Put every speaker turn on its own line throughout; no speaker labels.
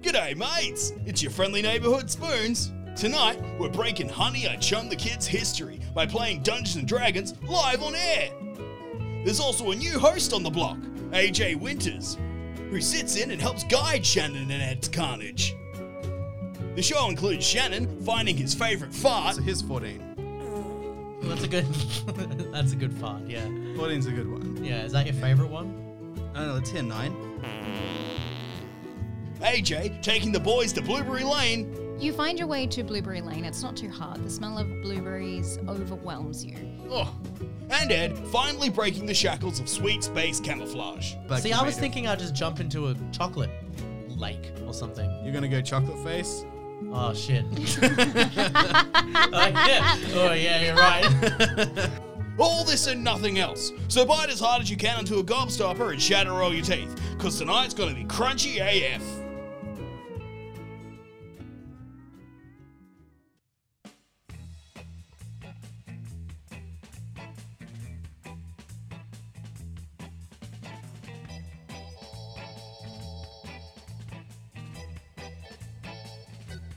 G'day, mates! It's your friendly neighborhood Spoons. Tonight, we're breaking Honey, I Chum the Kids history by playing Dungeons and Dragons live on air. There's also a new host on the block, AJ Winters, who sits in and helps guide Shannon in Ed's carnage. The show includes Shannon finding his favorite fart,
So here's 14.
That's a good. that's a good fart. Yeah.
14's a good one.
Yeah. Is that your favorite one?
I don't know, let's hear 9.
AJ taking the boys to Blueberry Lane,
You find your way to Blueberry Lane. It's not too hard. The smell of blueberries overwhelms you.
oh, and Ed finally breaking the shackles of sweet space camouflage.
But
See,
you
I
made
was
it.
thinking I'd just jump into a chocolate lake or something.
You're gonna go chocolate face?
Oh shit. oh, yeah. oh yeah, you're right.
All this and nothing else. So bite as hard as you can into a gobstopper and shatter all your teeth, because tonight's gonna be crunchy AF.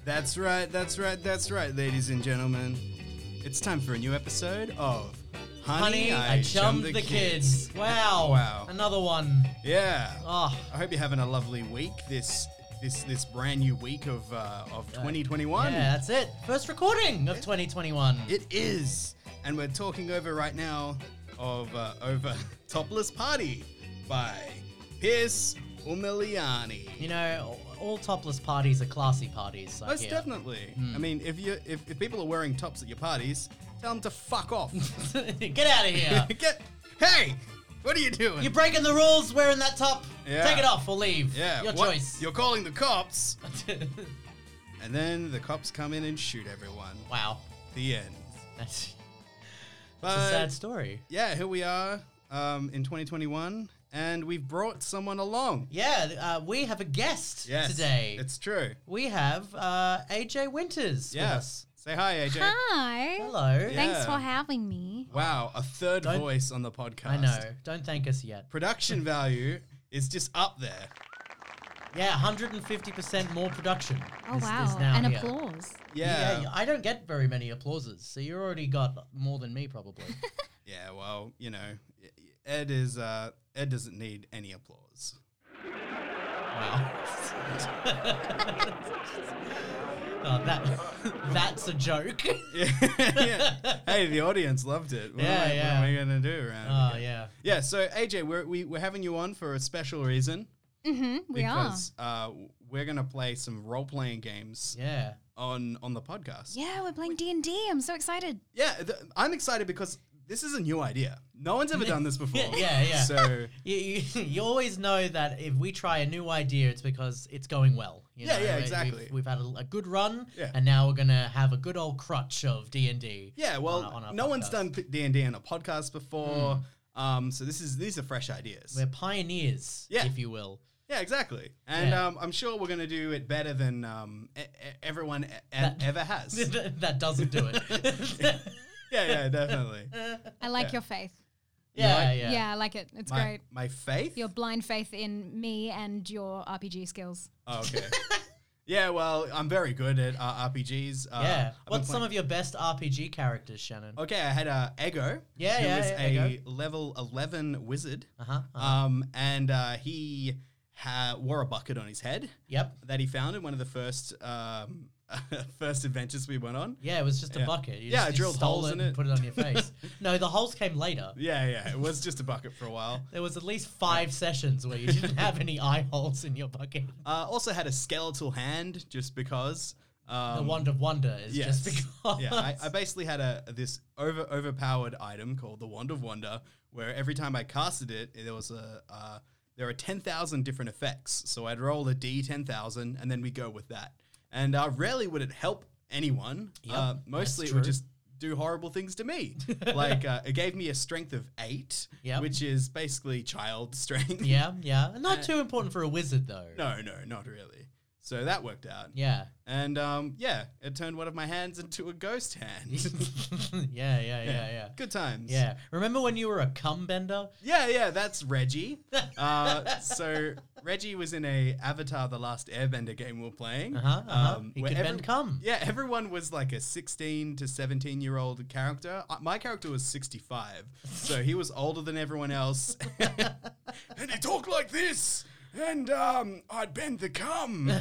That's right, that's right, that's right, ladies and gentlemen. It's time for a new episode of
Honey, I, chummed the, kids. Wow.
Wow.
Another one.
Yeah.
Oh.
I hope you're having a lovely week this this this brand new week of uh, of 2021.
Yeah, that's it. First recording of 2021.
It is, and we're talking over right now of uh, over topless party by Pierce Umiliani.
You know, all topless parties are classy parties. I
Most
hear.
definitely.
Hmm.
I mean, if you if, if people are wearing tops at your parties, tell them to fuck off.
Get out of here.
Get hey, what are you doing?
You're breaking the rules wearing that top.
Yeah.
Take it off or leave.
yeah,
Your
what-
choice.
You're calling the cops, and then the cops come in and shoot everyone.
wow.
The end.
That's
But
a sad story.
yeah, here we are um, in 2021, and we've brought someone along.
Yeah, uh, we have a guest
Yes,
today.
it's true.
we have uh, AJ Winters with
Yes.
us.
Say hi, AJ.
Hi.
Hello.
Yeah.
Thanks for having me.
Wow, a 3rd
Don't-
voice on the podcast.
I know. Don't thank us yet.
Production value is just up there.
Yeah, 150% more production.
Oh
is- is
wow!
now
and
here.
applause.
Yeah.
I don't get very many applauses, so you already got more than me, probably.
Yeah, well, you know, Ed is uh Ed doesn't need any applause.
wow. oh, that, that's a joke.
Yeah. Hey, the audience loved it. What,
Yeah,
am, I,
yeah.
what am I gonna do around?
Oh,
here?
yeah.
Yeah, so AJ, we're we, we're having you on for a special reason
hmm we are.
because uh, we're gonna play some role playing games
Yeah.
on on the podcast.
Yeah, we're playing D and D. I'm so excited.
Yeah, th- I'm excited because this is a new idea. No one's ever done this before.
Yeah, yeah.
So
You, you, you always know that if we try a new idea, it's because it's going well. You
Yeah,
know?
yeah,
We've-
exactly.
We've, had a, a good run,
Yeah.
and now we're gonna have a good old crutch of D and D.
yeah, well,
on our- on our
no one's
podcast. Hmm.
done D and D on a podcast before. Um, so this is these are fresh ideas.
We're pioneers,
Yeah.
if you will.
Yeah, exactly. And
Yeah.
um, I'm sure we're going to do it better than um, e- e- everyone e- e- ever has.
that doesn't do it.
yeah, yeah, definitely.
I like
Yeah.
your faith.
yeah,
Yeah.
yeah,
I like it. It's
My,
great.
my faith.
Your blind faith in me and your RPG skills.
Oh, okay. yeah, well, I'm very good at uh, RPGs. Uh,
Yeah. What's some of your best RPG characters, Shannon?
Okay, I had uh, Ego.
Yeah,
who
yeah,
was
yeah,
a
Ego.
level 11 wizard.
Uh huh.
Um, and uh, he ha- wore a bucket on his head
Yep.
that he found in one of the first um, first adventures we went on.
Yeah, it was just a
Yeah.
bucket. You
Yeah,
just,
I
you
drilled
stole
holes
it
in
and
it.
put it on your face. no, the holes came later.
Yeah, yeah, it was just a bucket for a while.
There was at least five sessions where you didn't have any eye holes in your bucket.
Uh, also had a skeletal hand, just because. Um,
the wand of wonder is
yes.
just because.
yeah, I, I basically had a this over overpowered item called the Wand of Wonder, where every time I casted it, there was a uh, there are ten thousand different effects. So I'd roll a d ten thousand, and then we go with that. And uh, rarely would it help anyone.
Yep,
uh,
that's
mostly it would
true.
just do horrible things to me. like uh, it gave me a strength of eight,
Yep.
which is basically child strength. Uh,
yeah, yeah. Not too important for a wizard, though.
No, no, not really. So that worked out.
Yeah.
And um, yeah, it turned one of my hands into a ghost hand.
yeah, yeah, yeah, yeah.
Good times.
Yeah. Remember when you were a cum bender?
Yeah, yeah, that's Reggie. Uh, so Reggie was in a Avatar: The Last Airbender game we were playing. Um,
Uh-huh, uh-huh. He
where
could bend cum.
Yeah, everyone was like a 16 to 17 year old character. Uh, my character was 65, so he was older than everyone else, and he talked like this. And um, I'd bend the cum.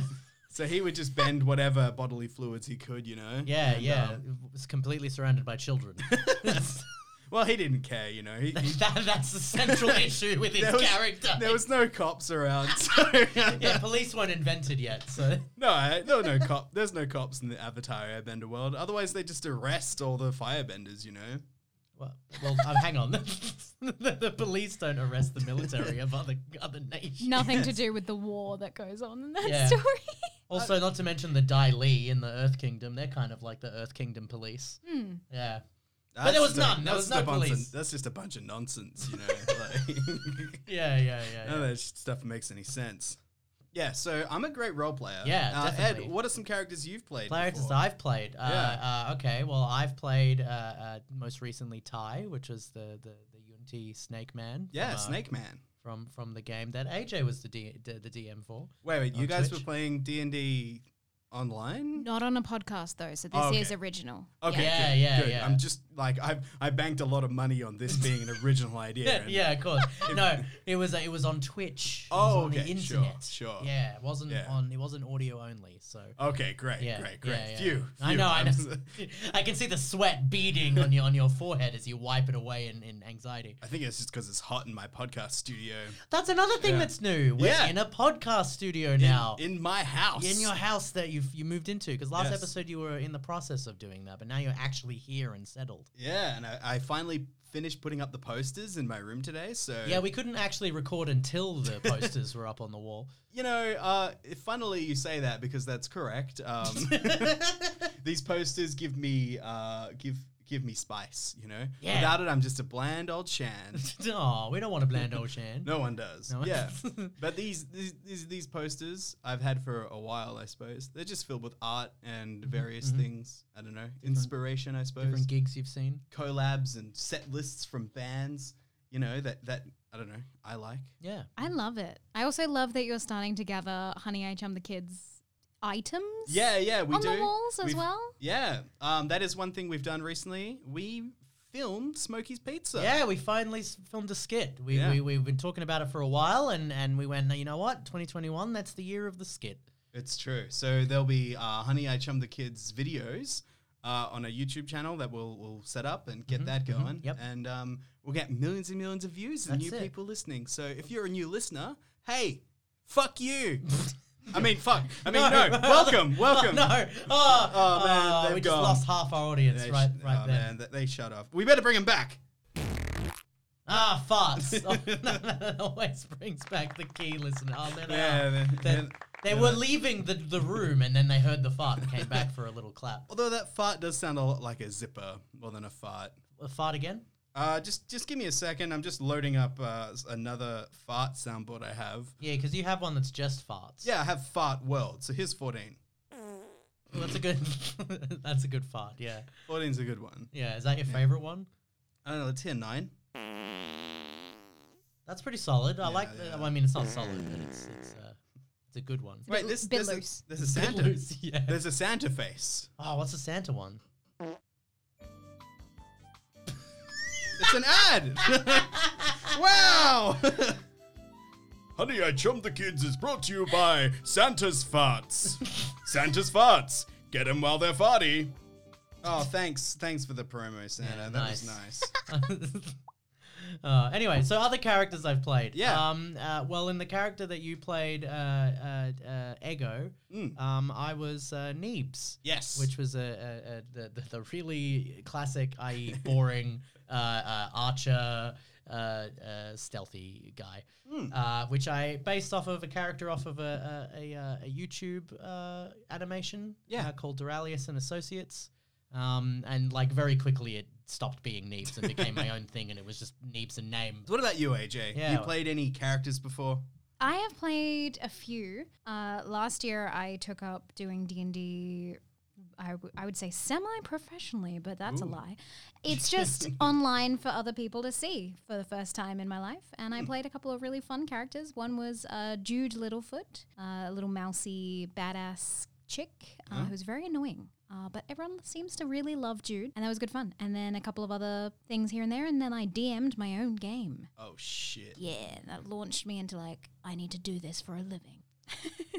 so he would just bend whatever bodily fluids he could, you know.
Yeah,
And,
yeah.
um,
It was completely surrounded by children. That's-
well, he didn't care, you know. He, he
that, that's the central issue with his
there was,
character.
There was no cops around. So
yeah, police weren't invented yet, so
No, I- there were no cop. There's no cops in the Avatar Airbender world. Otherwise, they just arrest all the Firebenders. You know.
well, well um, hang on. the, the police don't arrest the military of other other nations.
Nothing to do with the war that goes on in that
Yeah.
story.
Also, not to mention the Dai Li in the Earth Kingdom. They're kind of like the Earth Kingdom police.
Hmm.
Yeah. But there was
just a-
none. There
that's
was
just a
no
bunch of-
police.
that's just a bunch of nonsense. You know. Like,
Yeah, yeah, yeah.
none
yeah.
of that sh- stuff makes any sense. Yeah. So I'm a great role player.
Yeah,
Uh, Ed,
definitely.
what are some characters you've played?
Characters
before?
I've played. Uh,
Yeah.
uh, okay, well, I've played uh, uh, most recently Tai, which is the, the, the Unity Snake Man.
Yeah,
from, uh,
Snake Man.
From, from the game that AJ was the, D, the, the DM for.
Wait, wait. You
on
guys
Twitch.
were playing D and D online.
Not on a podcast though, so this
Oh,
is
okay.
original.
Okay,
Yeah,
good,
yeah,
good.
yeah.
I'm just like I I banked a lot of money on this being an original idea.
Yeah,
and-
yeah, of course. no, it was uh, it was on Twitch. It was
Oh,
on the
okay, sure,
internet.
sure.
Yeah, it wasn't
Yeah.
on. It wasn't audio only. So.
Okay, great,
Yeah,
great, great.
yeah, yeah.
Phew,
I
phew,
know, I
I'm
know.
s-
I can see the sweat beading on your on your forehead as you wipe it away in, in anxiety.
I think it's just because it's hot in my podcast studio.
That's another thing
Yeah.
that's new. We're
Yeah.
in a podcast studio now.
in, in my house.
in your house that you've you moved into because last
Yes.
episode you were in the process of doing that, but now you're actually here and settled.
yeah, and I, I finally finished putting up the posters in my room today. So
Yeah, we couldn't actually record until the posters were up on the wall.
you know, uh, funnily you say that because that's correct. Um, these posters give me uh, give give me spice. You know,
Yeah.
without it, I'm just a bland old Shan.
Oh, we don't want to bland old Shan.
No one does.
No one-
yeah. but these, these these these posters I've had for a while, I suppose. They're just filled with art and various things. I don't know. Inspiration, I suppose.
Different gigs you've seen.
Collabs and set lists from bands, you know, that that I don't know, I like.
Yeah.
I love it. I also love that you're starting to gather Honey I Chum the Kids items.
Yeah, yeah, we
on
do.
the walls as
We've-
well.
Yeah. Um that is one thing we've done recently. We filmed Smokey's Pizza.
Yeah, we finally s- filmed a skit. We,
Yeah.
we, we've been talking about it for a while, and, and we went, "No, you know what? 2021, that's the year of the skit.
It's true. So there'll be uh, Honey I Chum the Kids videos uh, on a YouTube channel that we'll, we'll set up and get that going.
Mm-hmm, Yep.
And um, we'll get millions and millions of views and
That's
new
it.
people listening. So if you're a new listener, hey, fuck you. I mean, fuck. I mean, no. Welcome, welcome.
Oh, no. Oh,
Oh, man,
oh,
they've
we
gone.
just lost half our audience
They
right,
sh-
right
oh,
there.
man, th- they shut off. We better bring them back.
Ah, farts. Oh, that always brings back the key listener. Oh, there they
Yeah,
are.
they-
They-
they-
they
yeah.
were leaving the, the room, and then they heard the fart and came back for a little clap.
Although that fart does sound a lot like a zipper more than a fart.
A fart again?
Uh, just just give me a second. I'm just loading up uh, s- another fart soundboard I have.
Yeah, because you have one that's just farts.
Yeah, I have fart world. So here's 14.
Well, that's a good. that's a good fart. Yeah.
14's a good one.
Yeah. Is that your favorite one?
I don't know, let's hear nine.
That's pretty solid. I
Yeah,
like. the-
yeah.
well, I mean, it's not solid, but it's it's, uh, it's a good one.
Wait,
Bit-
this,
bit
there's,
loose.
A, there's a Santa.
Loose, yeah.
There's a Santa face.
Oh, what's the Santa one?
It's an ad. wow.
Honey, I Chum the Kids is brought to you by Santa's Farts. Santa's Farts. Get 'em while they're farty.
oh, thanks. Thanks for the promo, Santa.
Yeah,
that was
nice.
nice.
Uh, anyway, so other characters I've played.
Yeah.
Um. Uh, well, in the character that you played, uh, uh, uh Ego,
Mm.
um, I was uh, Neebs,
Yes.
which was a, a, a the, the the really classic, i.e., boring uh, uh, archer. Uh, uh, stealthy guy,
Hmm.
uh, which I based off of a character off of a a, a, uh, a YouTube uh, animation,
Yeah.
uh, called Duralius and Associates, um, and like very quickly it stopped being Neebs and became my own thing, and it was just Neebs and name.
what about you, AJ?
Yeah.
You played any characters before?
I have played a few. Uh, last year, I took up doing D and D. I w- I would say semi-professionally, but that's a
Ooh.
lie. It's just online for other people to see for the first time in my life, and I played a couple of really fun characters. One was uh, Jude Littlefoot, uh, a little mousy badass chick uh, who's very annoying. Uh, but everyone seems to really love Jude, and that was good fun. And then a couple of other things here and there, and then I DM'd my own game
Oh shit!
yeah, that launched me into like, I need to do this for a living.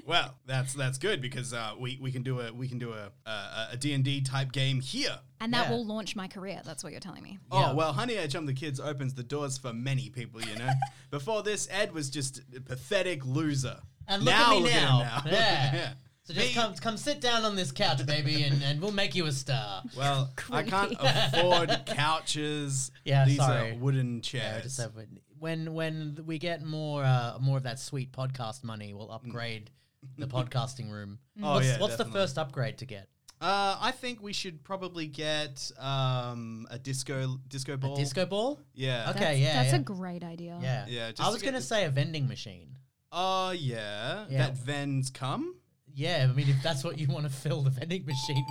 Well, that's that's good because uh, we we can do a we can do a D and D type game here.
And that
Yeah.
will launch my career. That's what you're telling me.
Yeah.
Oh well, Honey I Chum the Kids opens the doors for many people. You know, before this, Ed was just a pathetic loser.
And look at me
look
now.
At him now.
Yeah.
yeah.
So just
Me-
come, come sit down on this couch, baby, and, and we'll make you a star.
Well, I can't afford couches.
Yeah,
these
sorry.
are wooden
Yeah, I
chairs.
just have it. when when we get more uh, more of that sweet podcast money, we'll upgrade the podcasting room.
Mm. Oh,
what's
yeah,
what's the
definitely.
first upgrade to get?
Uh, I think we should probably get um, a disco disco ball.
A disco ball?
Yeah.
Okay,
that's,
yeah,
That's
yeah.
a great idea.
Yeah.
Yeah, just
I
to
was
get
gonna
the-
say a vending machine.
Oh yeah.
Yeah.
That Ven's come.
Yeah, I mean if that's what you want to fill the vending machine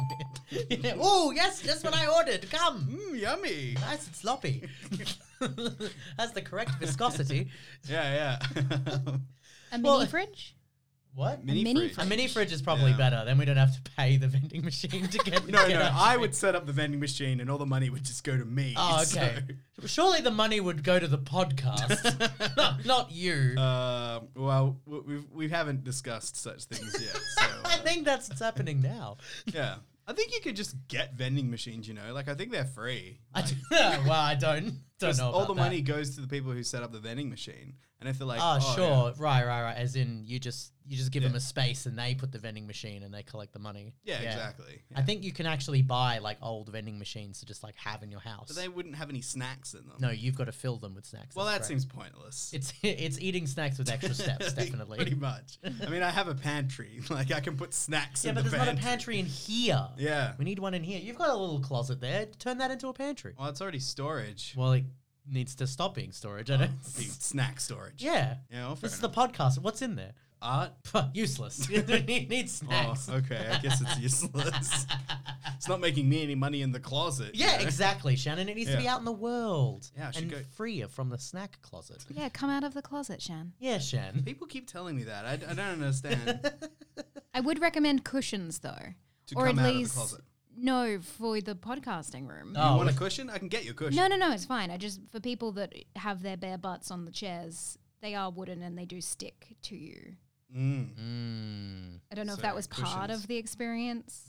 with. yeah. Oh yes, that's what I ordered. Come.
Mm, yummy.
Nice and sloppy. that's the correct viscosity.
Yeah, yeah.
A mini
Well,
fridge?
What?
A mini
A
fridge.
mini fridge is probably
Yeah.
better. Then we don't have to pay the vending machine to get.
No,
get
no.
our
I
drink.
would set up the vending machine, and all the money would just go to me.
Oh,
so-
okay. Surely the money would go to the podcast, not, not you.
Uh, well, w- we've we haven't discussed such things yet. So,
I
uh,
think that's what's happening now.
yeah, I think you could just get vending machines. You know, like I think they're free.
I d- well, I don't don't
Just
know.
all
about
the
that.
money goes to the people who set up the vending machine, and if they're like,
Oh,
yeah,
sure, right, right, right. As in, you just you just give
Yeah.
them a space, and they put the vending machine, and they collect the money.
yeah, exactly.
I think you can actually buy like old vending machines to just like have in your house.
But they wouldn't have any snacks in them.
no, you've got to fill them with snacks.
Well, that
that's correct.
seems pointless.
it's it's eating snacks with extra steps, definitely.
Pretty much. I mean, I have a pantry. Like, I can put snacks
Yeah,
in
but
the
there's not a pantry in here.
Yeah.
We need one in here. You've got a little closet there. Turn that into a pantry.
Well, it's already storage.
Well, it needs to stop being storage. I don't.
Be snack storage.
Oh, yeah.
Yeah, well, fair
This is the podcast. What's in there?
art.
Pah, Useless. You need
Oh,
snacks.
okay. I guess it's useless. it's not making me any money in the closet. you
Yeah,
know?
exactly, Shannon. It needs to be
Yeah.
out in the world
Yeah, I should
and
go-
freer from the snack closet.
Yeah, come out of the closet, Shan.
Yeah, Shan.
People keep telling me that. I, I don't understand.
I would recommend cushions though.
To come out of the closet.
No, for the podcasting room.
Oh,
you want a
with-
cushion? I can get you a cushion.
No, no, no, it's fine. I just for people that have their bare butts on the chairs, they are wooden and they do stick to you.
Mm.
Mm.
I don't know if
So,
that was part
cushions.
of the experience.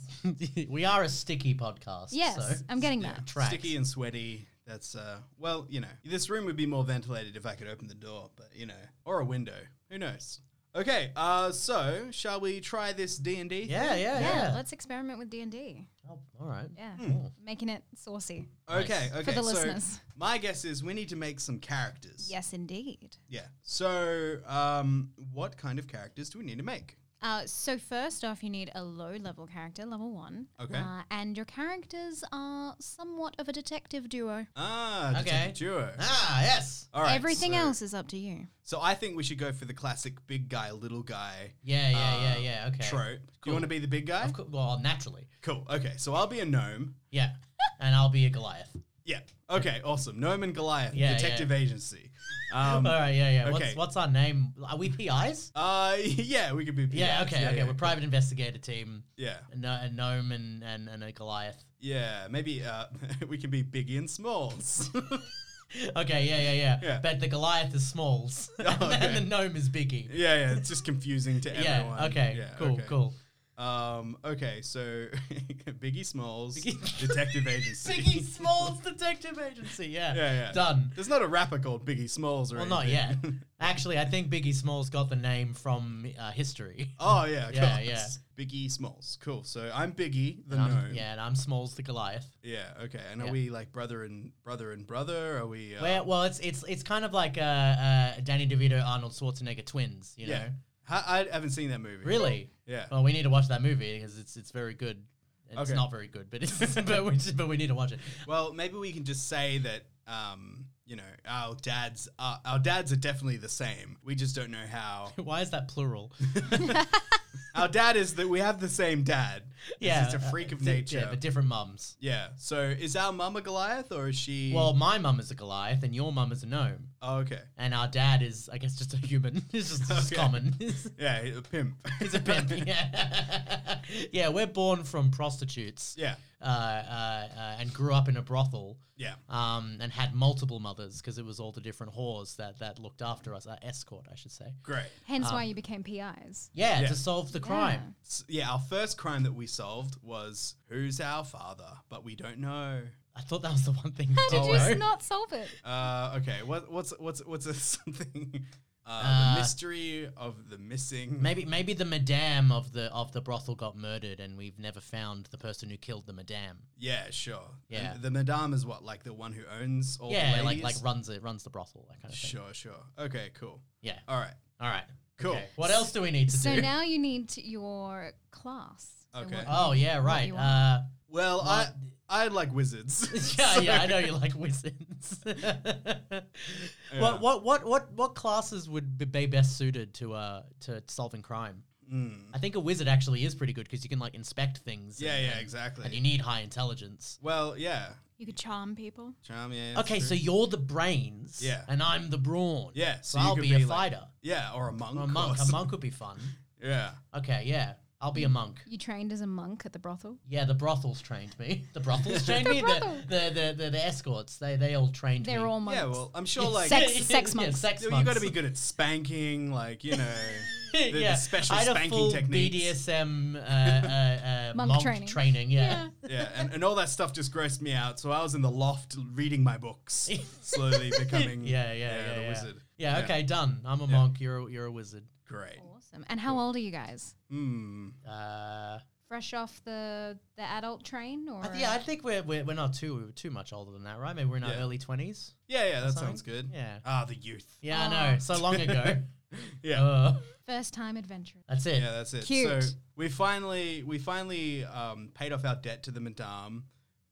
we are a sticky podcast.
Yes,
so-
I'm getting
Yeah,
that.
Tracks.
sticky and sweaty. That's uh, well, you know, this room would be more ventilated if I could open the door, but you know, or a window. Who knows? Okay, uh, so shall we try this D and D?
yeah, yeah,
Yeah,
yeah.
let's experiment with D and D.
Oh, all right.
Yeah,
Hmm.
Cool.
making it saucy.
Okay. Okay.
For the
so
listeners.
my guess is we need to make some characters.
Yes, indeed.
Yeah. So, um, what kind of characters do we need to make?
Uh, so first off, you need a low level character, level one.
Okay.
Uh, and your characters are somewhat of a detective duo.
Ah, Detective
Okay.
Duo.
Ah, yes.
All right.
Everything
so-
else is up to you.
So I think we should go for the classic big guy, little guy
Yeah, yeah, yeah,
Uh,
yeah. Okay.
trope.
Cool.
You want to be the big guy?
Of course. Well, naturally.
Cool. Okay. So I'll be a gnome.
Yeah. and I'll be a Goliath.
Yeah. Okay. Awesome. Gnome and Goliath,
Yeah,
detective
yeah.
agency. Um,
All right, yeah, yeah. What's
okay.
what's our name? Are we PIs?
uh, yeah, we could be.
Yeah,
PIs.
okay, okay.
yeah.
We're private investigator team.
Yeah,
A, gno- a gnome and, and, and a Goliath.
yeah. Maybe uh, we can be Biggie and Smalls.
Okay, yeah, yeah, yeah.
Yeah. Oh,
But the Goliath is Smalls, and,
okay.
the gnome is Biggie.
yeah, yeah. It's just confusing to everyone.
Yeah. Okay.
Yeah,
cool.
okay.
Cool.
Um, okay, so Biggie Smalls,
Biggie-
detective agency.
Biggie Smalls Detective Agency. Yeah.
Yeah, yeah.
Done.
There's not a rapper called Biggie Smalls or
Well, not
anything.
yet. Actually, I think Biggie Smalls got the name from uh, history.
oh yeah, of
Yeah,
course.
yeah.
Biggie Smalls. Cool. So I'm Biggie the
And I'm-
gnome.
yeah, and I'm Smalls the Goliath.
Yeah, Okay. And are
Yeah.
we like brother and brother and brother? Are we? Uh,
Well, well, it's it's it's kind of like uh, uh, Danny DeVito, Arnold Schwarzenegger twins. You know,
yeah. I, I haven't seen that movie.
really.
Yeah.
Well, we need to watch that movie because it's it's very good. It's
Okay.
not very good, but it's but we just, but we need to watch it.
Well, maybe we can just say that um, you know, our dads are, our dads are definitely the same. We just don't know how.
Why is that plural?
our dad is that we have the same dad.
yeah,
He's just a
uh,
freak of
di-
nature.
Yeah, but different mums.
Yeah. So is our mum a Goliath or is she?
Well, my mum is a Goliath, and your mum is a gnome,
oh, okay.
and our dad is, I guess, just a human. it's just, just
Okay.
common.
Yeah, he's a pimp.
He's a pimp. Yeah, yeah. We're born from prostitutes.
yeah,
Uh, uh, uh, and grew up in a brothel.
yeah.
Um, and had multiple mothers because it was all the different whores that, that looked after us, our escort, I should say.
Great.
Hence why you became PIs.
Yeah,
Yeah.
to solve the crime.
S- yeah, our first crime that we solved was who's our father, but we don't know.
I thought that was the one thing. Oh,
How did
Oh,
we
you
didn't know.
s- not solve it?
Uh, okay. What what's what's what's a something? Uh,
Uh,
the mystery of the missing.
Maybe maybe the madame of the of the brothel got murdered, and we've never found the person who killed the madame.
Yeah, sure.
Yeah.
And the madame is what like the one who owns all
yeah,
the
like
ladies.
like runs it runs the brothel, that kind of thing.
Sure, sure. Okay, cool.
Yeah.
All right.
All right.
Cool.
Okay. What else do we need to
So
do?
now you need your class. So
Okay.
what-
oh yeah, right.
you want.
Uh,
Well, I
Well-
I like wizards.
yeah,
So-
yeah. I know you like wizards. What what what what what classes would be- be best suited to uh to solving crime?
Mm.
I think a wizard actually is pretty good because you can like inspect things.
Yeah,
and-
yeah,
and-
exactly.
And you need high intelligence.
well, yeah.
You could charm people.
Charm, yeah. that's
Okay,
true.
so you're the brains,
Yeah.
and I'm the brawn.
Yeah,
so,
so you
I'll
could
be a
be, like,
fighter.
yeah, or a monk.
or a monk.
or
A monk would be fun.
some- Yeah.
Okay, yeah, I'll be a monk.
You trained as a monk at the brothel.
Yeah, the brothels trained me. The brothels trained me.
brothel.
The, the, the the the escorts. They they all trained me.
They're all monks.
Yeah, well, I'm sure like
Sex- sex
yeah,
monks.
sex
you
monks.
got to be good at spanking, like, you know, the, the
yeah.
special
I had a
spanking
full
techniques.
BDSM uh, uh, uh, monk,
Monk
training.
training.
yeah.
Yeah, and, and all that stuff just grossed me out. So I was in the loft reading my books, slowly becoming
Yeah, yeah, yeah,
the
yeah.
wizard.
Yeah,
Yeah.
okay, done. I'm a
Yeah.
monk. You're a, you're a wizard.
Great.
Awesome. And how old are you guys?
Hmm.
Uh,
Fresh off the the adult train, or
I
Uh,
th- yeah, I think we're, we're we're not too too much older than that, right? Maybe we're in our
Yeah.
early twenties.
Yeah, yeah, that
Something?
sounds good.
Yeah.
Ah, the youth.
Yeah, Oh, I
Ah.
know. So long ago.
Yeah.
Ugh.
first time adventure.
that's it.
Yeah, that's it.
Cute.
So we finally we finally um, paid off our debt to the madame.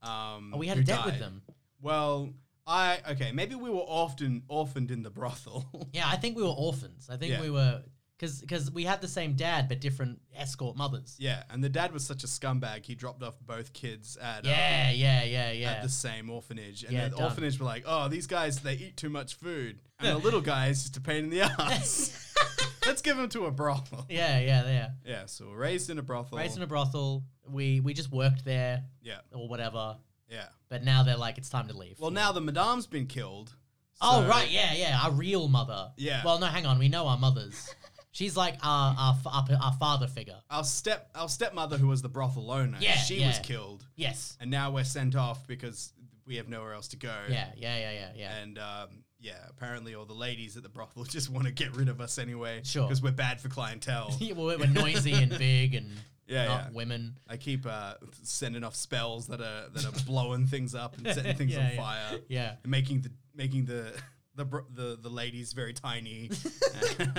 Um,
oh, we had
who
a debt with
died.
them.
Well, I okay, maybe we were often orphaned in the brothel.
Yeah, I think we were orphans. I think
Yeah.
we were because we had the same dad but different escort mothers.
yeah, and the dad was such a scumbag. He dropped off both kids at uh,
Yeah, yeah, yeah,
at
yeah.
the same orphanage, and
Yeah,
the
done.
orphanage were like, "Oh, these guys they eat too much food, and the little guy is just a pain in the ass. Let's give him to a brothel."
Yeah, yeah, yeah.
Yeah, so we're raised in a brothel.
Raised in a brothel. We we just worked there
yeah,
or whatever.
yeah.
But now they're like, it's time to leave.
Well, now the madame's been killed.
oh
so-
right, yeah, yeah. Our real mother.
Yeah.
Well, no, hang on. We know our mothers. She's like our our fa- our, our father figure.
our step our stepmother who was the brothel owner
Yeah,
she was
yeah.
killed
Yes.
and now we're sent off because we have nowhere else to go
Yeah, yeah, yeah, yeah, yeah.
and um, yeah apparently all the ladies at the brothel just want to get rid of us anyway
Sure.
because we're bad for clientele
Yeah, well, we're noisy and big and
Yeah,
not
yeah.
women.
i keep uh, sending off spells that are that are blowing things up and setting things
Yeah,
on
yeah.
fire
Yeah,
and making the making the the bro- the, the ladies very tiny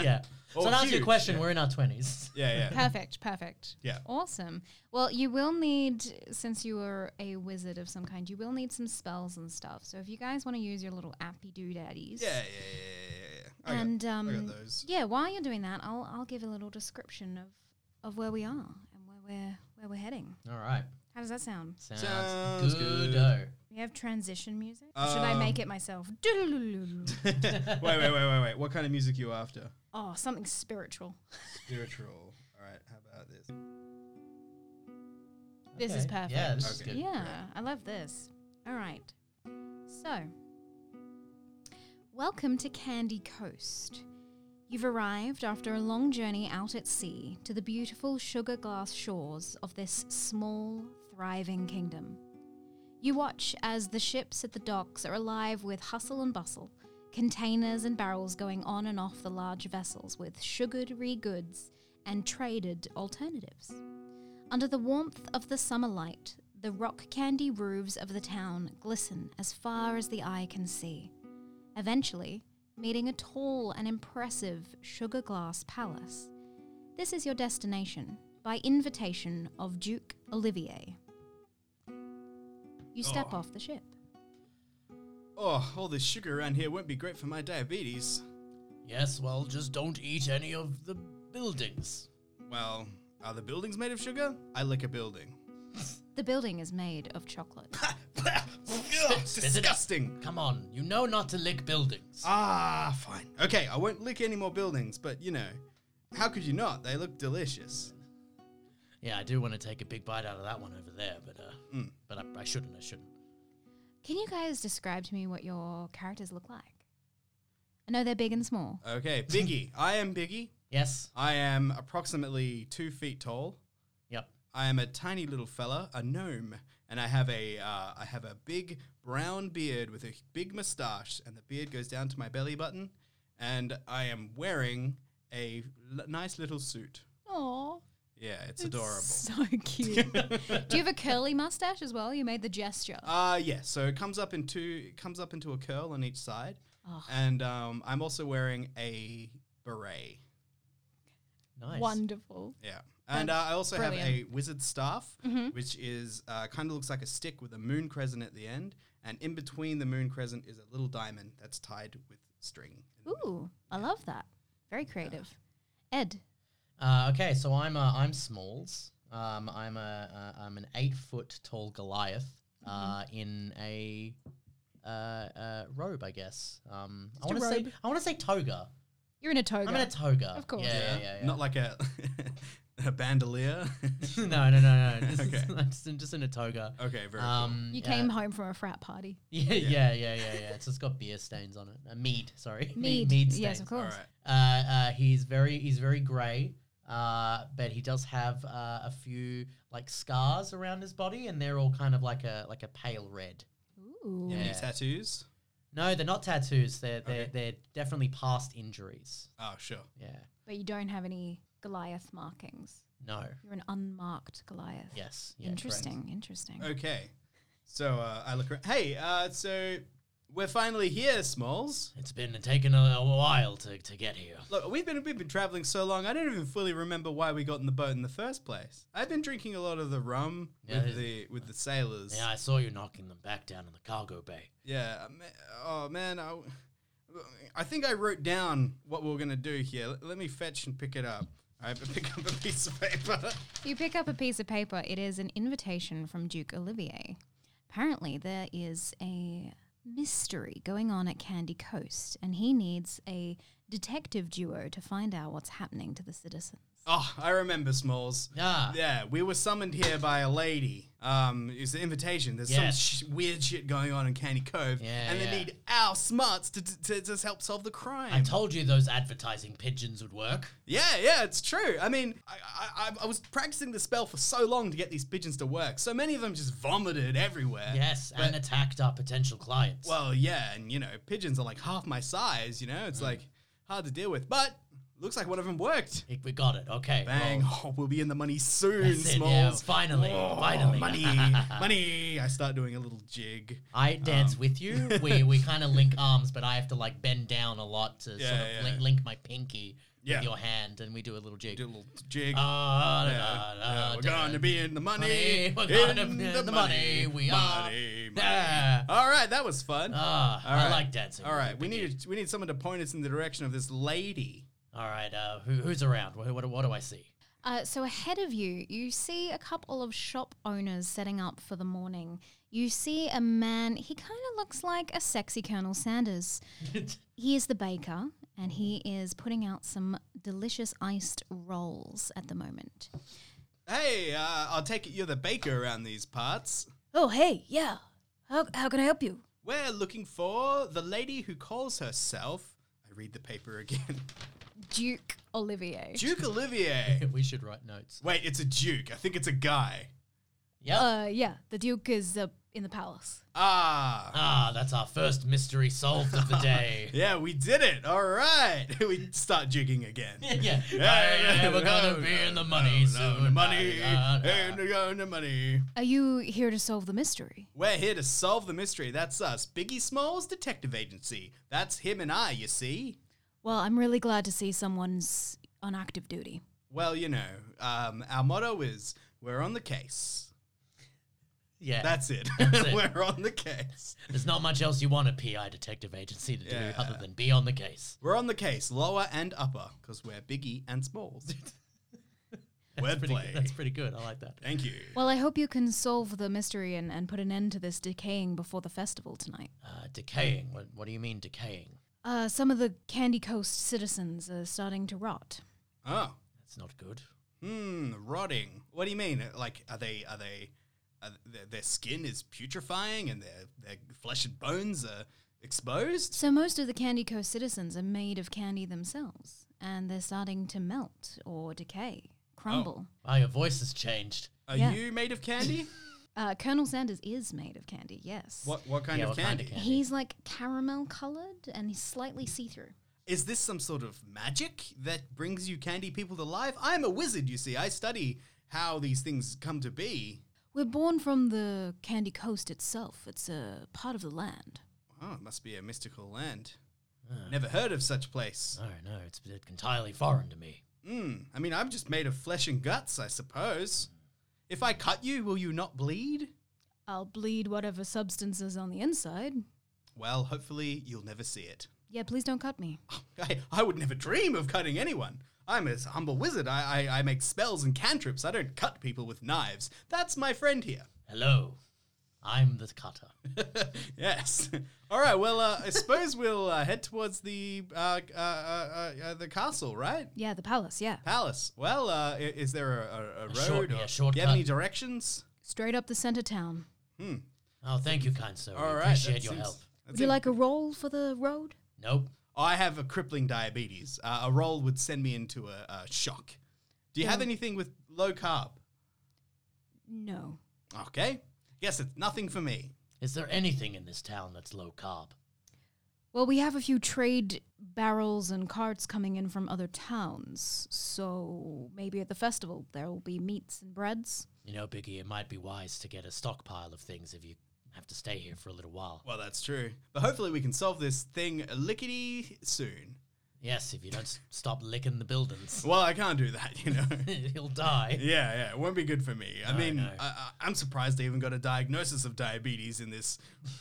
yeah.
Oh,
so to answer your
huge,
question,
yeah.
we're in our twenties.
yeah yeah
Perfect, perfect.
Yeah.
Awesome. Well, you will need, since you are a wizard of some kind, you will need some spells and stuff. So if you guys want to use your little appy doodaddies.
yeah yeah yeah yeah, yeah. I,
And
got, I got
um,
those
yeah, while you're doing that, I'll I'll give a little description of, of where we are and where we're where we're heading.
All right,
How does that sound?
sounds,
Sounds
good. Oh.
good.
We have transition music. Or should I
Um,
make it myself?
wait wait wait wait wait what kind of music you after
oh, something spiritual.
Spiritual. All right, how about this?
This is
Okay.
perfect.
Yeah, this is
Okay.
good.
yeah, I love this. All right. So, welcome to Candy Coast. You've arrived after a long journey out at sea to the beautiful sugar glass shores of this small, thriving kingdom. You watch as the ships at the docks are alive with hustle and bustle, containers and barrels going on and off the large vessels with sugary goods and traded alternatives. Under the warmth of the summer light, the rock candy roofs of the town glisten as far as the eye can see. Eventually, meeting a tall and impressive sugar glass palace. This is your destination by invitation of Duke Olivier. You step
Oh.
off the ship.
Oh, all this sugar around here won't be great for my diabetes.
Yes, well, just don't eat any of the buildings.
Well, are the buildings made of sugar? I lick a building.
The building is made of chocolate.
Ugh,
spit it out.
disgusting.
Come on, you know not to lick buildings.
Ah, fine. Okay, I won't lick any more buildings, but you know, how could you not? They look delicious.
yeah, I do want to take a big bite out of that one over there, but uh,
Hmm.
but I, I shouldn't. I shouldn't.
Can you guys describe to me what your characters look like? I know they're big and small.
Okay, Biggie. I am Biggie.
Yes.
I am approximately two feet tall.
Yep.
I am a tiny little fella, a gnome, and I have a uh, I have a big brown beard with a big moustache, and the beard goes down to my belly button, and I am wearing a l- nice little suit.
Oh,
Yeah, it's, adorable.
So cute. Do you have a curly mustache as well? You made the gesture.
Oh,
Uh yeah, so it comes up into it comes up into a curl on each side,
Oh.
and um, I'm also wearing a beret.
Nice.
Wonderful.
Yeah. And uh, I also have a
brilliant. Mm-hmm.
wizard staff, which is uh, kind of looks like a stick with a moon crescent at the end, and in between the moon crescent is a little diamond that's tied with string.
Ooh, I love that. Very creative. Ed,
Uh, okay, so I'm uh, I'm Smalls. Um, I'm a uh, I'm an eight foot tall Goliath uh,
Mm-hmm.
in a uh, uh, robe, I guess. Um, I
Just a
want to say
robe.
I want to say toga.
you're in a toga.
I'm in a toga.
Of course.
Yeah, yeah, yeah. yeah.
Not like a a bandolier.
no, no, no, no. This
Okay.
is, I'm just, in- just in a toga.
okay, very
Um,
you
yeah.
came home from a frat party.
Yeah, yeah, yeah, yeah, yeah. It's just got beer stains on it. Uh, mead, sorry.
Mead.
mead stains.
yes, of
cool. All
course.
right.
Uh, uh, he's very he's very grey, uh, but he does have uh, a few like scars around his body, and they're all kind of like a like a pale red.
Ooh.
Yeah, any
Yeah.
tattoos?
No, they're not tattoos. They're they're
Okay.
they're definitely past injuries.
Oh, sure.
Yeah.
But you don't have any Goliath markings.
No.
You're an unmarked Goliath.
Yes. Yeah, correct. Oh,
interesting, interesting.
Okay. So uh, I look around. Hey, uh, so we're finally here, Smalls.
It's been taking a, a while to, to get here.
Look, we've been we've been traveling so long. I don't even fully remember why we got in the boat in the first place. I've been drinking a lot of the rum
Yeah,
with
it-
the with the sailors.
Yeah, I saw you knocking them back down in the cargo bay.
Yeah, ma- Oh man, I, I think I wrote down what we were gonna do here. Let, let me fetch and pick it up. I have to pick up a piece of paper.
You pick up a piece of paper. It is an invitation from Duke Olivier. Apparently, there is a mystery going on at Candy Coast, and he needs a detective duo to find out what's happening to the citizens.
Oh, I remember Smalls.
Ah.
Yeah, we were summoned here by a lady. Um, it was an invitation. There's
Yes.
some sh- weird shit going on in Candy Cove,
Yeah,
and they
yeah.
need our smarts to, to, to, to help solve the crime.
I told you those advertising pigeons would work.
Yeah, yeah, it's true. I mean, I, I, I- I was practicing the spell for so long to get these pigeons to work. So many of them just vomited everywhere.
Yes, and attacked our potential clients.
Well, yeah, and you know, pigeons are like half my size. You know,
Mm.
it's like hard to deal with. But looks like one of them worked.
It- we got it. Okay.
Bang!
well,
Oh, we'll be in the money soon,
That's it, yeah,
Smalls.
finally,
Oh,
finally.
money, money! I start doing a little jig.
I dance with you. We we kind of link arms, but I have to like bend down a lot to
Yeah,
sort of
yeah.
link, link my pinky
Yeah.
with your hand, and we do a little jig.
Do a little jig.
Ah, da,
Yeah,
da, da,
yeah, we're
da.
gonna be in the money.
Money, we're
in
gonna be in the money, we are.
Money, money.
Yeah.
All right, that was fun.
Ah,
All
I
right.
like dancing.
All
with
right,
you,
we
Biggie.
need we need someone to point us in the direction of this lady.
All right. Uh, who, who's around? What, what, what do I see?
Uh, so ahead of you, you see a couple of shop owners setting up for the morning. You see a man, he kind of looks like a sexy Colonel Sanders. he is the baker, and he is putting out some delicious iced rolls at the moment.
Hey, uh, I'll take it you're the baker around these parts.
Oh, hey, yeah. How, how can I help you?
We're looking for the lady who calls herself. I read the paper again.
Duke Olivier.
Duke Olivier.
we should write notes.
Wait, it's a duke. I think it's a guy.
Yeah.
Uh, yeah, the Duke is uh, in the palace.
Ah,
ah, that's our first mystery solved of the day.
yeah, we did it. All right, we start jigging again.
yeah. Yeah. we're gonna be in the money
No, no,
soon.
the money,
Ah, da, da.
and we're going to money.
Are you here to solve the mystery?
We're here to solve the mystery. That's us, Biggie Smalls Detective Agency. That's him and I, you see.
Well, I'm really glad to see someone's on active duty.
Well, you know, um, our motto is we're on the case.
Yeah.
That's it.
That's it.
We're on the case.
There's not much else you want a PI detective agency to do
Yeah.
other than be on the case.
We're on the case, lower and upper, because we're biggie and smalls.
That's pretty,
Wordplay.
good. that's pretty good. I like that.
Thank you.
Well, I hope you can solve the mystery and, and put an end to this decaying before the festival tonight.
Uh, decaying. What, what do you mean decaying?
Uh, some of the Candy Coast citizens are starting to rot.
Oh,
That's not good.
hmm, rotting. What do you mean? Like, are they are they are their, their skin is putrefying and their their flesh and bones are exposed?
So most of the Candy Coast citizens are made of candy themselves, and they're starting to melt or decay, crumble.
Wow, your voice has changed.
Are
Yeah.
you made of candy?
Uh, Colonel Sanders is made of candy, yes.
what what kind
Yeah,
of
what kind
candy?
of candy?
He's like caramel colored and he's slightly see through.
Is this some sort of magic that brings you candy people to life? I'm a wizard, you see. I study how these things come to be.
We're born from the Candy Coast itself, it's a part of the land.
Oh, it must be a mystical land. Never heard of such place.
No, Oh, no, it's entirely foreign to me.
Mm, I mean, I'm just made of flesh and guts, I suppose. If I cut you, will you not bleed?
I'll bleed whatever substance is on the inside.
Well, hopefully you'll never see it.
Yeah, please don't cut me.
I, I would never dream of cutting anyone. I'm a humble wizard. I, I, I make spells and cantrips. I don't cut people with knives. That's my friend here.
Hello, I'm the cutter.
yes. All right. Well, uh, I suppose we'll uh, head towards the uh, uh, uh, uh, the castle, right?
Yeah, the palace, yeah.
Palace. Well, uh, i- is there a, a, a road?
short-
or,
yeah,
do you have
shortcut.
any directions? Hmm.
Straight up the center town.
Oh, thank you, kind sir.
All
we
right.
appreciate
that
your
seems-
help.
that
Would you
seems-
like a roll for the road?
Nope.
I have a crippling diabetes. Uh, a roll would send me into a, a shock. Do you
Hmm.
have anything with low carb?
No.
Okay. Yes, it's nothing for me.
Is there anything in this town that's low carb?
Well, we have a few trade barrels and carts coming in from other towns, so maybe at the festival there will be meats and breads.
You know, Biggie, it might be wise to get a stockpile of things if you have to stay here for a little while.
Well, that's true. But hopefully, we can solve this thing lickety soon.
Yes, if you don't s- stop licking the buildings,
Well, I can't do that, you know.
he'll die.
Yeah, yeah, it won't be good for me. I
No,
mean,
no.
I, I, I'm surprised they even got a diagnosis of diabetes in this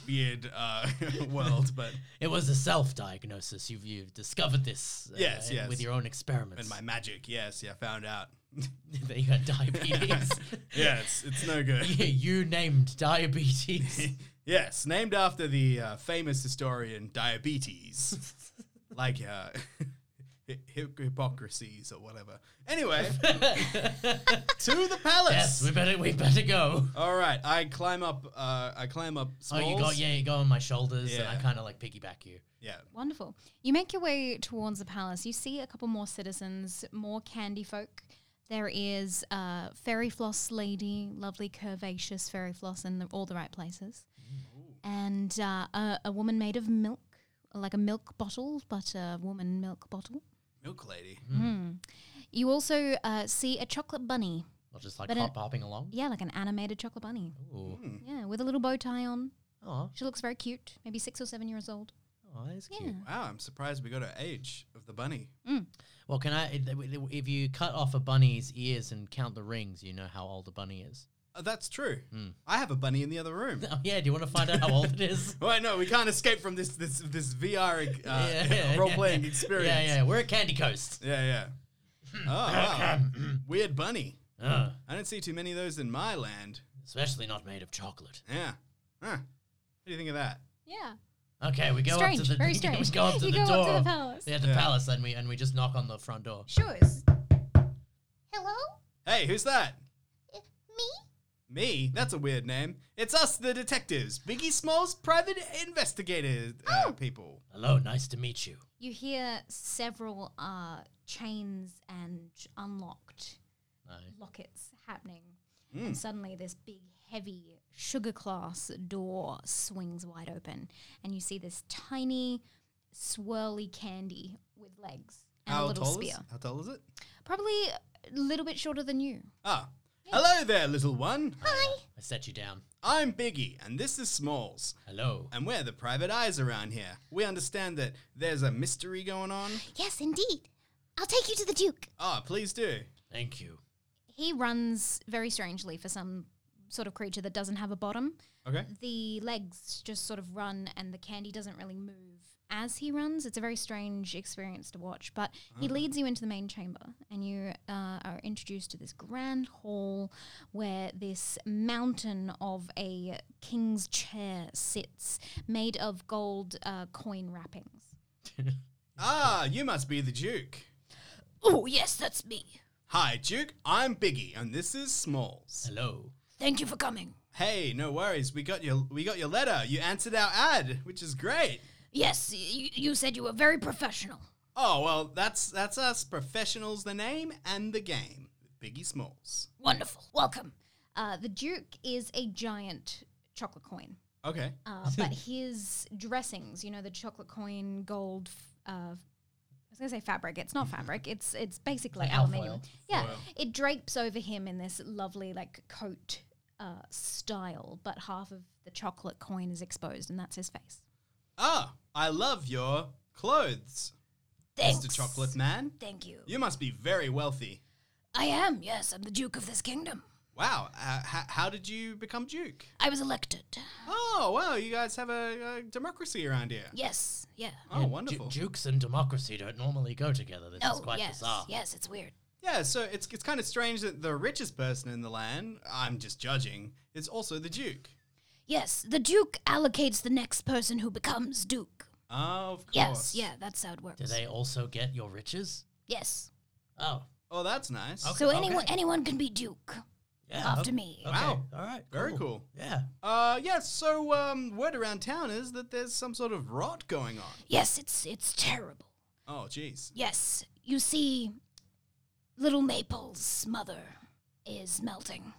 weird uh, world. But
It was a self-diagnosis. You've you've discovered this. uh,
Yes,
in-
yes.
With your own experiments,
and my magic, yes, yeah, found out.
that you had diabetes.
yeah, it's it's no good.
Yeah, you named diabetes.
yes, named after the uh, famous historian Diabetes, like uh, Hi- Hi- Hippocrates or whatever. Anyway, to the palace.
yes, we better we better go.
All right, I climb up. Uh, I climb up. Smalls.
Oh, you got yeah, you go on my shoulders, and I
Yeah.
kind of like piggyback you.
Yeah.
Wonderful. You make your way towards the palace. You see a couple more citizens, more candy folk. There is a fairy floss lady, lovely curvaceous fairy floss in the, all the right places. And uh, a, a woman made of milk, like a milk bottle, but a woman milk bottle. Hmm.
Milk lady.
Hmm.
You also uh, see a chocolate bunny.
I'll just like
But, uh,
hop hopping along.
Yeah, like an animated chocolate bunny.
Ooh.
Hmm.
Yeah, with a little bow tie on.
Oh,
She looks very cute, maybe six or seven years old.
oh, that's cute.
Yeah.
Wow, I'm surprised we got an age of the bunny.
Well, can I? If you cut off a bunny's ears and count the rings, you know how old a bunny is.
Uh, that's true.
Hmm.
I have a bunny in the other room.
Oh, yeah. Do you want to find out how old it is?
Wait, no, we can't escape from this this this VR uh, role playing experience.
Yeah, yeah. Hmm. We're at Candy Coast.
yeah, yeah. Oh, wow. weird bunny.
Uh,
I don't see too many of those in my land.
especially not made of chocolate.
Yeah. Huh. What do you think of that?
Yeah.
Okay, we go
strange,
up to the
very
we
strange.
go up to
you
the
go
door.
up to the palace.
Yeah, the
Yeah.
palace, and we and we just knock on the front door.
Sure. Hello?
Hey, who's that?
Me?
Me? That's a weird name. It's us, the detectives, Biggie Smalls, private investigators, uh,
Oh.
people.
Hello, nice to meet you.
You hear several uh, chains and unlocked
Aye.
lockets happening.
Hmm.
And suddenly, this big, heavy sugar class door swings wide open. And you see this tiny, swirly candy with legs and a
How
little
tall
spear.
is? How tall is it?
Probably a little bit shorter than you.
Ah, hello there, little one.
Hi.
I set you down.
I'm Biggie, and this is Smalls.
Hello.
And we're the private eyes around here. We understand that there's a mystery going on.
Yes, indeed. I'll take you to the Duke.
Ah, please do.
Thank you.
He runs very strangely for some sort of creature that doesn't have a bottom.
Okay.
The legs just sort of run, and the candy doesn't really move as he runs. It's a very strange experience to watch. But he leads you into the main chamber, and you uh, are introduced to this grand hall where this mountain of a king's chair sits, made of gold uh, coin wrappings.
Ah, you must be the Duke.
Oh, yes, that's me.
Hi, Duke. I'm Biggie, and this is Smalls.
Hello.
Thank you for coming.
Hey, no worries. We got your we got your letter. You answered our ad, which is great.
Yes, you, you said you were very professional.
Oh well, that's that's us professionals. The name and the game. Biggie Smalls.
Wonderful. Welcome. Uh, the Duke is a giant chocolate coin,
Okay.
uh, but his dressings, you know, the chocolate coin gold. f- Uh, I was gonna say fabric. It's not fabric. It's it's basically
Like
aluminium.
alfoil.
Yeah,
Foil.
it drapes over him in this lovely like coat uh, style, but half of the chocolate coin is exposed, and that's his face.
Ah, I love your clothes, Mr. Chocolate Man.
Thank you.
You must be very wealthy.
I am. Yes, I'm the Duke of this kingdom.
Wow. Uh, h- how did you become Duke?
I was elected.
Oh wow, you guys have a, a democracy around here.
Yes. Yeah.
Oh,
Yeah,
wonderful.
Ju- jukes and democracy don't normally go together. This is quite bizarre.
Oh, Yes, it's weird.
Yeah, so it's it's kind of strange that the richest person in the land, I'm just judging, is also the Duke.
Yes, the Duke allocates the next person who becomes Duke.
Oh, of course.
Yes, yeah, that's how it works.
Do they also get your riches?
Yes.
Oh,
Oh, that's nice.
Okay.
So anyone anyone can be Duke.
yeah.
After
okay.
me.
Okay.
Wow.
All right.
Very cool.
Yeah.
Uh, yeah. So, um, word around town is that there's some sort of rot going on.
Yes, it's it's terrible.
Oh, jeez.
Yes. You see little Maple's mother is melting.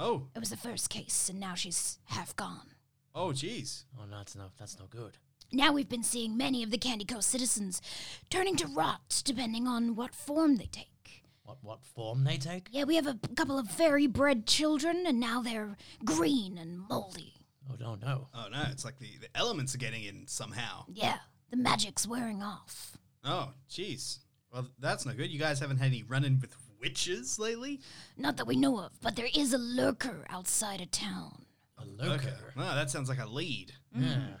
Oh,
It was the first case and now she's half gone.
oh, jeez.
Oh no, that's no, that's no good.
Now we've been seeing many of the Candy Coast citizens turning to rot depending on what form they take.
What what form they take?
Yeah, we have a p- couple of fairy bred children, and now they're green and moldy.
Oh no no.
Oh no, it's like the, the elements are getting in somehow.
Yeah, the magic's wearing off.
Oh, jeez. Well, that's not good. You guys haven't had any run-in with witches lately.
Not that we know of, but there is a lurker outside of town.
A lurker.
No, that sounds like a lead.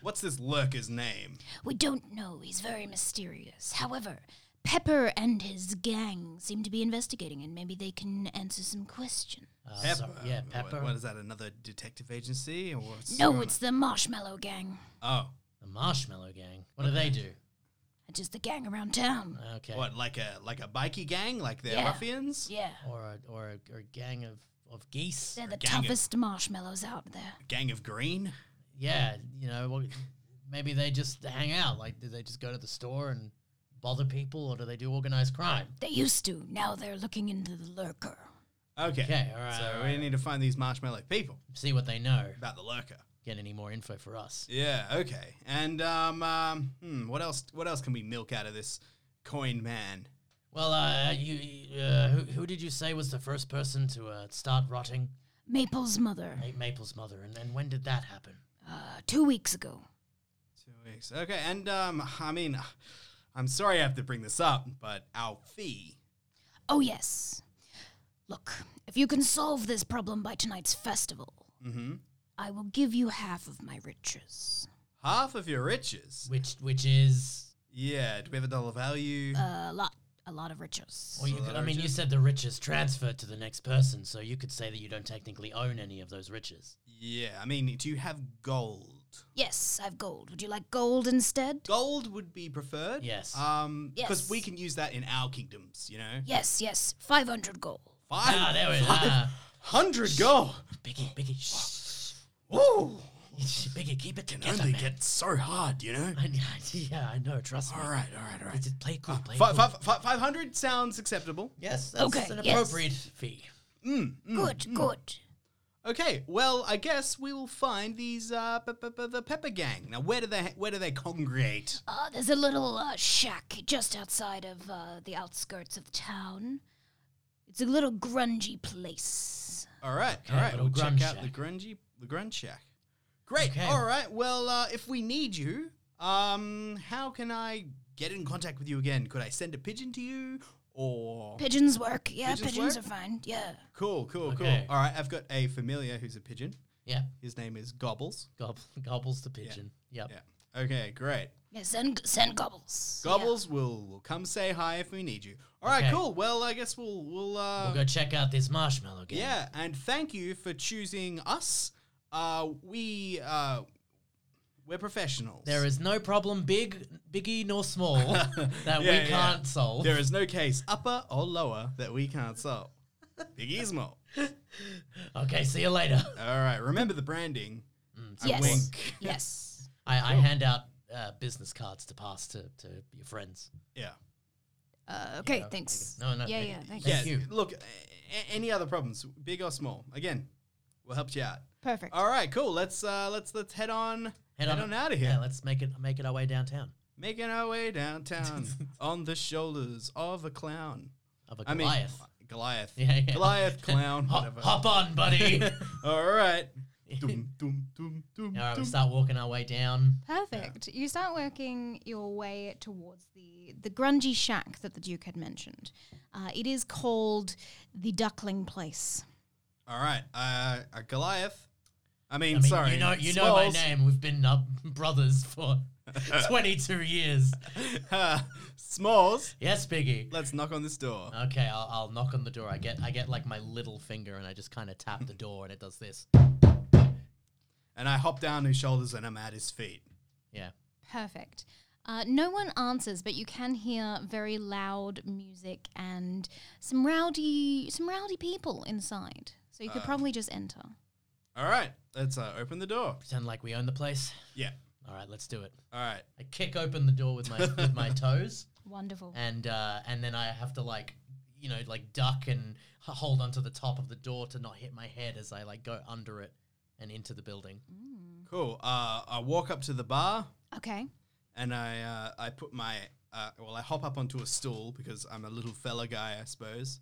What's this lurker's name?
We don't know, he's very mysterious. However, Pepper and his gang seem to be investigating, and maybe they can answer some questions.
Uh, so- yeah,
What-
Pepper.
what is that? Another detective agency or what's
No,
going Oh,
it's the Marshmallow Gang.
on?
The Marshmallow Gang. What do they do?
It's just the gang around town.
Okay.
oh, what like a like a bikie gang? Like they're
Yeah.
ruffians?
Yeah,
Or a or a, or a gang of of geese.
they're the
gang of-
toughest marshmallows out there.
Gang of green?
Yeah. You know. Well, maybe they just hang out. Like, do they just go to the store and bother people, or do they do organized crime?
They used to, now they're looking into the lurker.
Okay.
Okay, all right,
So
all
we
right.
need to find these marshmallow people
See what they know.
about the lurker.
Get any more info for us?
Yeah. Okay. And um, um hmm, what else? What else can we milk out of this coin man?
Well, uh, you uh, who, who did you say was the first person to uh, start rotting?
Maple's mother,
Ma- Maple's mother, and, and when did that happen?
uh, two weeks ago.
Two weeks. Okay. And um, I mean, I'm sorry I have to bring this up, but our fee.
Oh, yes. Look, if you can solve this problem by tonight's festival,
Mm-hmm.
I will give you half of my riches.
Half of your riches.
Which which is
Yeah. Do we have a dollar value?
A lot, a lot of riches.
Well, you
So
could,
the
I mean, you
riches-
said the riches transferred to the next person, so you could say that you don't technically own any of those riches.
yeah. I mean, do you have gold?
Yes, I've gold. Would you like gold instead?
Gold would be preferred.
Yes.
Um, because
Yes.
we can use that in our kingdoms. You know.
Yes, yes, 500 gold.
Five
Ah, there we are.
hundred gold.
Biggie, Biggie, shh,
Ooh.
shh, Biggie, keep it
can
together,
only
man.
get so hard, you know?
I, I- yeah, I know. Trust me.
All right, all right, all right.
Just play cool. Play
Ah, Fi-
cool.
fi- fi- 500 sounds acceptable.
Yes, that's
Okay,
an
yes.
appropriate fee.
Mm,
good, good.
Okay, well, I guess we will find these uh, pe- pe- pe- the Pepper Gang. Now, where do they where do they congregate?
Uh, there's a little uh, shack just outside of uh, the outskirts of town. It's a little grungy place.
All right,
Okay,
all right.
little
We'll check
grunge
out the
shack.
grungy the grunge shack. Great.
Okay.
All right. Well, uh, if we need you, um, how can I get in contact with you again? Could I send a pigeon to you, or
Pigeons work. Yeah,
Pigeons
pigeons,
work?
are fine. Yeah.
cool, cool,
Okay.
cool. All right, I've got a familiar who's a pigeon.
Yeah.
His name is Gobbles.
Gob- gobbles the pigeon. Yep.
Yeah. Okay, great.
Yeah, send send gobbles.
Gobbles will will come say hi if we need you. All right,
Okay.
cool. Well, I guess we'll we'll uh
We'll go check out this marshmallow game.
Yeah, and thank you for choosing us. Uh, we uh, we're professionals.
There is no problem, big, biggie nor small, that we
Yeah, yeah.
can't solve.
there is no case upper or lower that we can't solve. Big Ismo. All
Okay, see you later.
right, remember the branding.
Mm,
I
Yes.
wink.
Yeah. Yes.
I, I hand out uh, business cards to pass to, to your friends.
Yeah.
Uh, okay.
Yeah,
thanks.
thank you. No, no,
Yeah,
thank-
yeah. Thank you.
yeah.
Thank you.
Look, a- a- any other problems, big or small? Again, we'll help you out.
Perfect.
All right, cool. Let's uh, let's let's head on head, on, out of here.
Yeah, let's make it make it our way downtown.
Making our way downtown on the shoulders of a clown.
Of a
I mean,
Goliath.
Goliath.
Yeah, yeah.
Goliath clown.
hop,
whatever.
hop on, buddy.
All right.
All
Dum, dum, dum, dum,
right, we
dum.
start walking our way down.
Perfect. You start working your way towards the the grungy shack that the Duke had mentioned. Uh, it is called the Duckling Place.
All right. Uh, uh, Goliath. I mean,
I mean,
sorry.
you know, you know my
Smalls.
name. We've been uh, brothers for twenty-two years.
Uh, Smalls.
Yes, Biggie.
Let's knock on this door.
Okay, I'll, I'll knock on the door. I get I get like my little finger and I just kind of tap the door and it does this.
And I hop down his shoulders and I'm at his feet.
Yeah.
Perfect. Uh, no one answers, but you can hear very loud music and some rowdy some rowdy people inside. So
Ah.
you could probably just enter.
All right. Let's uh, open the door.
Pretend like we own the place.
Yeah.
All right, let's do it.
All right.
I kick open the door with my with my toes
Wonderful.
and uh, and then I have to like you know like duck and h- hold onto the top of the door to not hit my head as I like go under it and into the building.
Cool. Uh, I walk up to the bar
Okay.
and I uh, I put my uh, well I hop up onto a stool because I'm a little fella guy I suppose,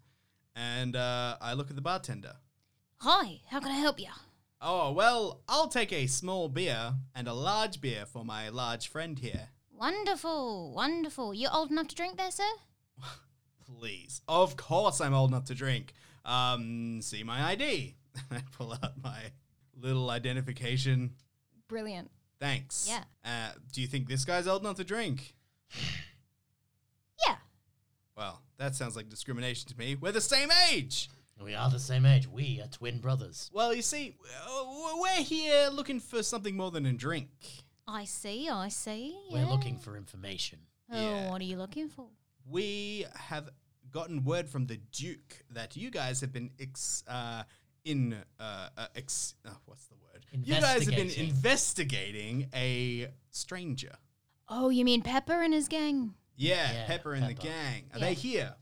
and uh, I look at the bartender.
Hi, how can I help you?
Oh, well, I'll take a small beer and a large beer for my large friend here.
Wonderful, wonderful. You old enough to drink there, sir?
Please. Of course, I'm old enough to drink. Um, see my ID. I pull out my little identification.
Brilliant.
Thanks.
Yeah.
Uh, do you think this guy's old enough to drink?
Yeah.
Well, that sounds like discrimination to me. We're the same age!
We are the same age. We are twin brothers.
Well, you see, uh, we're here looking for something more than a drink.
I see, I see.
We're
yeah.
looking for information.
Oh,
Yeah.
what are you looking for?
we have gotten word from the Duke that you guys have been ex uh, in uh, uh, ex uh, what's the word? You guys have been
Investigating.
investigating a stranger.
Oh, you mean Pepper and his gang?
Yeah,
Yeah,
Pepper and the
Pepper.
gang. Are
Yeah.
they here?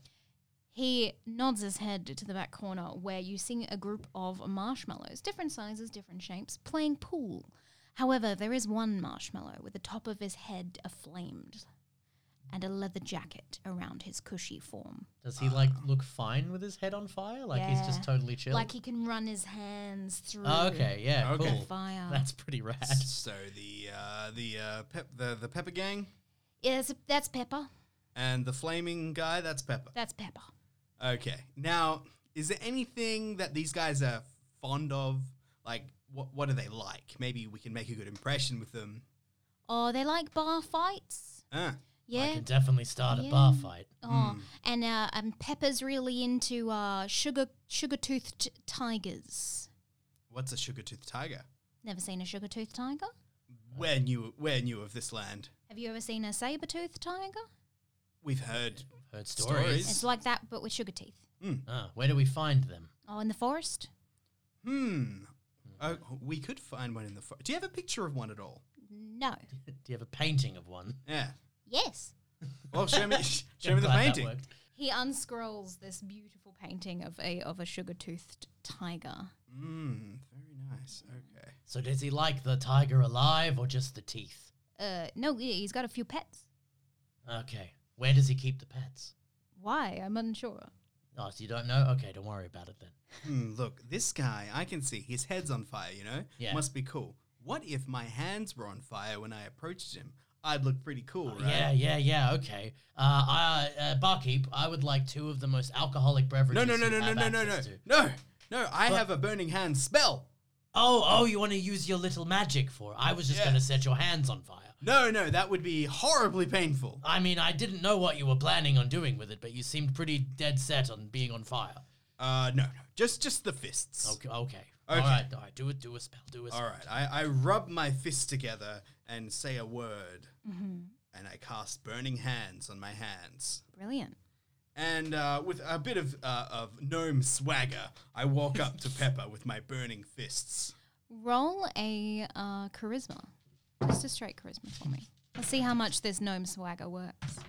He nods his head to the back corner where you see a group of marshmallows, different sizes, different shapes, playing pool. However, there is one marshmallow with the top of his head aflamed and a leather jacket around his cushy form.
Does he like look fine with his head on fire? Like he's just
Yeah.
totally chill.
Like he can run his hands through
oh, okay, yeah,
Okay.
the
cool.
fire.
That's pretty rad.
So the uh, the uh, pep the the Pepper gang
yeah, that's, that's Pepper.
and the flaming guy. That's Pepper.
That's Pepper.
Okay. Now, is there anything that these guys are fond of? Like, what what are they like? Maybe we can make a good impression with them.
Oh, they like bar fights.
Uh,
I
Yeah.
can definitely start a
Yeah.
bar fight.
Oh, and uh, and Pepper's really into uh, sugar sugar toothed tigers.
what's a sugar tooth tiger?
Never seen a sugar toothed tiger?
We're new. We're new of this land.
Have you ever seen a saber toothed tiger?
We've heard.
Heard
Stories.
stories.
It's like that, but with sugar teeth.
Ah, where do we find them?
Oh, in the forest?
Hmm. Oh, we could find one in the. Fo- Do you have a picture of one at all?
No.
do you have a painting of one?
Yeah.
Yes.
Well, show me. show
Glad
me the
that
painting.
worked.
He unscrolls this beautiful painting of a of a sugar toothed tiger.
Hmm. Very nice. Okay.
So does he like the tiger alive or just the teeth?
Uh, no, yeah, he's got a few pets.
Okay. Where does he keep the pets?
Why? I'm unsure.
Oh, so you don't know? Okay, don't worry about it then.
Hmm, look, this guy, I can see his head's on fire, you know?
Yeah.
Must be cool. What if my hands were on fire when I approached him? I'd look pretty cool, right?
Yeah, yeah, yeah. Okay. Uh, I, uh, barkeep, I would like two of the most alcoholic beverages.
No, no, no,
you
no, no,
have
no, no, no,
access to.
no, no. I have a burning hand spell.
Oh, oh, you want to use your little magic for? I was just going to
Yes.
set your hands on fire.
No, no, that would be horribly painful.
I mean, I didn't know what you were planning on doing with it, but you seemed pretty dead set on being on fire.
Uh, no, no, just just the fists.
Okay, okay. All
Okay.
right, all right. Do it. Do a spell. Do a spell.
All right, I, I rub my fists together and say a word, and I cast burning hands on my hands.
Brilliant.
And uh, with a bit of, uh, of gnome swagger, I walk up to Pepper with my burning fists.
Roll a uh, charisma. Just a straight charisma for me. Let's see how much this gnome swagger works.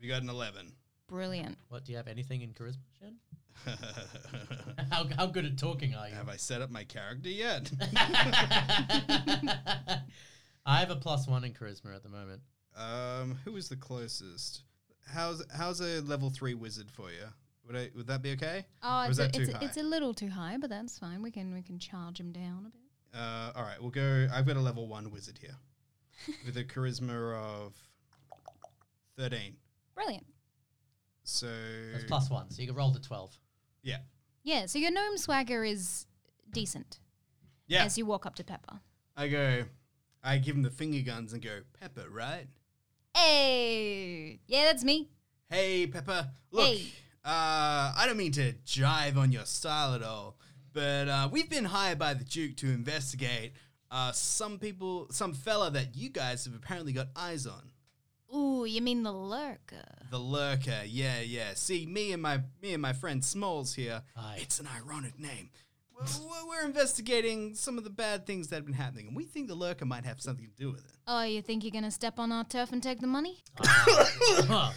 We got an 11.
Brilliant.
What do you have anything in charisma, Shen? How how good at talking are you?
Have I set up my character yet?
I have a plus one in charisma at the moment.
um, who is the closest? How's how's a level three wizard for you? Would I, would that be okay?
Oh,
Or
it's
is
a,
that too
it's, a,
high?
it's a little too high, but that's fine. We can we can charge him down a bit.
Uh, all right, we'll go. I've got a level one wizard here with a charisma of thirteen.
Brilliant.
So
That's plus one, so you can roll the twelve.
yeah,
Yeah. So your gnome swagger is decent
yeah.
as you walk up to Pepper.
I go. I give him the finger guns and go, Pepper, right?
Hey, yeah, that's me.
Hey, Pepper. Look,
Hey.
uh, I don't mean to jive on your style at all, but uh, we've been hired by the Duke to investigate uh, some people, some fella that you guys have apparently got eyes on.
Ooh, you mean the lurker?
The lurker, yeah, yeah. See, me and my me and my friend Smalls here.
Aye.
It's an ironic name. We're, we're- we're investigating some of the bad things that have been happening, and we think the lurker might have something to do with it.
Oh, you think you're gonna step on our turf and take the money?
Huh.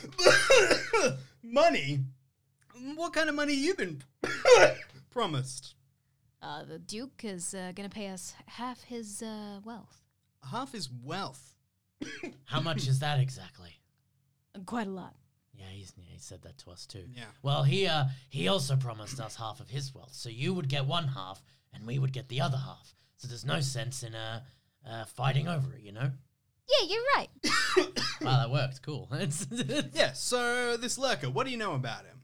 money? What kind of money you been promised?
Uh, the Duke is uh, gonna pay us half his uh, wealth.
Half his wealth.
How much is that exactly?
Quite a lot.
Yeah, he's, he said that to us too.
Yeah.
Well, he uh, he also promised us half of his wealth, so you would get one half, and we would get the other half. So there's no sense in uh, uh fighting over it, you know.
Yeah, you're right.
wow, that worked. Cool. It's-
Yeah. So this lurker, what do you know about him?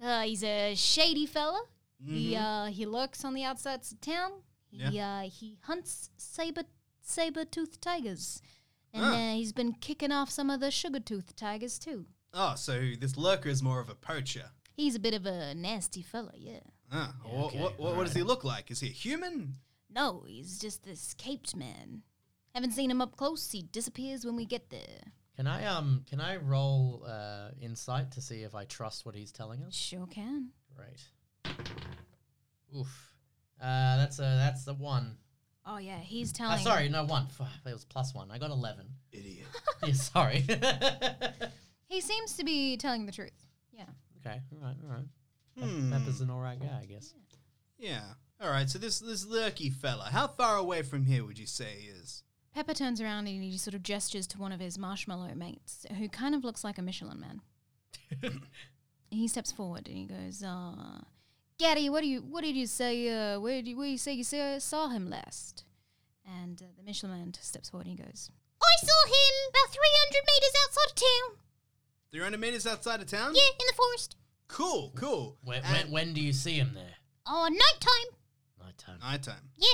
Mm-hmm.
Uh, he's a shady fella.
Mm-hmm.
He uh, he lurks on the outskirts of town. He uh, he hunts saber saber toothed tigers, and
Ah.
uh, he's been kicking off some of the sugar toothed tigers too.
Oh, so this lurker is more of a poacher.
He's a bit of a nasty fella, yeah.
Ah,
Yeah,
what,
okay,
what, what, does he look like? Is he a human?
No, he's just this caped man. Haven't seen him up close. He disappears when we get there.
can I um can I roll uh insight to see if I trust what he's telling us?
Sure can.
Right. Oof. Uh, that's a that's the one.
Oh yeah, he's telling.
Uh, sorry, no one. F- It was plus one. I got eleven.
Idiot.
yeah, sorry.
He seems to be telling the truth. Yeah.
Okay, all right, all right.
Hmm.
That, Pepper's an all right guy, I guess.
Yeah. All right. So this this lurky fella, how far away from here would you say he is?
Pepper turns around and he sort of gestures to one of his marshmallow mates, who kind of looks like a Michelin man. he steps forward and he goes, uh, Gaddy, what do you, what did you say? Uh, where did you, where you say you sa- saw him last?" And uh, the Michelin man steps forward and he goes, "I saw him about three hundred meters outside of town.
300 meters outside of town?
Yeah, in the forest.
Cool. Cool.
When, when,
And-
when do you see him there?
Oh, night time.
Night time.
Nighttime.
Yeah,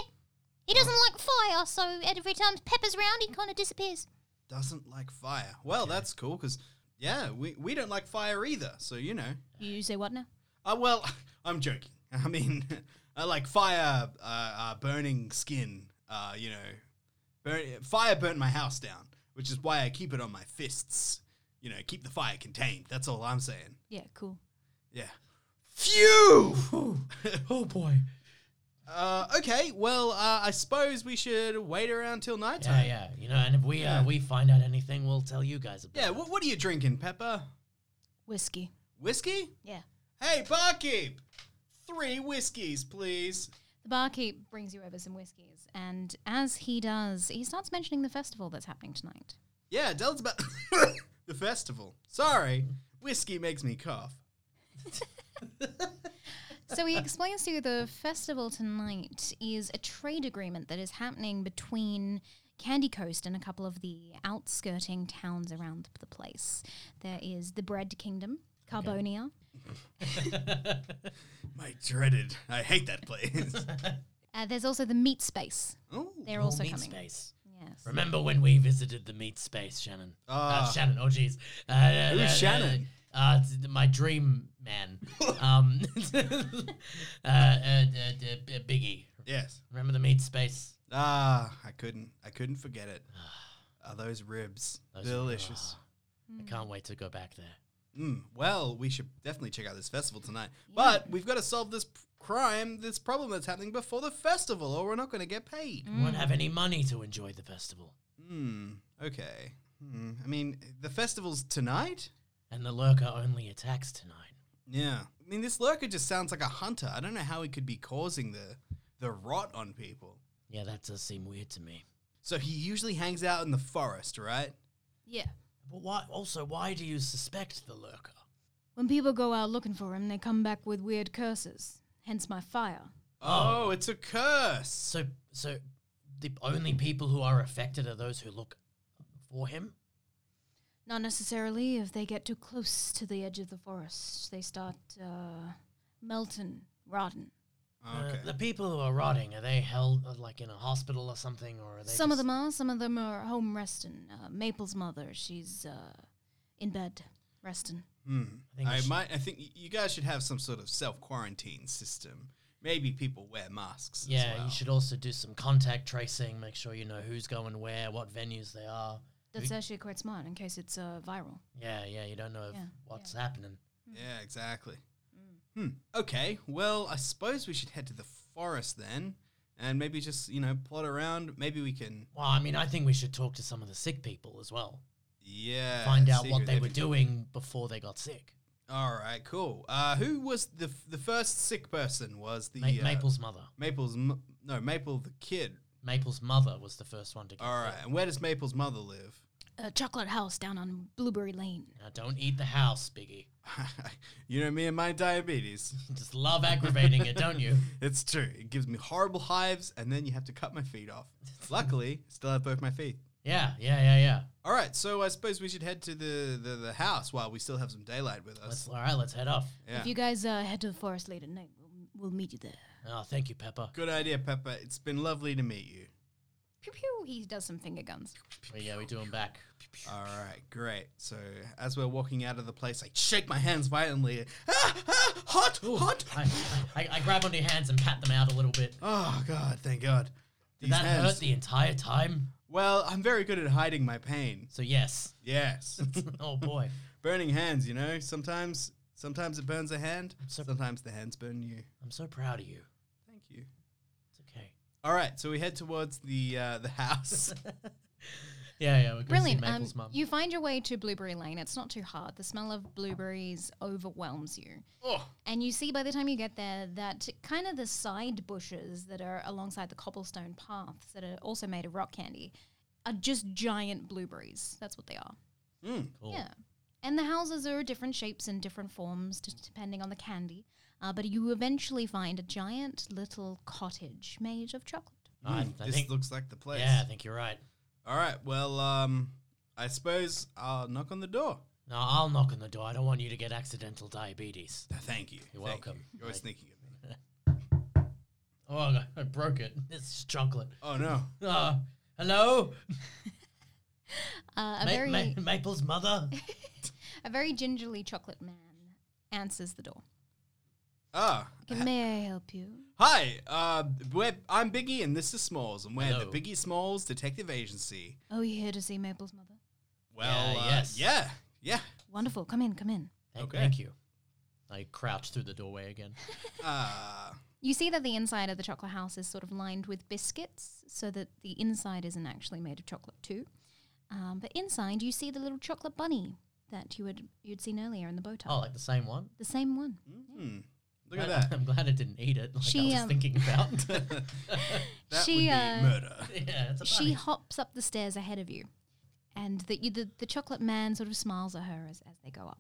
he doesn't like fire, so every time Pepper's around, he kind of disappears.
Doesn't like fire. Well, that's cool because yeah, we we don't like fire either. So you know.
You say what now?
Uh, well, I'm joking. I mean, I like fire, uh, uh, burning skin. Uh, you know, burn, fire burnt my house down, which is why I keep it on my fists. You know, keep the fire contained. That's all I'm saying.
Yeah, cool.
Yeah. Phew.
oh boy.
Uh, okay, well, uh, I suppose we should wait around till
Yeah,
nighttime.
yeah. You know, and if we uh,
Yeah.
we find out anything, we'll tell you guys about.
Yeah,
it.
what, what are you drinking, Pepper?
Whiskey.
Whiskey?
Yeah.
Hey, barkeep! Three whiskeys, please.
The barkeep brings you over some whiskies, and as he does, he starts mentioning the festival that's happening tonight.
Yeah, tell us about the festival. Sorry, whiskey makes me cough.
So he explains to you the festival tonight is a trade agreement that is happening between Candy Coast and a couple of the outskirting towns around the place. There is the Bread Kingdom, Carbonia,
My dreaded. I hate that place.
Uh, there's also the meat space.
oh.
They're
Oh,
also
meat
coming.
space.
Yes.
Remember when we visited the meat space, Shannon?
Ah.
uh, Shannon. Oh, jeez. Uh,
Who's Shannon?
Uh, uh, th- my dream man. um, uh, uh, uh, uh, uh, Biggie.
Yes.
Remember the meat space? Ah,
Ah, I couldn't. I couldn't forget it. Are those ribs
Those are- ah.
delicious?
I can't wait to go back there.
Mm, well, we should definitely check out this festival tonight. But we've got to solve this p- crime, this problem that's happening before the festival, or we're not going to get paid.
We won't have any money to enjoy the festival.
Hmm. Okay. Hmm. I mean, the festival's tonight.
And the lurker only attacks tonight.
Yeah. I mean, this lurker just sounds like a hunter. I don't know how he could be causing the the rot on people.
Yeah, that does seem weird to me.
So he usually hangs out in the forest, right?
Yeah.
But why? Also, why do you suspect the lurker?
When people go out looking for him, they come back with weird curses. Hence my fire.
Oh, it's a curse.
So, so the only people who are affected are those who look for him.
Not necessarily. If they get too close to the edge of the forest, they start uh, melting, rotten.
Uh,
Okay.
the people who are rotting are they held uh, like in a hospital or something, or are they?
Some of
just-
them are. Some of them are home resting. Uh, Maple's mother, she's uh, in bed resting.
Hmm.
I think we
I,
should-
might. I think y- you guys should have some sort of self quarantine system. Maybe people wear masks.
Yeah,
as well.
you should also do some contact tracing. Make sure you know who's going where, what venues they are.
That's actually quite smart in case it's uh, viral.
Yeah, yeah, you don't know if
Yeah,
what's happening.
Yeah, exactly. Hmm. Okay. Well, I suppose we should head to the forest then, and maybe just you know plot around. Maybe we can.
Well, I mean, I think we should talk to some of the sick people as well.
Yeah.
Find out
see
what
who
they
they've
were
been-
doing before they got sick.
All right. Cool. Uh, who was the f- the first sick person? Was the
Ma-
uh,
Maple's mother.
Maple's m- no Maple the kid.
Maple's mother was the first one to get
All right.
sick.
And where does Maple's mother live?
A chocolate house down on Blueberry Lane.
Now, don't eat the house, Biggie.
you know me and my diabetes.
Just love aggravating it, don't you?
It's true. It gives me horrible hives, and then you have to cut my feet off. Luckily, I still have both my feet.
Yeah, yeah, yeah, yeah.
All right, so I suppose we should head to the, the, the house while we still have some daylight with
Let's,
us.
all right, let's head off.
Yeah.
If you guys uh, head to the forest late at night, we'll, we'll meet you there.
Oh, thank you, Pepper.
Good idea, Pepper. It's been lovely to meet you.
Pew pew. He does some finger guns.
Well, yeah, we do him back.
All right, great. So as we're walking out of the place, I shake my hands violently. Ah, ah, hot,
Ooh,
hot.
I, I, I grab onto your hands and pat them out a little bit.
Oh God, thank God.
Did that hurt the entire time?
well, I'm very good at hiding my pain.
So yes.
Yes, It's
oh boy.
burning hands. You know, sometimes sometimes it burns a hand.
So-
Sometimes the hands burn you.
I'm so proud of you.
Thank you.
It's okay.
All right, so we head towards the uh, the house.
Yeah, yeah, we're going to see
Brilliant. Um,
Maple's mum.
you find your way to Blueberry Lane. It's not too hard. The smell of blueberries overwhelms you.
oh,
And you see by the time you get there that kind of the side bushes that are alongside the cobblestone paths that are also made of rock candy are just giant blueberries. That's what they are.
Mm.
Cool.
Yeah. And the houses are different shapes and different forms just depending on the candy. Uh, but you eventually find a giant little cottage made of chocolate.
I,
Mm,
I
this
think,
looks like the place.
yeah, I think you're right.
All right. Well, um, I suppose I'll knock on the door.
No, I'll knock on the door. I don't want you to get accidental diabetes.
Thank you.
You're
Thank
welcome.
You. You're always
Like-
sneaky at me.
Oh, I, I broke it. It's just chocolate.
Oh no.
Uh, hello?
Uh, a,
Ma-
very,
Ma- Maple's mother?
a very gingerly chocolate man answers the door.
Ah.
Okay, May I help you?
Hi. Uh, we're, I'm Biggie, and this is Smalls, and we're
Hello.
the Biggie Smalls Detective Agency.
Oh, you here to see Maple's mother?
Well,
Yeah,
uh,
yes.
Yeah. Yeah.
Wonderful. Come in, come in.
Thank,
Okay.
thank you. I crouched through the doorway again.
Uh,
You see that the inside of the chocolate house is sort of lined with biscuits, so that the inside isn't actually made of chocolate too. Um, but inside, you see the little chocolate bunny that you had you'd seen earlier in the bow tie.
Oh, like the same one?
The same one.
hmm. Look at
Glad-
that.
I'm glad I didn't eat it like I
She,
was
um,
thinking about.
That
She,
would be
uh,
murder.
yeah, it's a
She
bunny.
hops up the stairs ahead of you, and the, you, the the chocolate man sort of smiles at her as, as they go up.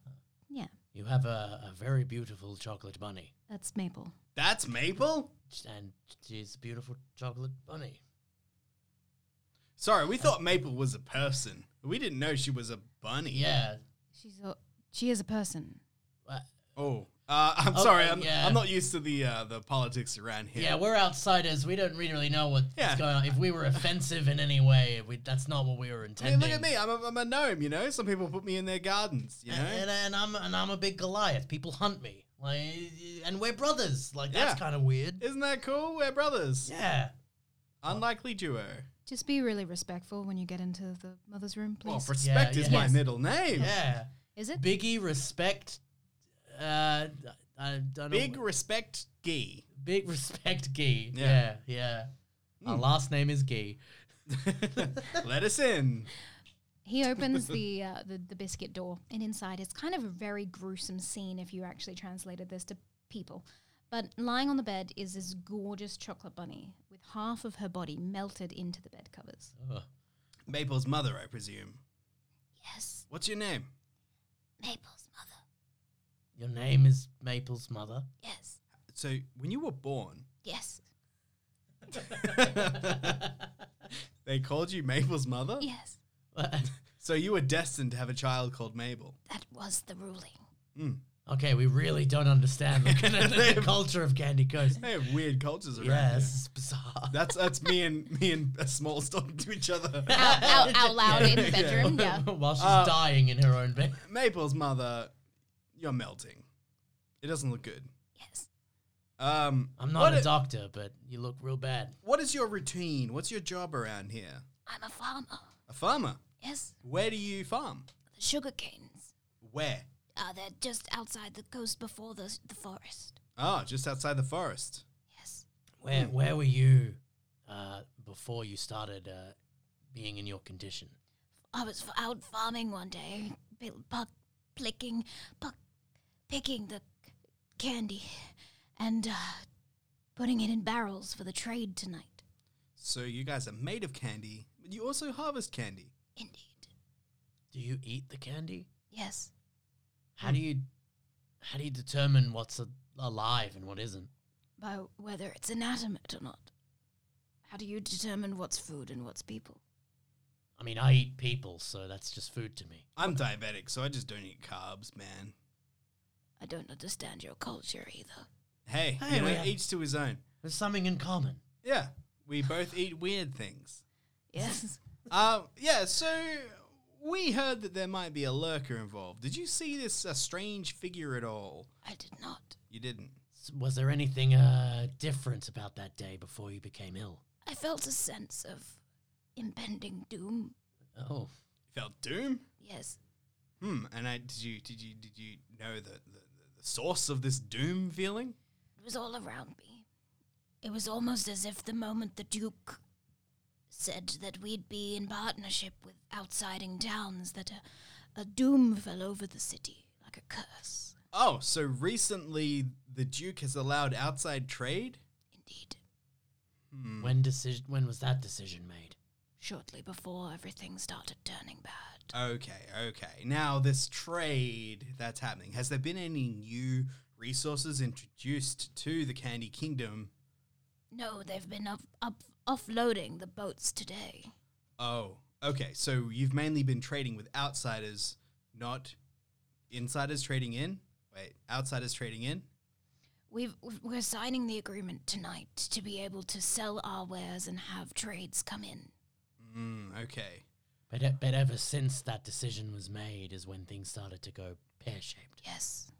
Yeah,
You have a, a very beautiful chocolate bunny.
that's Maple.
That's Maple.
And she's a beautiful chocolate bunny.
Sorry, we thought Maple was a person. We didn't know she was a bunny.
Yeah.
She's a, she is a person.
Uh,
Oh, uh, I'm
Oh,
sorry.
uh,
I'm,
yeah.
I'm not used to the uh, the politics around here.
yeah, we're outsiders. We don't really know what's
Yeah.
going on. If we were offensive in any way, we, that's not what we were
I mean,
intending.
look at me. I'm a, I'm a gnome. You know, some people put me in their gardens. You know,
And, and, and I'm and I'm a big Goliath. People hunt me. Like, and we're brothers. Like that's
Yeah.
kind of weird.
isn't that cool? We're brothers.
Yeah.
Unlikely duo.
Just be really respectful when you get into the mother's room, please.
Well, respect
Yeah,
is
yeah.
my
Yes.
middle name.
Yeah.
is it?
Biggie respect. Uh, I don't know.
Big respect, gee.
Big respect Gee. Yeah,
Yeah. Hmm.
yeah. Our last name is Gee.
Let us in.
He opens the, uh, the the biscuit door, and inside it's kind of a very gruesome scene if you actually translated this to people. But lying on the bed is this gorgeous chocolate bunny with half of her body melted into the bed covers.
Ugh.
Maple's mother, I presume.
Yes,
What's your name?
Maple's mother.
Your name is Maple's mother.
Yes,
So when you were born,
yes,
they called you Maple's mother.
yes.
So you were destined to have a child called Mabel.
That was the ruling.
okay, we really don't understand the, the, culture of Candy Coast.
They have weird cultures around.
Yeah,
here.
this is bizarre.
That's that's me and me and a small talking to each other.
out, out, out loud in the bedroom. Yeah.
While she's
Uh,
dying in her own bed.
Maple's mother, you're melting. It doesn't look good.
Yes.
Um,
I'm not
what
a
i-
doctor, but you look real bad.
What is your routine? What's your job around here?
I'm a farmer.
A farmer.
Yes.
Where do you farm?
The sugar canes.
Where?
Uh, they're just outside the coast before the, the forest.
Oh, just outside the forest.
Yes.
Where
Hmm.
where were you uh, before you started uh, being in your condition?
I was f- out farming one day, pil- puck, plicking, puck, picking the c- candy and uh, putting it in barrels for the trade tonight.
So you guys are made of candy, but you also harvest candy.
Indeed.
Do you eat the candy?
Yes.
How
Hmm.
do you how do you determine what's a, alive and what isn't?
By whether it's inanimate or not. How do you determine what's food and what's people?
I mean, I eat people, so that's just food to me.
I'm diabetic, so I just don't eat carbs, man.
I don't understand your culture either.
Hey,
Hey,
you know,
man.
each to his own.
There's something in common.
Yeah, we both eat weird things.
Yes.
Um, yeah, so we heard that there might be a lurker involved. Did you see this uh, strange figure at all?
I did not.
You didn't.
S- Was there anything uh, different about that day before you became ill?
I felt a sense of impending doom.
Oh,
Felt doom.
Yes.
Hmm. And I, did you did you did you know the, the the source of this doom feeling?
It was all around me. It was almost as if the moment the Duke said that we'd be in partnership with outsiding towns, that a, a doom fell over the city like a curse.
Oh, so recently the Duke has allowed outside trade.
Indeed,
Hmm.
when decision? When was that decision made?
shortly before everything started turning bad.
Okay, okay. Now this trade that's happening. Has there been any new resources introduced to the Candy Kingdom?
No, they've been up, up, offloading the boats today.
Oh, okay. So you've mainly been trading with outsiders, not insiders trading in. Wait, outsiders trading in.
We've, we're signing the agreement tonight to be able to sell our wares and have trades come in.
Mm, okay.
But, e- but ever since that decision was made is when things started to go pear shaped.
Yes.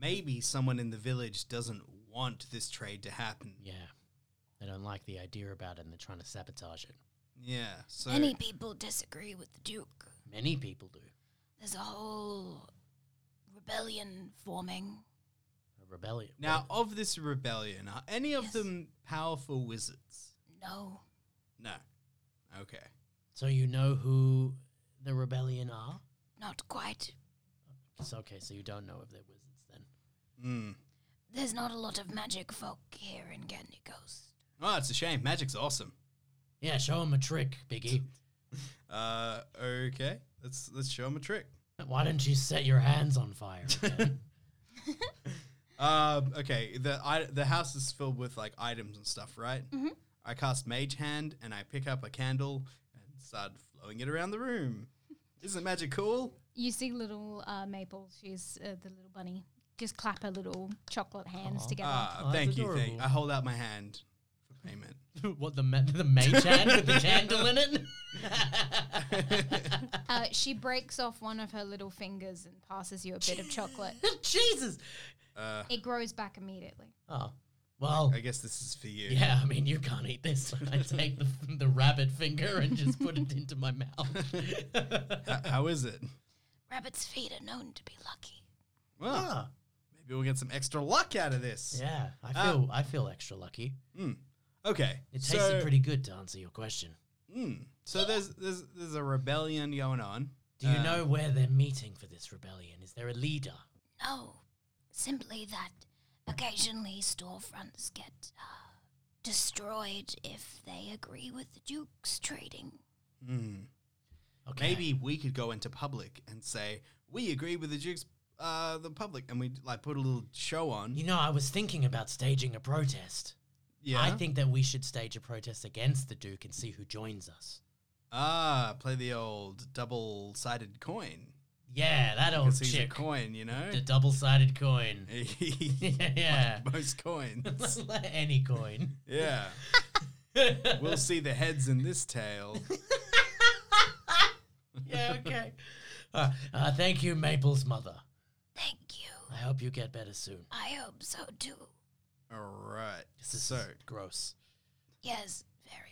Maybe someone in the village doesn't want this trade to happen.
Yeah, they don't like the idea about it, and they're trying to sabotage it.
Yeah. So
Many people disagree with the Duke.
Many people do.
There's a whole rebellion forming.
A rebellion.
now, of this rebellion, are any of
Yes.
them powerful wizards?
No,
No. Okay.
so you know who the rebellion are?
not quite.
So, okay, so you don't know if they're wizards then. Hmm.
Mm.
There's not a lot of magic folk here in Candy Coast.
Oh, it's a shame. Magic's awesome.
Yeah, show them a trick, Biggie.
Uh, okay. Let's let's show him a trick.
Why don't you set your hands on fire? again?
Um, okay. The I, the house is filled with like items and stuff, right? I cast Mage Hand and I pick up a candle and start flowing it around the room. Isn't magic cool?
You see little uh, Maple, she's uh, the little bunny, just clap her little chocolate hands
Aw.
together.
Ah,
Oh, that's
thank you. Thank.
adorable.
I hold out my hand for payment.
what the ma- the mage hand with the candle in it?
Uh, she breaks off one of her little fingers and passes you a bit of chocolate.
Jesus.
Uh,
It grows back immediately.
Oh well.
I guess this is for you.
Yeah, I mean, you can't eat this. I take the, the rabbit finger and just put it into my mouth.
H- how is it?
Rabbit's feet are known to be lucky.
Well,
Ah,
maybe we'll get some extra luck out of this.
yeah, I
Ah.
feel I feel extra lucky.
Okay.
It
so,
tasted pretty good to answer your question.
mm, so there's there's there's a rebellion going on.
Do you
Uh,
know where they're meeting for this rebellion? Is there a leader?
No, simply that occasionally storefronts get uh, destroyed if they agree with the Duke's trading.
Mm. Maybe we could go into public and say we agree with the Duke's uh, the public, and we like put a little show on.
You know, I was thinking about staging a protest.
Yeah.
I think that we should stage a protest against the Duke and see who joins us.
Ah, play the old double-sided coin.
Yeah,
Mm.
that old
Because he's a
chick.
coin, you know.
The double sided coin. yeah.
Most coins.
Any coin.
Yeah. We'll see the heads in this tale.
yeah, okay. Uh, uh, thank you, Maple's mother.
Thank you.
I hope you get better soon.
I hope so too.
All right.
This is
So,
gross.
Yes, very.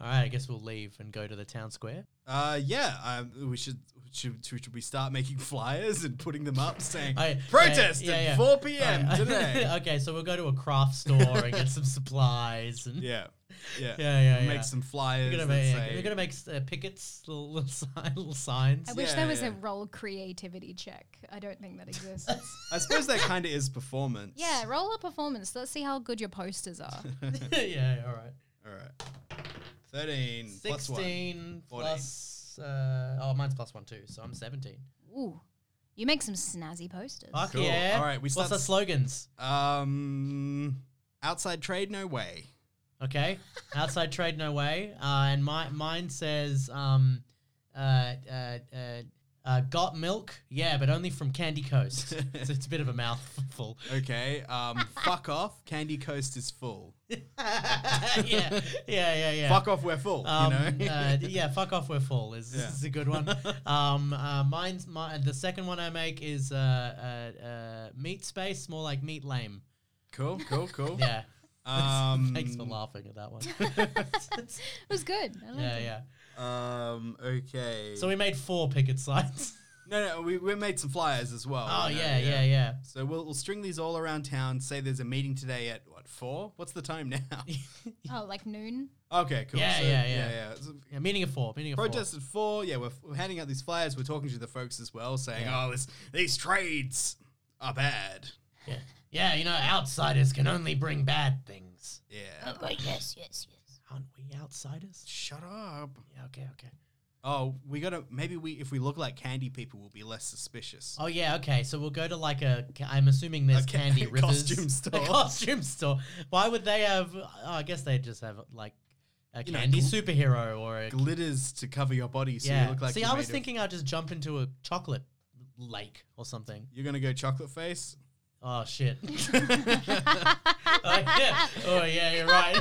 All right, I guess we'll leave and go to the town square.
uh, yeah, um, we should, should should we start making flyers and putting them up saying
I-
protest
yeah,
at
yeah.
4 p.m.
All right.
today.
okay, so we'll go to a craft store and get some supplies and
yeah, yeah,
yeah, yeah.
Make
yeah.
some eh?
We're
flyers.
gonna
that
make,
say,
we're gonna make uh, pickets, little little, sign, little signs.
I wish there was
Yeah.
a roll creativity check. I don't think that exists.
I suppose that kind of is performance.
yeah, roll a performance. Let's see how good your posters are.
yeah, all right.
All right. 13 plus one.
Sixteen
Forty.
plus. Uh, oh, mine's plus one too, so I'm seventeen.
Ooh, you make some snazzy posters.
Fuck
Cool.
yeah!
All right, we start
What's the
s-
slogans?
Um, outside trade, no way.
Okay, outside trade, no way. Uh, and my mine says, um, uh, uh, uh, uh, got milk? Yeah, but only from Candy Coast. so it's a bit of a mouthful.
Okay. Um, fuck off. Candy Coast is full.
yeah, yeah, yeah, yeah.
Fuck off, we're full.
Um,
you know.
uh, yeah, fuck off. We're full is,
Yeah.
is a good one. um, uh, mine's my the second one I make is uh, uh, uh, meat space, more like meat lame.
cool. Cool. Cool.
Yeah,
Um,
thanks for laughing at that one.
It was good. I liked
yeah,
it.
yeah.
Um. Okay.
So we made four picket signs.
no, no, we, we made some flyers as well.
Oh
you know,
yeah, yeah, yeah.
So we'll, we'll string these all around town. Say there's a meeting today at what four? What's the time now?
Oh, like noon.
okay. Cool.
Yeah,
so,
yeah,
yeah.
yeah.
So
yeah meaning of four. Meaning of
Protest at four. Yeah, we're, we're handing out these flyers. We're talking to the folks as well, saying, "Oh, this, these trades are bad."
four. Yeah. yeah, you know, outsiders can only bring bad things.
Yeah.
Oh, yes, yes, yes.
Aren't we outsiders?
Shut up.
Yeah. Okay. Okay.
Oh, we gotta maybe we if we look like candy people, we'll be less suspicious.
Oh yeah. Okay. So we'll go to like a. ca- I'm assuming there's
A ca-
candy
a
rivers.
costume store.
A costume store. Why would they have? Oh, I guess they just have like a
You know,
candy
gl-
superhero or a.
Glitters to cover your body, so
yeah.
you look like.
See,
you're
I
made
was
of-
thinking I'd just jump into a chocolate lake or something.
you're gonna go chocolate face.
Oh shit. oh, yeah. oh yeah, you're right.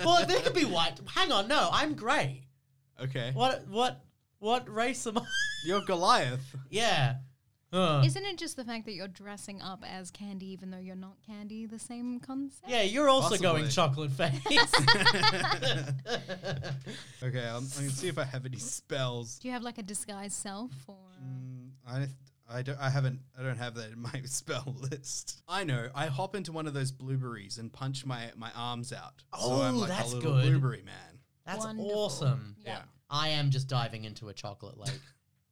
well, they could be white. Hang on, no, I'm grey.
Okay,
What what what race am I?
you're Goliath.
yeah. Uh.
Isn't it just the fact that you're dressing up as candy, even though you're not candy, the same concept?
yeah, you're also going
Possibly.
chocolate face.
Okay, I'm, I'm gonna see if I have any spells.
Do you have like a disguise self or?
Mm, I I don't I haven't I don't have that in my spell list. I know. I hop into one of those blueberries and punch my my arms out. so I'm
Oh,
like
that's
a little
good.
blueberry man.
That's
Wonderful.
awesome.
Yeah.
Yeah.
I am just diving into a chocolate lake.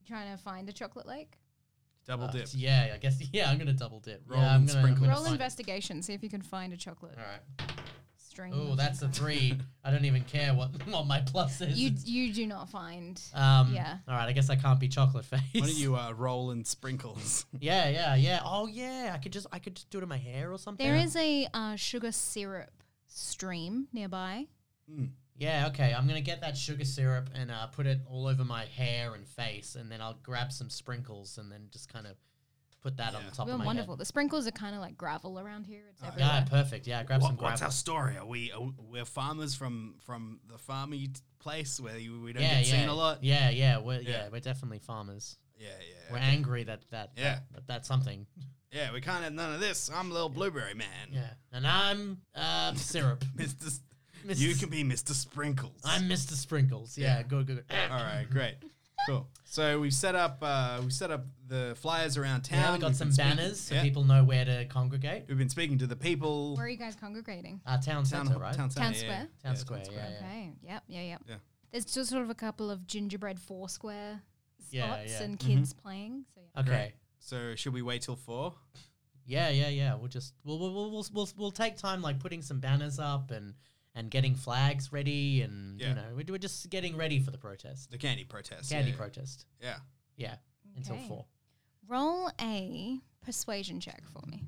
Trying to find a chocolate lake.
Double
Uh,
dip.
yeah, I guess. Yeah, I'm gonna double dip.
Roll
yeah, I'm
and
gonna, I'm
sprinkle.
gonna
Roll
find it.
investigation. See if you can find a chocolate
All right.
string.
Oh,
or
that's a
something.
three. I don't even care what what my plus is.
You you do not find.
um,
yeah.
All right. I guess I can't be chocolate face.
Why don't you uh, roll in sprinkles?
Yeah, yeah, yeah. Oh, yeah. I could just, I could just do it in my hair or something.
There is a uh, sugar syrup stream nearby.
Yeah, okay. I'm gonna get that sugar syrup and uh, put it all over my hair and face, and then I'll grab some sprinkles and then just kind of put that on
Yeah.
the top
We're
of my
wonderful.
head. Oh
The sprinkles are kind of like gravel around here. It's everywhere.
Yeah, perfect. Yeah, grab some
What, what's
gravel.
our story? Are we are, we- we're farmers from from the farmy t- place where you, we don't
yeah,
get
yeah,
seen a lot.
Yeah, yeah, we're, yeah.
Yeah.
we're definitely farmers.
yeah, yeah.
We're angry that that
Yeah.
that, that's something.
Yeah, we can't have none of this. I'm little blueberry man.
Yeah, and I'm uh, syrup.
Mr. S-
Mr.
You can be Mr. Sprinkles.
I'm Mr. Sprinkles. Yeah,
Yeah.
good, good. good.
All right, great. Cool. So we've set up uh, we set up the flyers around town.
Now we got
We've
some
been speaking-
banners so
yeah.
people know where to congregate.
We've been speaking to the people.
Where are you guys congregating?
Our town
town,
centre,
ho-
right?
town,
Town
centre, yeah,
square?
yeah.
Town square, yeah, yeah.
Okay. Yep. Yeah. Yep.
Yeah.
There's just sort of a couple of gingerbread foursquare spots
Yeah, yeah.
and kids playing. So yeah.
Okay.
Great. So should we wait till four?
Yeah, yeah, yeah. We'll just we'll we'll, we'll we'll we'll we'll take time like putting some banners up and and getting flags ready and
Yeah.
you know we're, we're just getting ready for the protest,
The candy protest.
candy
yeah.
protest.
Yeah.
Yeah, until
Okay.
four.
Roll a persuasion check for me.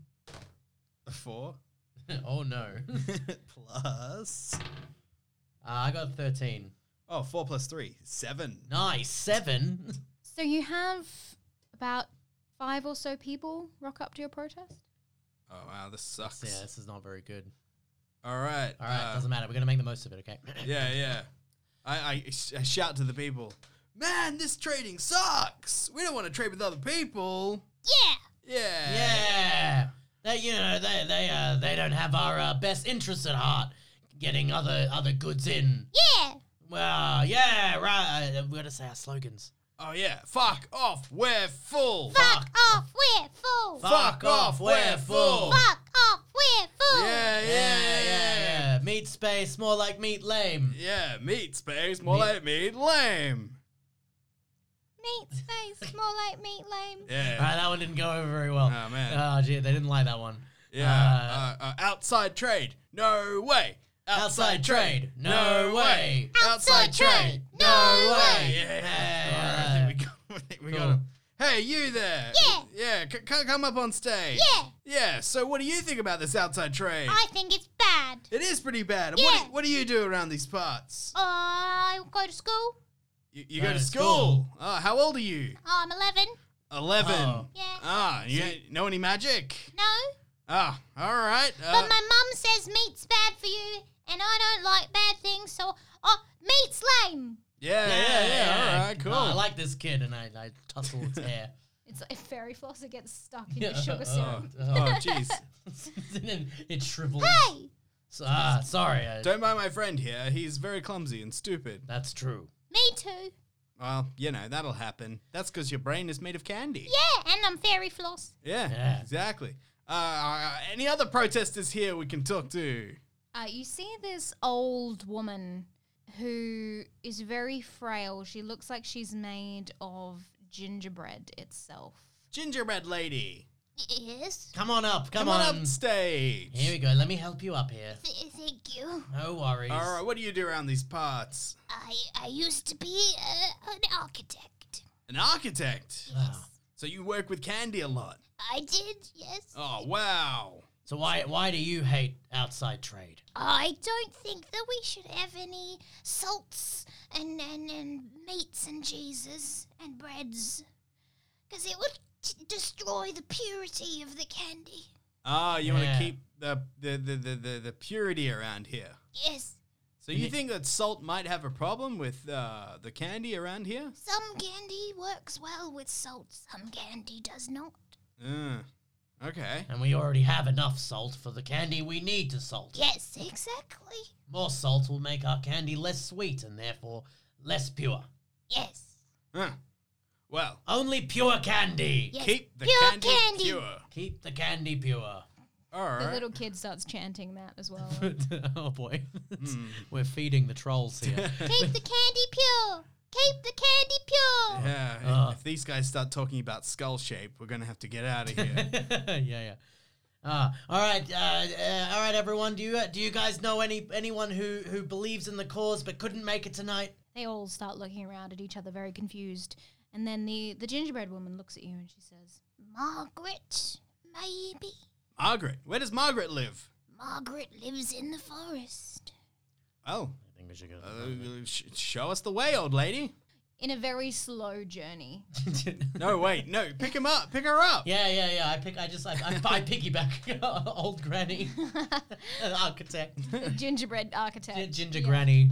Four
oh no,
plus.
uh, I got thirteen.
Oh, four plus three. Seven.
Nice seven.
So you have about five or so people rock up to your protest.
Oh wow, this sucks.
yeah, this is not very good.
All right.
All right,
uh,
doesn't matter. We're gonna make the most of it. Okay.
Yeah, yeah. I, I, sh- I shout to the people, man, this trading sucks. We don't want to trade with other people. Yeah. Yeah.
yeah. They, you know, they they uh, they don't have our uh, best interests at heart. Getting other other goods in.
Yeah.
Well, yeah, right. uh, We gotta say our slogans.
Oh yeah. Fuck off. We're full.
Fuck
off. We're full.
Fuck off, we're full.
Fuck off. We're full.
Yeah, yeah,
Yeah,
yeah,
yeah, yeah. Meat space, more like meat lame.
Yeah, meat space, more
Meat-
like meat lame.
Meat's face more like meat lame.
All right,
Yeah.
that one didn't go over very well.
Oh, man.
Oh, gee, they didn't like that one.
Yeah. Uh, uh, outside trade. No way.
Outside trade. No way.
Outside trade.
no
way.
Yeah.
Yeah.
All right, I think we got, I think we got
Cool.
him. Hey, you there.
Yeah.
Yeah, c- c- come up on stage.
Yeah.
Yeah, so what do you think about this outside trade?
think it's bad.
it is pretty bad. And What,
Yeah.
do, what do you do around these parts?
I go to school.
You, you
Go
go, to
to
school.
Uh, school.
Oh, how old are you?
I'm 11.
11.
Oh.
Yeah.
Ah, you know any magic?
No.
Ah, all right.
But
Uh,
my mum says meat's bad for you, and I don't like bad things, so oh, meat's lame.
yeah, yeah, yeah, All right, cool.
Oh, I like this kid, and I, I tussle its hair.
It's like fairy floss that gets stuck in your sugar syrup.
oh, oh, jeez.
and then it shrivels.
Hey,
So, ah, sorry. I,
Don't mind my friend here. He's very clumsy and stupid.
that's true.
me too.
Well, you know, that'll happen. That's because your brain is made of candy.
Yeah, and I'm fairy floss.
Yeah,
Yeah.
exactly. Uh, uh, any other protesters here we can talk to?
Uh, you see this old woman who is very frail. She looks like she's made of gingerbread itself.
Gingerbread lady.
Yes,
Come on up. Come,
Come on, up stage.
Here we go. Let me help you up here.
th- thank you.
No worries.
All right, what do you do around these parts?
I I used to be uh, an architect.
An architect.
Ah.
So you work with candy a lot.
I did, yes.
Oh, wow.
So why why do you hate outside trade?
I don't think that we should have any salts and, and, and meats and cheeses and breads, because it would t- destroy the purity of the candy.
Ah, you want
Yeah.
to keep the the, the, the, the the purity around here.
Yes,
So you think that salt might have a problem with uh, the candy around here?
some candy works well with salt, some candy does not.
Uh, okay.
And we already have enough salt for the candy we need to salt.
Yes, exactly.
More salt will make our candy less sweet and therefore less pure.
Yes.
Huh. Well,
Only pure candy.
Yes.
keep the
Pure
candy,
candy.
pure.
Keep the candy pure.
All right.
The little kid starts chanting that as well.
oh boy,
Hmm.
we're feeding the trolls here.
Keep the candy pure. Keep the candy pure.
yeah, if-
Ah.
if these guys start talking about skull shape, we're gonna have to get out of here.
yeah, yeah. Ah, all right, uh, uh, all right, everyone. Do you uh, do you guys know any anyone who who believes in the cause but couldn't make it tonight?
they all start looking around at each other, very confused. And then the, the gingerbread woman looks at you and she says,
Margaret, maybe.
Margaret, where does Margaret live?
Margaret lives in the forest.
Oh,
think we should go.
Uh, sh- show us the way, old lady.
in a very slow journey.
No, wait, no. Pick him up. Pick her up.
yeah, yeah, yeah. I pick. I just. I, I, I piggyback old granny, an architect,
The gingerbread architect.
Gi- ginger granny.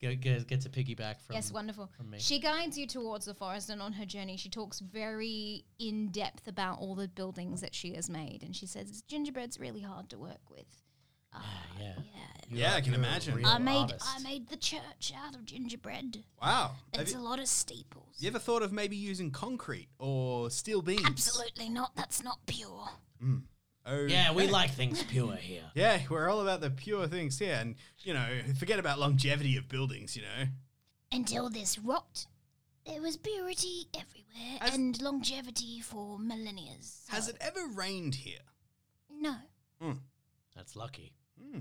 Go, go, gets a piggyback from.
Yes, wonderful.
from me.
She guides you towards the forest, and on her journey, she talks very in depth about all the buildings that she has made. And she says, Gingerbread's really hard to work with. Uh,
yeah.
yeah.
Yeah, I can imagine.
Real
I made
artist.
I made the church out of gingerbread.
Wow. Have
It's a
you,
lot of steeples.
you ever thought of maybe using concrete or steel beams?
Absolutely not. That's not pure.
Oh,
Yeah, we like things pure here.
Yeah, we're all about the pure things here, and you know, forget about longevity of buildings. You know,
Until this rot, there was purity everywhere
Has-
and longevity for millennia.
has it ever rained here?
No,
That's lucky.
Hmm.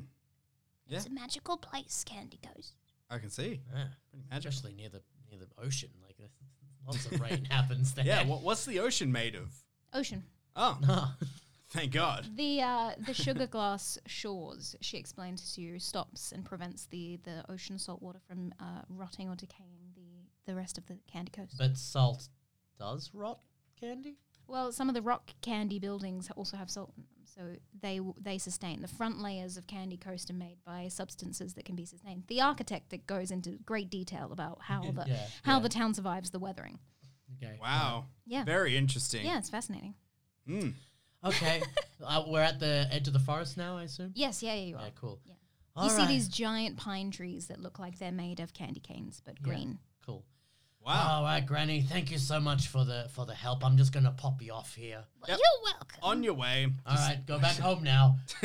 it's a magical place, Candy Ghost.
I can see.
Yeah.
Pretty magical.
Especially near the near the ocean, like there's lots of rain happens there.
Yeah. What, what's the ocean made of?
Ocean.
Oh,
Ah.
thank God.
The uh, the sugar glass shores, she explains to you, stops and prevents the, the ocean salt water from uh, rotting or decaying the, the rest of the candy coast.
but salt does rot candy.
Well, some of the rock candy buildings ha- also have salt in them, so they w- they sustain. The front layers of Candy Coast are made by substances that can be sustained. The architect that goes into great detail about how the
Yeah,
how
yeah.
the town survives the weathering.
Okay.
Wow.
Yeah,
Very interesting.
yeah, it's fascinating.
Mm.
Okay. uh, we're at the edge of the forest now, I assume.
Yes, yeah, yeah, you are.
Yeah. Cool.
Yeah.
All
you
right.
see these giant pine trees that look like they're made of candy canes, but
Yeah.
green.
Cool.
Wow.
All right, Granny. Thank you so much for the for the help. I'm just gonna pop you off here.
Well,
Yep.
you're
Uh,
welcome.
On your way.
All right, go back home now.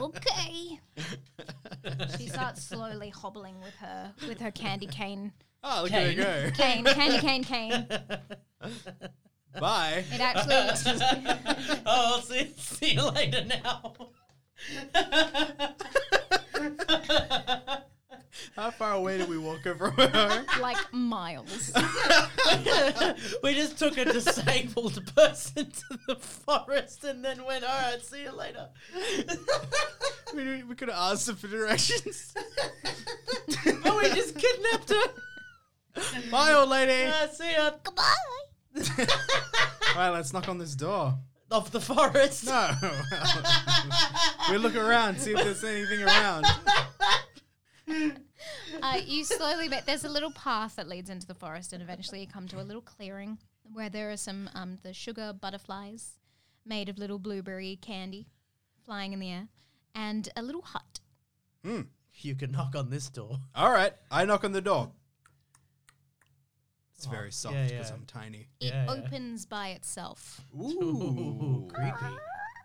okay.
She starts slowly hobbling with her with her candy cane,
oh, look at her go.
cane, candy cane, cane.
Bye.
It actually
oh, I'll see, see you later now.
How far away did we walk over her?
like miles.
we just took a disabled person to the forest and then went, all right, see you later.
we, we could have asked her for directions.
oh, we just kidnapped her.
Bye, old lady.
Yeah, see ya.
Goodbye.
All right, let's knock on this door.
Off the forest.
No. we look around, see if there's anything around.
uh, you slowly but there's a little path that leads into the forest and eventually you come to a little clearing where there are some um, the sugar butterflies made of little blueberry candy flying in the air and a little hut
You can knock on this door.
All right, I knock on the door. It's very soft
yeah,
because
yeah.
I'm tiny.
it
Yeah, yeah.
opens by itself
Ooh, creepy.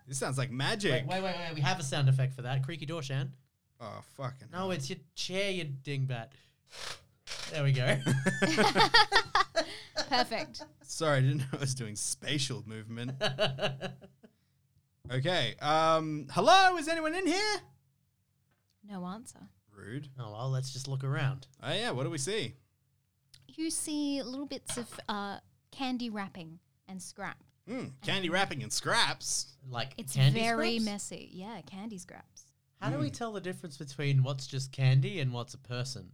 This sounds like magic.
Wait, wait, wait, wait. We have a sound effect for that. Creaky door, Shan.
Oh, fucking.
No, it's your chair, you dingbat. There we go.
perfect
Sorry, I didn't know I was doing spatial movement. okay. Um. Hello, is anyone in here?
no answer
Rude.
oh, well, let's just look around.
Oh yeah. What do we see?
you see little bits of uh, candy wrapping and scrap
Hmm. Candy wrapping and scraps.
Like,
it's
candy
very
scraps?
messy yeah candy scraps
How do we tell the difference between what's just candy and what's a person?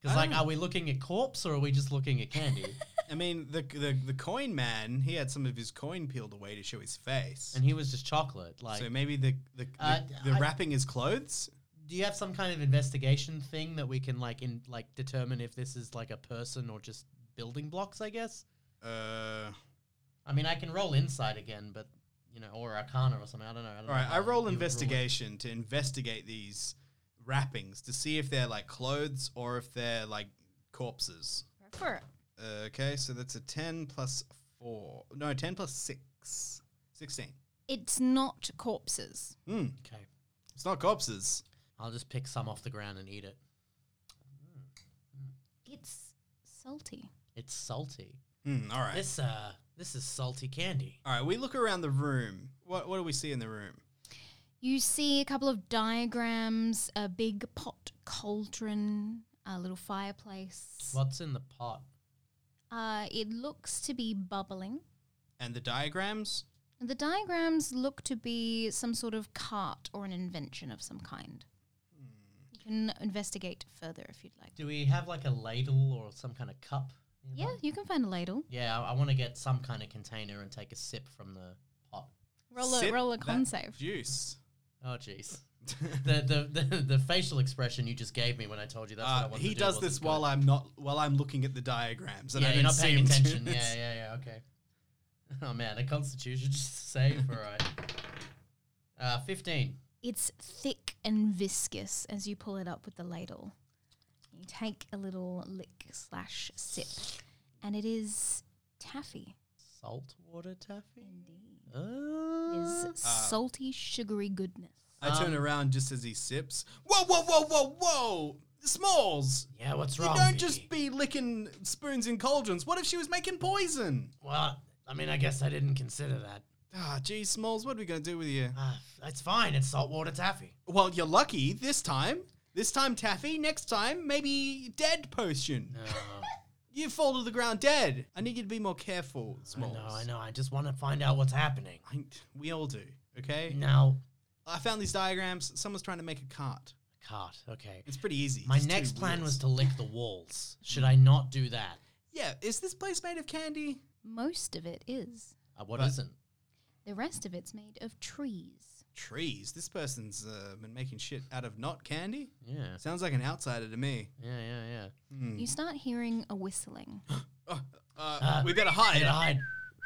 Because,
I
like,
don't-
are we looking at corpse or are we just looking at candy?
I mean, the, the the coin man. He had some of his coin peeled away to show his face.
and he was just chocolate. Like,
so maybe the the,
Uh,
the, the
I-
wrapping is clothes.
do you have some kind of investigation thing that we can like in like determine if this is like a person or just building blocks? I guess.
Uh.
I mean, I can roll insight again, but you know, or Arcana or something. I don't know. I don't
All right,
know
I
how you
roll
rule it.
investigation to investigate these wrappings to see if they're like clothes or if they're like corpses.
go for it
Uh, okay, so that's a 10 plus 4. No, 10 plus 6. 16.
it's not corpses
Hmm,
Okay,
it's not corpses.
I'll just pick some off the ground and eat it.
it's salty
It's salty.
Hmm, all right.
This uh, this is salty candy.
All right, we look around the room. What, what do we see in the room?
You see a couple of diagrams, a big pot cauldron, a little fireplace.
What's in the pot?
Uh, it looks to be bubbling.
And the diagrams?
The diagrams look to be some sort of cart or an invention of some kind. You can investigate further if you'd like.
Do we have like a ladle or some kind of cup? nearby?
Yeah, you can find a ladle.
Yeah, I, I want to get some kind of container and take a sip from the pot.
Roll a
Sip
roll a
that
con save.
Juice.
Oh, jeez. the, the, the the facial expression you just gave me when I told you that's what I
Uh,
wanted
he
to do
does
wasn't
this
good.
while I'm not while I'm looking at the diagrams and
yeah,
I
you're
don't
not
seem
paying attention.
To.
yeah, yeah, yeah. Okay. Oh man, a constitution just save. All right. Uh, fifteen.
It's thick and viscous as you pull it up with the ladle. You take a little lick slash sip, and it is taffy.
Saltwater taffy.
Indeed, is
Uh,
salty, sugary goodness.
I turn
Um,
around just as he sips. Whoa, whoa, whoa, whoa, whoa! Smalls,
yeah, what's
you
wrong?
don't just
Vicky?
be licking spoons in cauldrons. What if she was making poison?
Well, I mean, I guess I didn't consider that.
Ah, geez, Smalls, what are we gonna do with you?
Ah, it's fine. It's saltwater taffy.
Well, you're lucky this time. This time taffy. Next time maybe dead potion.
No,
You fall to the ground dead. I need you to be more careful,
I
Smalls.
know, I know. I just want to find out what's happening.
I we all do. Okay.
Now,
I found these diagrams. Someone's trying to make a cart.
cart. Okay.
It's pretty easy.
My
Just Hmm. two
next plan
wheels.
was to lick the walls. Should I not do that?
Yeah, is this place made of candy?
Most of it is.
Uh, what
But-
not
The rest of it's made of trees.
Trees. This person's uh, been making shit out of not candy.
Yeah.
Sounds like an outsider to me.
Yeah, yeah, yeah.
Hmm.
You start hearing a whistling.
Oh, uh,
Uh,
we better
I
hide.
gotta hide.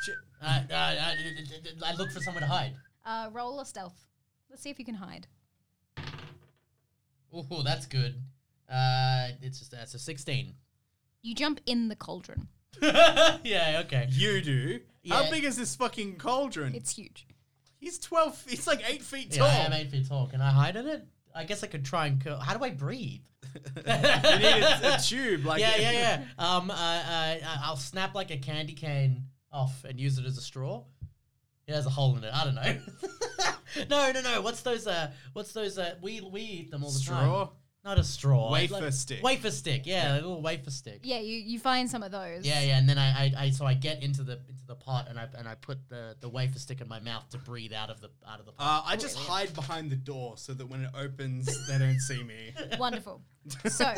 Shit.
Uh, uh, uh, I look for somewhere to hide.
Uh, roll a stealth. Let's see if you can hide.
Ooh, that's good. Uh, it's just that's a sixteen.
You jump in the cauldron.
yeah. Okay.
You do.
Yeah.
How big is this fucking cauldron?
It's huge.
he's twelve. f- He's like eight feet
Yeah,
tall.
I am eight feet tall. Can I hide in it? I guess I could try and curl. How do I breathe?
you need a, a tube. Like
yeah, yeah, yeah. Um, uh, uh, I'll snap like a candy cane off and use it as a straw. It has a hole in it. I don't know. no, no, no. What's those? Uh, what's those? Uh, we we eat them all the
Straw.
time. Not a straw.
Wafer stick.
Wafer stick. Yeah, a little wafer stick.
Yeah, you, you find some of those.
Yeah, yeah, and then I, I, I, so I get into the into the pot and I and I put the, the wafer stick in my mouth to breathe out of the out of the pot.
Uh, I just hide behind the door so that when it opens, they don't see me.
Wonderful. So,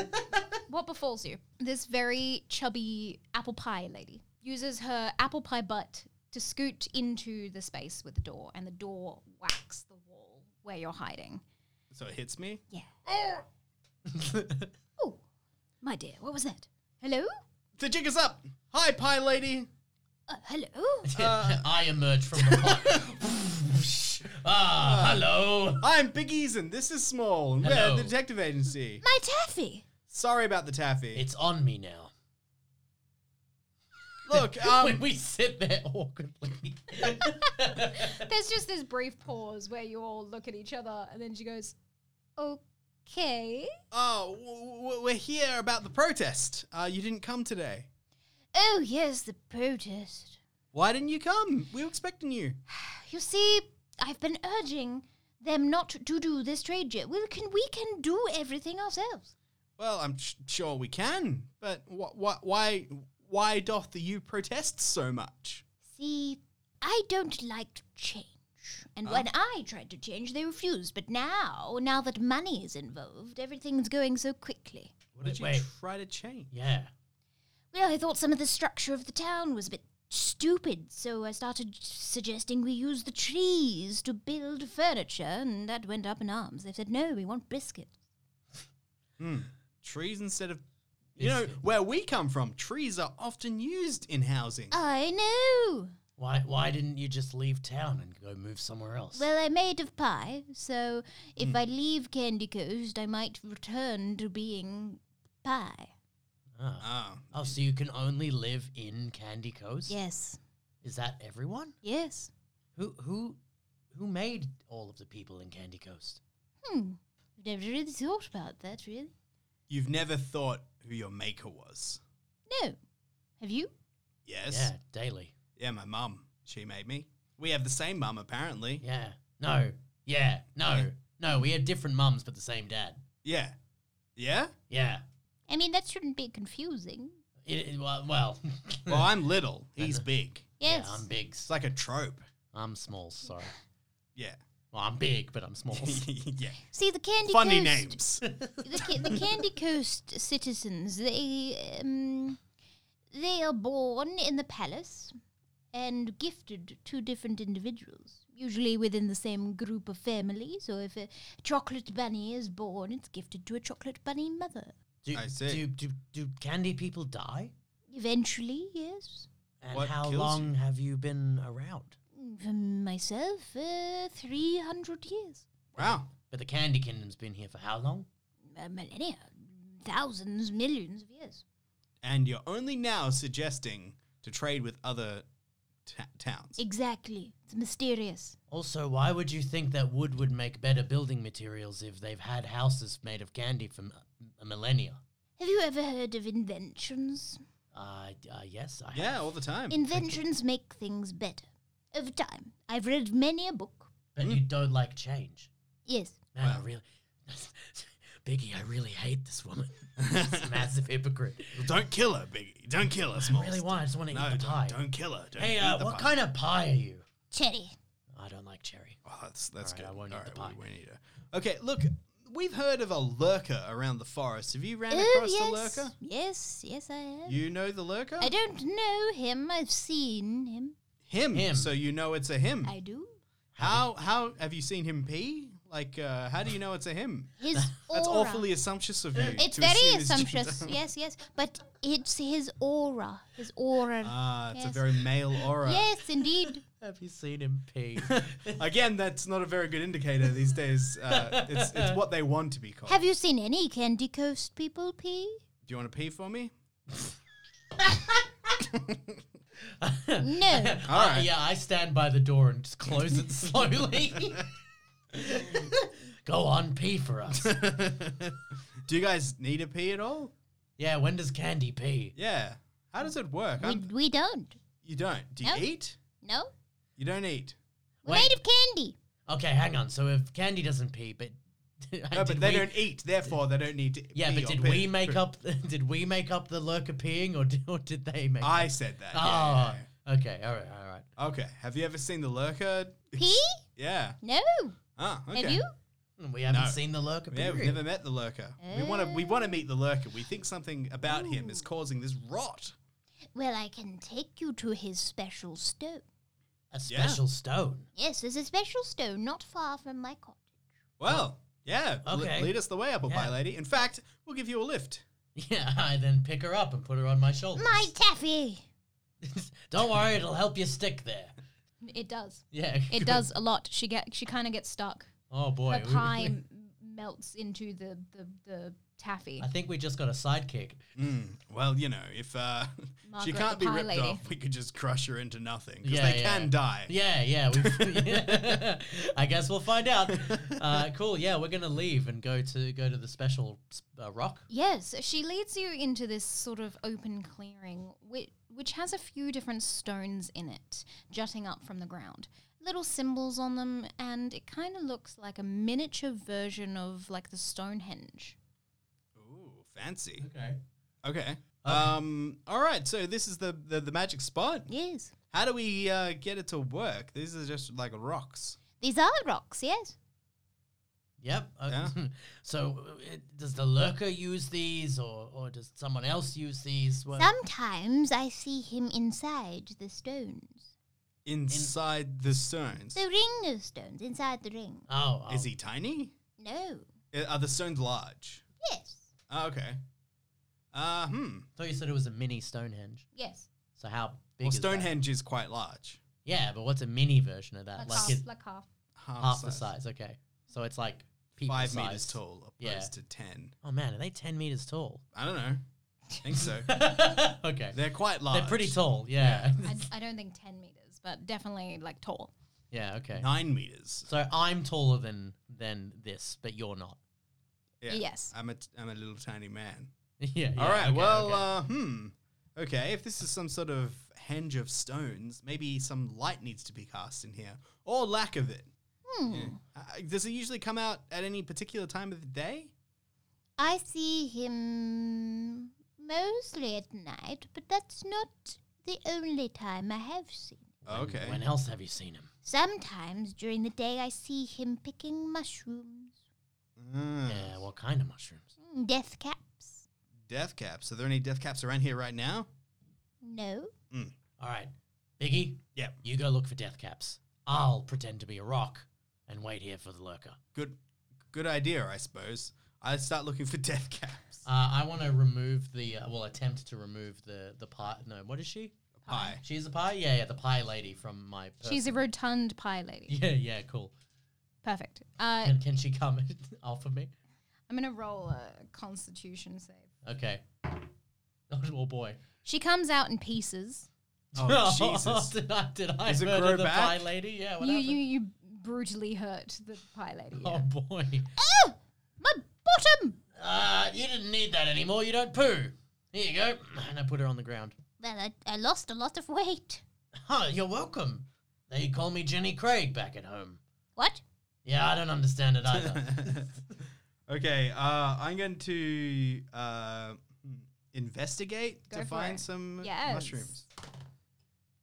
what befalls you? This very chubby apple pie lady uses her apple pie butt to scoot into the space with the door, and the door whacks the wall where you're hiding.
So it hits me.
Yeah. Oh, my dear, what was that? Hello?
The jig is up. Hi, pie lady.
Oh,
Uh, hello?
I emerge from the pot. ah, hello.
I'm Big Ease and this is Small. And we're
Hello.
the detective agency.
My taffy!
Sorry about the taffy.
It's on me now.
Look, um,
when we sit there awkwardly.
There's just this brief pause where you all look at each other, and then she goes, Okay.
oh, w- w- we're here about the protest. Uh, you didn't come today.
Oh, yes, the protest.
Why didn't you come? We were expecting you.
You see, I've been urging them not to do this trade yet. We can, we can do everything ourselves.
Well, I'm sh- sure we can, but wh- wh- why why doth the you protest so much?
See, I don't like to change. And when I tried to change, they refused. But now, now that money is involved, everything's going so quickly.
What did you
Wait.
try to change?
yeah.
Well, I thought some of the structure of the town was a bit stupid, so I started suggesting we use the trees to build furniture, and that went up in arms. They said, no, we want biscuit.
Trees instead of. You
Is-
know, where we come from, trees are often used in housing.
Ah.
I know.
Why why didn't you just leave town and go move somewhere else?
Well, I'm made of pie, so if I leave Candy Coast, I might return to being pie.
Ah.
Ah,
Oh, so you can only live in Candy Coast?
Yes,
Is that everyone?
yes.
Who who who made all of the people in Candy Coast?
Hmm. I've never really thought about that, really.
you've never thought who your maker was.
No. Have you?
Yes.
Yeah, daily.
Yeah, my mum. She made me. We have the same mum, apparently. Yeah.
Yeah. No. Yeah. No. No, we had different mums but the same dad.
Yeah?
Yeah.
I mean, that shouldn't be confusing.
It, it- well, well. Hmm.
Well, I'm little. He's big.
Yes.
Yeah, I'm big.
It's like a trope.
I'm small, sorry.
Yeah.
Well, I'm big, but I'm small.
yeah.
See the Candy
Funny
Coast.
names.
The, ca- the Candy Coast citizens. They um, they are born in the palace and gifted to different individuals. Usually within the same group of family. So if a chocolate bunny is born, it's gifted to a chocolate bunny mother.
do,
I see.
Do, do, do candy people die?
Eventually, yes.
And
What
how
kills
long have you been around?
For myself, uh, 300 years.
Wow.
But the Candy Kingdom's been here for how long?
A uh, millennia. Thousands, millions of years.
And you're only now suggesting to trade with other ta- towns.
Exactly. It's mysterious.
Also, why would you think that wood would make better building materials if they've had houses made of candy for m- a millennia?
Have you ever heard of inventions?
Uh, d- uh yes, I
yeah,
have.
all the time.
Inventions make things better. Over time. I've read many a book.
But
Mm.
you don't like change.
Yes.
Man, I really. Biggie, I really hate this woman. She's a massive hypocrite.
Don't kill her, Biggie. Don't kill her,
I
Smalls.
really want, I just want to
No,
eat the pie.
don't, don't kill her. Don't
hey,
eat
uh,
the
what
pie.
kind of pie are you?
Cherry.
I don't like cherry.
Oh, that's that's
All
good.
right, I won't
All
eat the
right,
pie.
We, we need her. Okay, look, we've heard of a lurker around the forest. Have you ran
Oh,
across
yes.
the lurker?
Yes, yes, I have.
You know the lurker?
I don't know him. I've seen him.
Him.
Him.
So you know it's a him.
I do.
How how have you seen him pee? Like, uh, how do you know it's a him?
His aura.
That's awfully assumptuous of you.
It's
to
very
assume his
assumptuous.
gender.
yes, yes. But it's his aura. His aura.
Ah, it's a
Yes.
very male aura.
yes, indeed.
Have you seen him pee?
Again, that's not a very good indicator these days. Uh, it's it's what they want to be called.
Have you seen any Candy Coast people pee?
do you want to pee for me?
No.
All
I-
right.
yeah, I stand by the door and just close it slowly. Go on, pee for us.
do you guys need a pee at all?
yeah, when does Candy pee?
Yeah. How does it work?
we,
I'm,
we don't.
you don't. Do you
No.
eat?
No?
You don't eat.
We're
Wait.
made of candy.
Okay, hang on. So if Candy doesn't pee, but
No, but
Uh, did
they
we-
don't eat. Therefore, they don't need to.
Yeah,
pee
but
or
did
poo.
we make
Poo.
up? Did we make up the lurker peeing, or did, or did they make?
I said that.
oh,
yeah, yeah,
okay, all right, all right.
yeah. Okay. Have you ever seen the lurker?
Pee?
Yeah.
No.
Ah. Okay.
Have you?
We haven't
No.
seen the lurker
Yeah,
peeing.
we've never met the lurker. We want to. We want to meet the lurker. We think something about him is causing this rot.
Well, I can take you to his special stone.
a
Yeah.
special stone.
Yes, there's a special stone not far from my cottage.
Well, yeah. l-
Okay.
lead us the way, apple pie
Yeah.
lady. In fact, we'll give you a lift.
Yeah, I then pick her up and put her on my shoulders.
My taffy!
don't worry, it'll help you stick there.
It does.
Yeah,
It does a lot. She get she kind of gets stuck.
Oh boy,
Her
we-
pie m- melts into the the, the taffy.
I think we just got a sidekick.
Mm, well, you know, if uh, she
Margaret
can't
the
be
pie
ripped
lady.
off, we could just crush her into nothing because
Yeah,
they
yeah.
can die.
Yeah, yeah. We've, I guess we'll find out. Uh, cool. Yeah, we're gonna leave and go to go to the special uh, rock.
Yes, she leads you into this sort of open clearing, which, which has a few different stones in it, jutting up from the ground. Little symbols on them, and it kind of looks like a miniature version of like the Stonehenge.
Ooh, fancy.
Okay.
Okay. Um. All right. So this is the the, the magic spot.
Yes.
How do we uh, get it to work? These are just like rocks.
These are rocks, yes.
Yep. Uh,
Yeah.
so, uh, it- does the lurker use these, or or does someone else use these? Well,
Sometimes I see him inside the stones.
inside the stones.
The ring of stones, inside the ring.
oh, oh.
Is he tiny?
No.
Uh, Are the stones large?
Yes.
Ah, okay. Uh, hmm.
thought you said it was a mini Stonehenge.
Yes,
So how big?
Well,
is that?
Stonehenge is quite large.
Yeah, but what's a mini version of
like,
that?
half,
Like it's
like half.
Half,
half the size. Okay, so it's like people
Five
size.
meters tall, opposed
Yeah.
to ten.
Oh man, are they ten meters tall?
I don't know. I think so.
okay,
They're quite large.
they're pretty tall. Yeah,
I, I don't think 10 meters, but definitely like tall.
yeah. Okay.
Nine meters.
So I'm taller than than this, but you're not.
Yeah.
Yes.
I'm a, t- I'm a little tiny man.
yeah. yeah,
All right.
okay,
well,
okay.
Uh, hmm. Okay. If this is some sort of henge of stones, maybe some light needs to be cast in here, or lack of it.
Hmm.
Mm.
Uh, does it usually come out at any particular time of the day?
I see him mostly at night, but that's not the only time I have seen.
uh, Okay.
When else have you seen him?
Sometimes during the day I see him picking mushrooms.
Mm.
Yeah, what kind of mushrooms?
Mm, Death caps?
Death caps. Are there any death caps around here right now?
No.
All right, Biggie.
Yep.
You go look for death caps. I'll pretend to be a rock and wait here for the lurker.
Good, good idea, I suppose. I start looking for death caps.
Uh, I want to remove the. Uh, well, attempt to remove the the pie. No, what is she?
Pie.
She's a pie. Yeah, yeah, the pie lady from my.
She's a
personal-
rotund pie lady.
Uh, Yeah, yeah, cool.
Perfect. Uh,
Can, can she come offer me?
I'm gonna roll a Constitution save.
Okay. Oh boy.
She comes out in pieces.
Oh Jesus!
did I, did I
Does it
murder
grow
the
back?
pie lady? Yeah. What
You,
happened?
you you brutally hurt the pie lady.
Oh
yeah.
boy.
My bottom.
Uh, you didn't need that anymore. You don't poo. Here you go. And I put her on the ground.
Well, I, I lost a lot of weight.
Huh, you're welcome. They call me Jenny Craig back at home.
What?
Yeah, I don't understand it either.
okay, uh, I'm going to uh, investigate
Go
to
for
find
it.
some
Yes.
mushrooms.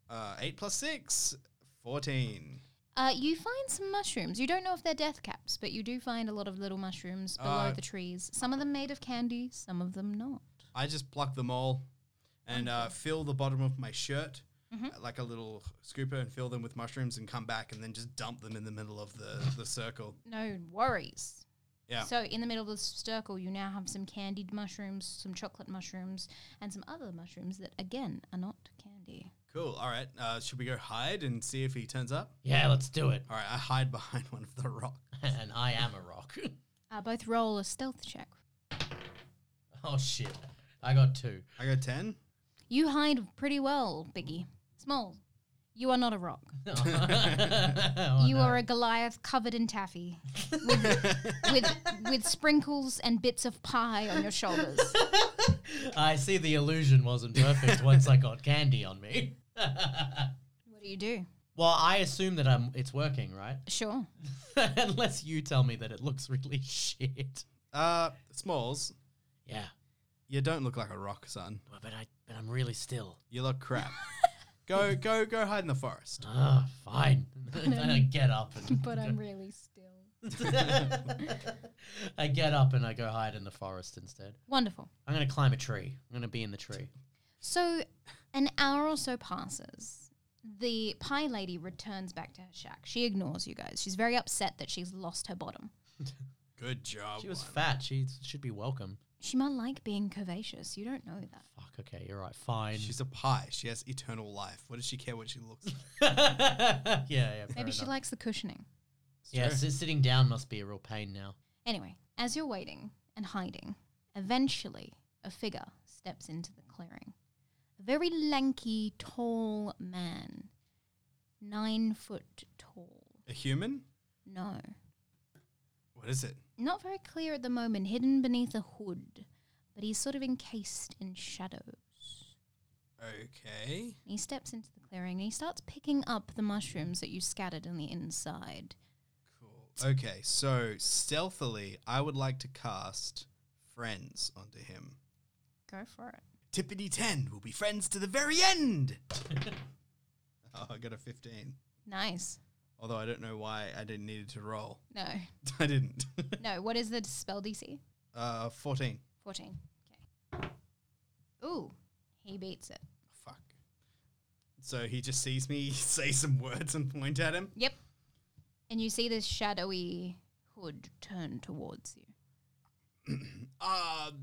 Uh, eight plus six, 14.
Uh, you find some mushrooms. You don't know if they're death caps, but you do find a lot of little mushrooms
Oh,
below
Uh,
the trees. Some of them made of candy, some of them not.
I just pluck them all and uh, fill the bottom of my shirt uh, like a little scooper and fill them with mushrooms and come back and then just dump them in the middle of the, the circle.
No worries.
Yeah.
So in the middle of the circle, you now have some candied mushrooms, some chocolate mushrooms, and some other mushrooms that again are not candy.
Cool. All right. Uh, should we go hide and see if he turns up?
yeah, let's do it.
All right. I hide behind one of the rocks.
And I am a rock.
Uh, both roll a stealth check.
oh shit. I got two.
I got 10.
You hide pretty well, Biggie. Small. You are not a rock.
Oh,
you
no.
are a Goliath covered in taffy, with, with with sprinkles and bits of pie on your shoulders.
I see the illusion wasn't perfect once I got candy on me.
What do you do?
well, I assume that I'm, it's working, right?
Sure.
Unless you tell me that it looks really shit.
Uh, Smalls,
Yeah,
you don't look like a rock, son.
well, but I but I'm really still.
You look crap. go, go, go hide in the forest.
Ah, fine. And I get up and
But I'm really still.
I get up and I go hide in the forest instead.
Wonderful.
I'm gonna climb a tree. I'm gonna be in the tree.
So, an hour or so passes. The pie lady returns back to her shack. She ignores you guys. She's very upset that she's lost her bottom.
Good job.
She was
one.
fat. She should be welcome.
She might like being curvaceous. You don't know that.
Fuck. Okay, you're right. Fine.
She's a pie. She has eternal life. What does she care what she looks like?
yeah, yeah. fair
Maybe she
enough.
likes the cushioning.
It's
Yeah,
true.
si- sitting down must be a real pain now.
Anyway, as you're waiting and hiding, eventually a figure steps into the clearing. A very lanky, tall man. Nine foot tall.
A human?
No.
What is it?
Not very clear at the moment, hidden beneath a hood, but he's sort of encased in shadows.
Okay.
He steps into the clearing and he starts picking up the mushrooms that you scattered on the inside.
Cool. Okay, so stealthily, I would like to cast friends onto him.
Go for it.
Tippity 10 will be friends to the very end. oh, I got a 15.
Nice.
Although I don't know why I didn't need it to roll.
No.
I didn't.
No, what is the spell DC?
uh, 14.
14. Okay. Ooh, he beats it.
Fuck. So he just sees me say some words and point at him.
Yep. And you see this shadowy hood turn towards you.
Uh, h-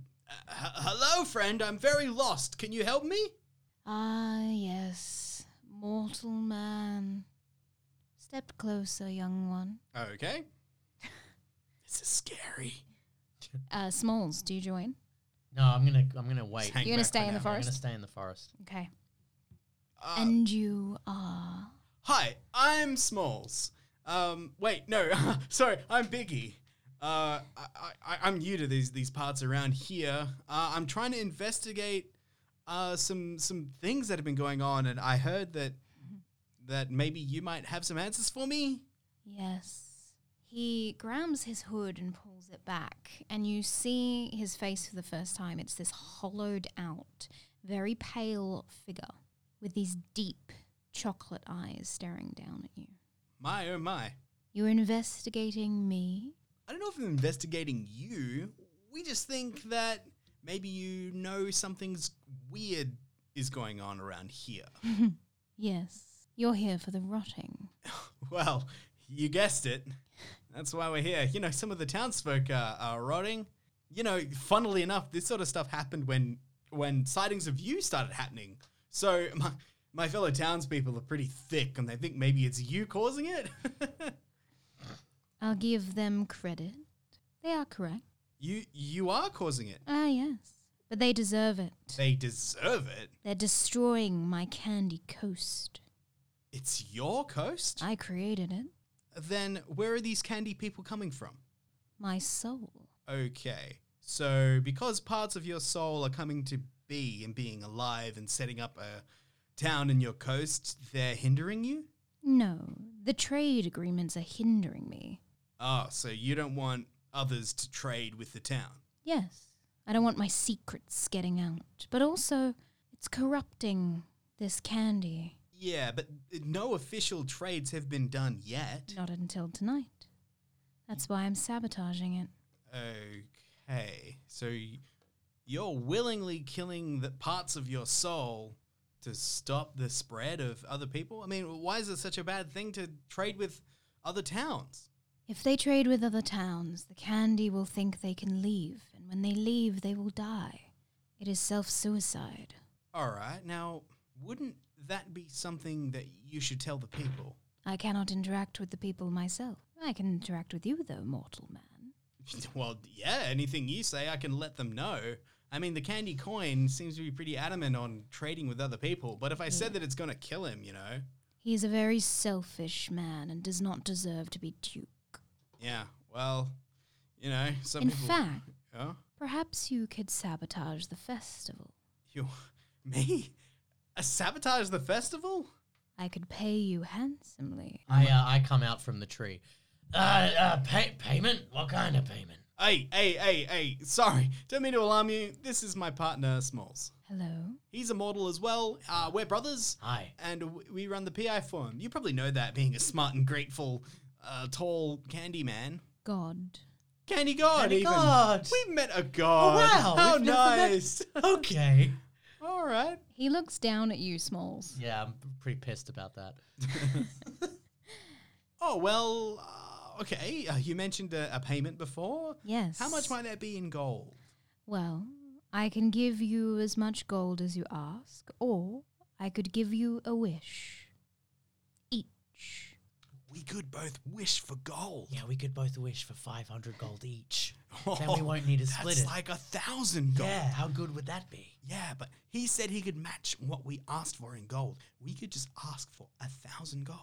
hello, friend. I'm very lost. Can you help me?
Ah, yes, mortal man. Step closer, young one.
Okay. this is scary.
Uh, Smalls, do you join?
No, I'm gonna I'm gonna wait.
Hang
You're gonna
back for
stay in the
now.
I'm
forest?
gonna stay in the forest.
Okay.
Uh,
and you are.
Hi, I'm Smalls. Um, wait, no, sorry, I'm Biggie. Uh, I, I, I'm new to these these parts around here. Uh, I'm trying to investigate uh, some some things that have been going on, and I heard that that maybe you might have some answers for me.
Yes. He grabs his hood and pulls it back, and you see his face for the first time. It's this hollowed out, very pale figure with these deep, chocolate eyes staring down at you.
My oh my.
You're investigating me?
I don't know if I'm investigating you. We just think that maybe you know something's weird is going on around here.
Yes. You're here for the rotting.
Well, you guessed it. That's why we're here. You know, some of the townsfolk are, are rotting. You know, funnily enough, this sort of stuff happened when when sightings of you started happening. So my my fellow townspeople are pretty thick, and they think maybe it's you causing it.
I'll give them credit. They are correct.
you you are causing it.
Ah, yes. But they deserve it.
They deserve it.
They're destroying my candy coast.
It's your coast.
I created it.
then where are these candy people coming from?
My soul.
Okay. So, because parts of your soul are coming to be and being alive and setting up a town in your coast, they're hindering you?
No, the trade agreements are hindering me.
Oh, so you don't want others to trade with the town.
Yes, I don't want my secrets getting out, but also it's corrupting this candy.
Yeah, but no official trades have been done yet.
Not until tonight. That's why I'm sabotaging it.
Okay. So, y- you're willingly killing the parts of your soul to stop the spread of other people? I mean, why is it such a bad thing to trade with other towns?
If they trade with other towns, the candy will think they can leave, and when they leave, they will die. It is self suicide.
All right. Now, wouldn't that be something that you should tell the people?
I cannot interact with the people myself. I can interact with you, though, mortal man.
well, yeah, anything you say, I can let them know. I mean, the candy coin seems to be pretty adamant on trading with other people, but if I said that it's going to kill him, you know?
He is a very selfish man and does not deserve to be duke.
Yeah, well, you know, some
In
people.
fact,
Huh?
perhaps you could sabotage the festival.
You, me? I sabotage the festival?
I could pay you handsomely.
I uh, I come out from the tree. Uh, uh pay- payment? What kind of payment?
Hey, hey, hey, hey, sorry. Don't mean to alarm you. This is my partner, Smalls.
Hello?
He's immortal as well. Uh, we're brothers.
Hi.
and w- we run the PI for him. You probably know that, being a smart and grateful, uh, tall candy man.
God.
Candy God,
Candy
even.
God.
We met a god.
Oh, wow.
How
We've never met-
nice.
Okay.
All right.
He looks down at you, Smalls.
Yeah, I'm pretty pissed about that.
Oh, well, uh, okay. Uh, you mentioned a, a payment before.
Yes.
How much might that be in gold?
Well, I can give you as much gold as you ask, or I could give you a wish. Each.
We could both wish for gold.
Yeah, we could both wish for 500 gold each. Then we won't need to split
That's
it.
like a thousand gold.
Yeah, how good would that be?
Yeah, but he said he could match what we asked for in gold. We could just ask for a thousand gold.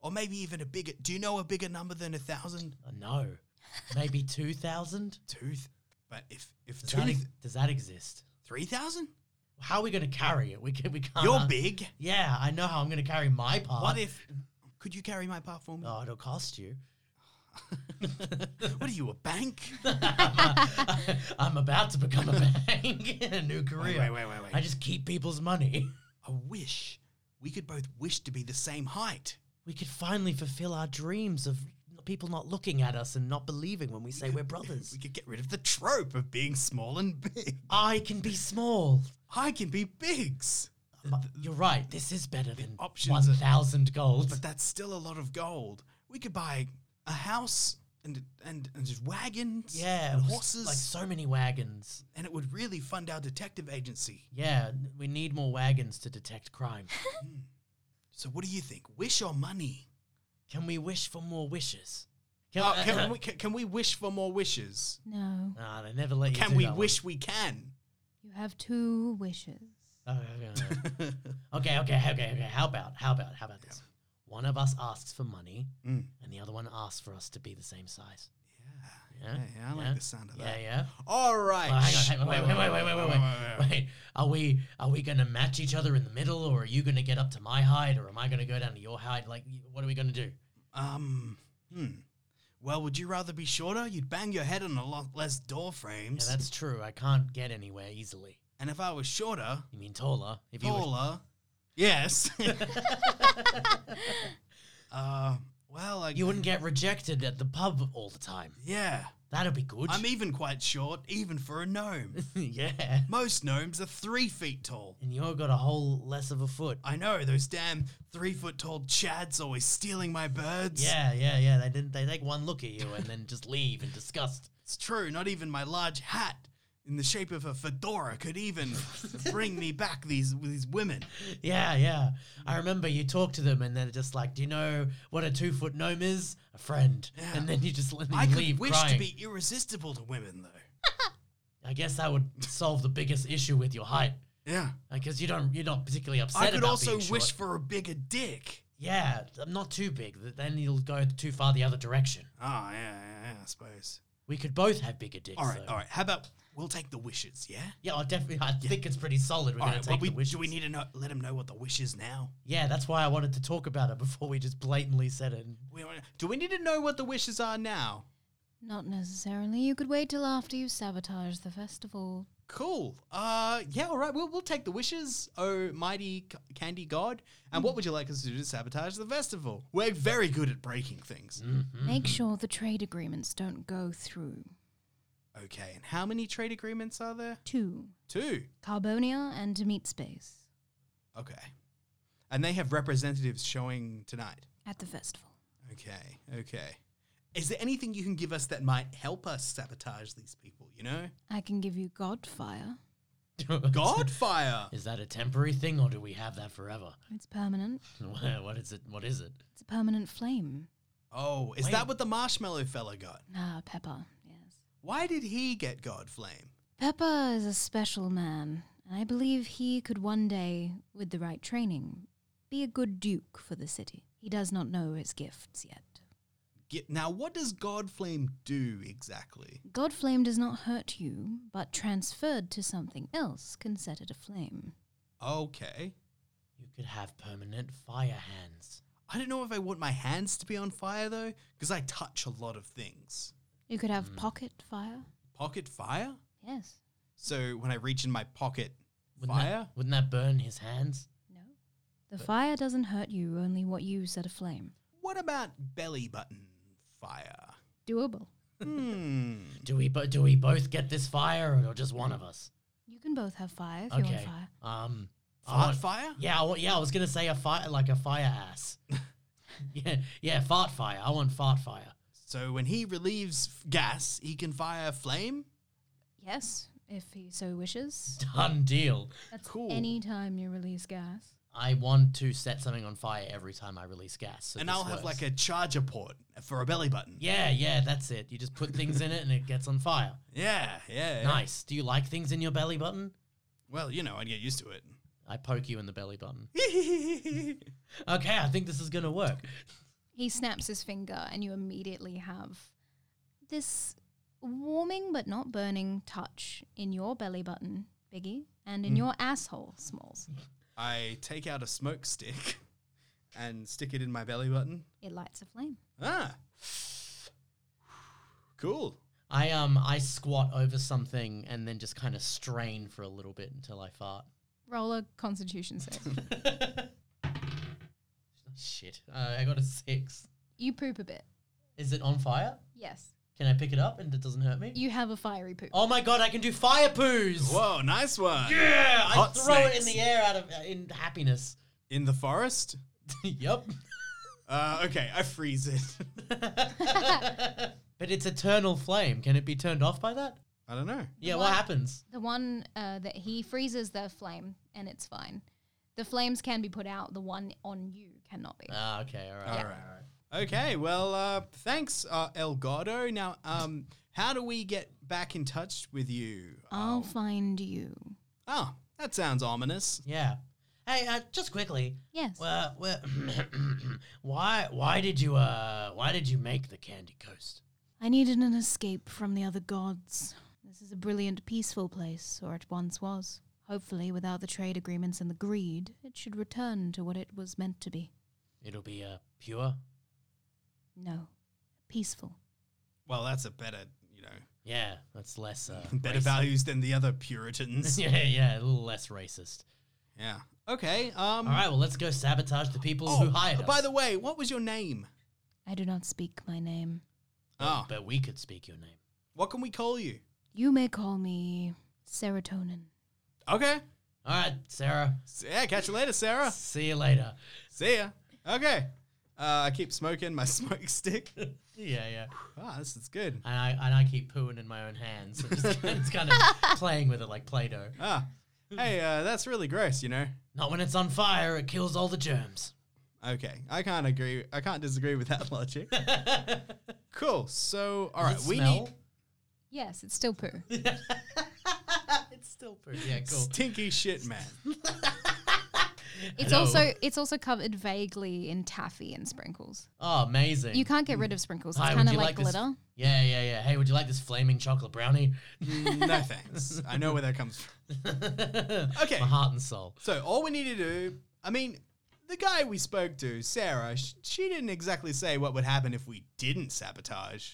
Or maybe even a bigger. Do you know a bigger number than a thousand?
Uh, no. Maybe 2,000?
Two. Th- but if if
Does,
two,
that
th-
ex- does that exist?
three thousand,
How are we going to carry it? We, can, we can't.
you're big.
Yeah, I know how I'm going to carry my part.
What if? Could you carry my part for me?
Uh-huh. Oh, it'll cost you.
What are you, a bank?
I'm about to become a bank in a new career.
wait, wait, wait, wait.
I just keep people's money.
I wish we could both wish to be the same height.
We could finally fulfill our dreams of people not looking at us and not believing when we say we're brothers.
We could get rid of the trope of being small and big.
I can be small.
I can be bigs,
But You're right. This is better than
options are-
1,000 gold.
but that's still a lot of gold. We could buy a house and and and just wagons,
Yeah,
and
it was
horses,
Like so many wagons.
and it would really fund our detective agency.
Yeah, we need more wagons to detect crime.
So, what do you think? Wish or money?
Can we wish for more wishes? Can,
Oh, can, we, can, can we wish for more wishes?
No,
Ah, they never let you.
Can
do
we
that one.
wish we can?
you have two wishes.
Oh, Okay, okay,
Mm,
okay, okay, okay, okay. How about, how about, how about this? One of us asks for money,
Mm.
and the other one asks for us to be the same size.
Yeah, yeah, I like the sound of
yeah,
that.
Yeah,
All right.
Well, hang on,
shh,
hang on, wait, wait, wait, wait, wait, wait, wait, wait, Are we are we gonna match each other in the middle, or are you gonna get up to my height, or am I gonna go down to your height? Like, y- what are we gonna do?
Um, hmm. Well, would you rather be shorter? You'd bang your head on a lot less door
Yeah,
frames.
that's true. I can't get anywhere easily.
and if I was shorter,
You mean taller? If you were
taller, Yes. uh, well, I
You wouldn't get rejected at the pub all the time.
Yeah,
That'd be good.
I'm even quite short, even for a gnome.
yeah.
Most gnomes are three feet tall.
And you all got a whole less of a foot.
I know those damn three foot tall chads always stealing my birds.
Yeah, yeah, yeah. They didn't. They take one look at you and then just leave in disgust.
It's true, not even my large hat in the shape of a fedora could even bring me back these these women.
Yeah, yeah. I remember you talk to them and they're just like, "Do you know what a two foot gnome is? A friend."
Yeah.
And then you just let them
I could
leave
wish
crying.
to be irresistible to women though.
I guess that would solve the biggest issue with your height,
Yeah.
because you don't. You're not particularly upset.
I could
about
also
being short.
wish for a bigger dick.
Yeah, I'm not too big. th- Then you'll go too far the other direction.
Oh, yeah, yeah, yeah I suppose.
We could both have bigger dicks.
All right,
though.
all right. How about we'll take the wishes, yeah?
Yeah, I definitely. I think it's pretty solid. We're
All
gonna
right,
take
well, we,
the wishes.
do we need to know, let them know what the wish is now?
Yeah, that's why I wanted to talk about it before we just blatantly said it.
We, don't- do we need to know what the wishes are now?
Not necessarily. You could wait till after you sabotage the festival.
Cool. Uh, yeah, all right. We'll, we'll take the wishes, oh mighty c- candy god. And what would you like us to do to sabotage the festival? We're very good at breaking things.
Mm.
Make sure the trade agreements don't go through.
Okay, and how many trade agreements are there?
Two.
Two.
Carbonia and Meat Space
Okay. And they have representatives showing tonight.
at the festival.
Okay, okay. Is there anything you can give us that might help us sabotage these people, you know?
I can give you Godfire.
Godfire!
Is that a temporary thing, or do we have that forever?
It's permanent.
Wha- what is it? What is it?
It's a permanent flame.
Oh, is
Wait.
that what the marshmallow fella got?
Ah, Pepper. Yes.
Why did he get God Flame?
Pepper is a special man, and I believe he could one day, with the right training, be a good duke for the city. He does not know his gifts yet.
Ge- Now, what does God Flame do exactly?
Godflame does not hurt you, but transferred to something else can set it aflame.
Okay.
You could have permanent fire hands.
I don't know if I want my hands to be on fire though, because I touch a lot of things.
You could have pocket fire.
Pocket fire?
Yes.
So when I reach in my pocket,
Wouldn't that-
fire?
wouldn't that burn his hands?
No. The fire doesn't hurt you, only what you set aflame.
What about belly button fire?
Doable.
Hmm.
Do we? Bo- do we both get this fire, or just one of us?
You can both have fire if you want
okay.
fire.
Um. I
Fart
want-
fire?
Yeah. I wa- yeah. I was gonna say a fire, like a fire ass. yeah. Yeah. Fart fire. I want fart fire.
So when he relieves f- gas, he can fire flame?
Yes, if he so wishes.
Done deal.
That's
Cool.
any time you release gas.
I want to set something on fire every time I release gas. So
and
this
I'll have
works.
like a charger port for a belly button.
Yeah, yeah, that's it. You just put things in it and it gets on fire.
Yeah, yeah. yeah.
Nice. Do you like things in your belly button?
Well, you know, I'd get used to
I poke you in the belly button.
it.
Okay, I think this is gonna work.
He snaps his finger, and you immediately have this warming but not burning touch in your belly button, Biggie, and in your asshole, Smalls.
I take out a smoke stick and stick it in my belly button.
It lights a flame.
Ah. Cool.
I um I squat over something and then just kind of strain for a little bit until I fart.
Roll a constitution save.
Shit. Uh, I got a six.
you poop a bit.
Is it on fire?
Yes.
Can I pick it up and it doesn't hurt me?
You have a fiery poop.
oh my god, I can do fire poos!
Whoa, nice one.
Yeah, I
Hot
throw it in
snakes.
the air out of uh, in happiness.
In the forest?
yep.
Uh, okay, I freeze it.
but it's eternal flame. Can it be turned off by that?
I don't know.
Yeah, what
Why?
happens?
The one uh, that he freezes the flame, and it's fine. The flames can be put out. The one on you cannot be.
Ah, okay, all right.
All right. Okay, well, uh, thanks, uh, El Gordo. Now, um, how do we get back in touch with you? Um,
I'll find you.
Oh, that sounds ominous.
Yeah. Hey, uh, just quickly.
Yes.
Well, well why why did you uh why did you make the Candy Coast?
I needed an escape from the other gods. This is a brilliant, peaceful place, or it once was. Hopefully, without the trade agreements and the greed, it should return to what it was meant to be.
It'll be uh pure.
No, peaceful.
Well, that's a better, you know,
Yeah, that's less uh
better
racist.
values than the other Puritans.
yeah, yeah, a little less racist.
Yeah. Okay. Um. All
All right, well, let's go sabotage the people who hired us.
Oh, By the way, what was your name?
I do not speak my name.
Oh,
but we could speak your name.
what can we call you?
You may call me serotonin.
Okay.
All right, Sarah.
S- Yeah. Catch you later, Sarah.
See you later.
See ya. Okay. Uh, I keep smoking my smoke stick.
Yeah, yeah.
Ah, this is good.
And I and I keep pooing in my own hands. It's just kind of, it's kind of playing with it like Play-Doh.
Ah. Hey, uh, that's really gross. You know.
Not when it's on fire; it kills all the germs.
Okay. I can't agree. I can't disagree with that logic.
Does
Cool. So, all right,
it
we
smell?
need
Yes, it's still poo.
it's still poo. Yeah, cool.
stinky shit, man.
It's
Hello.
also it's also covered vaguely in taffy and sprinkles.
Oh, amazing.
You can't get rid of sprinkles. It's
Hi,
kind
would
of
you
like,
like this-
glitter.
yeah, yeah, yeah. Hey, would you like this flaming chocolate brownie?
no thanks. I know where that comes from.
okay.
Okay.
My heart and soul.
So all we need to do, I mean, the guy we spoke to, Sarah, sh- she didn't exactly say what would happen if we didn't sabotage.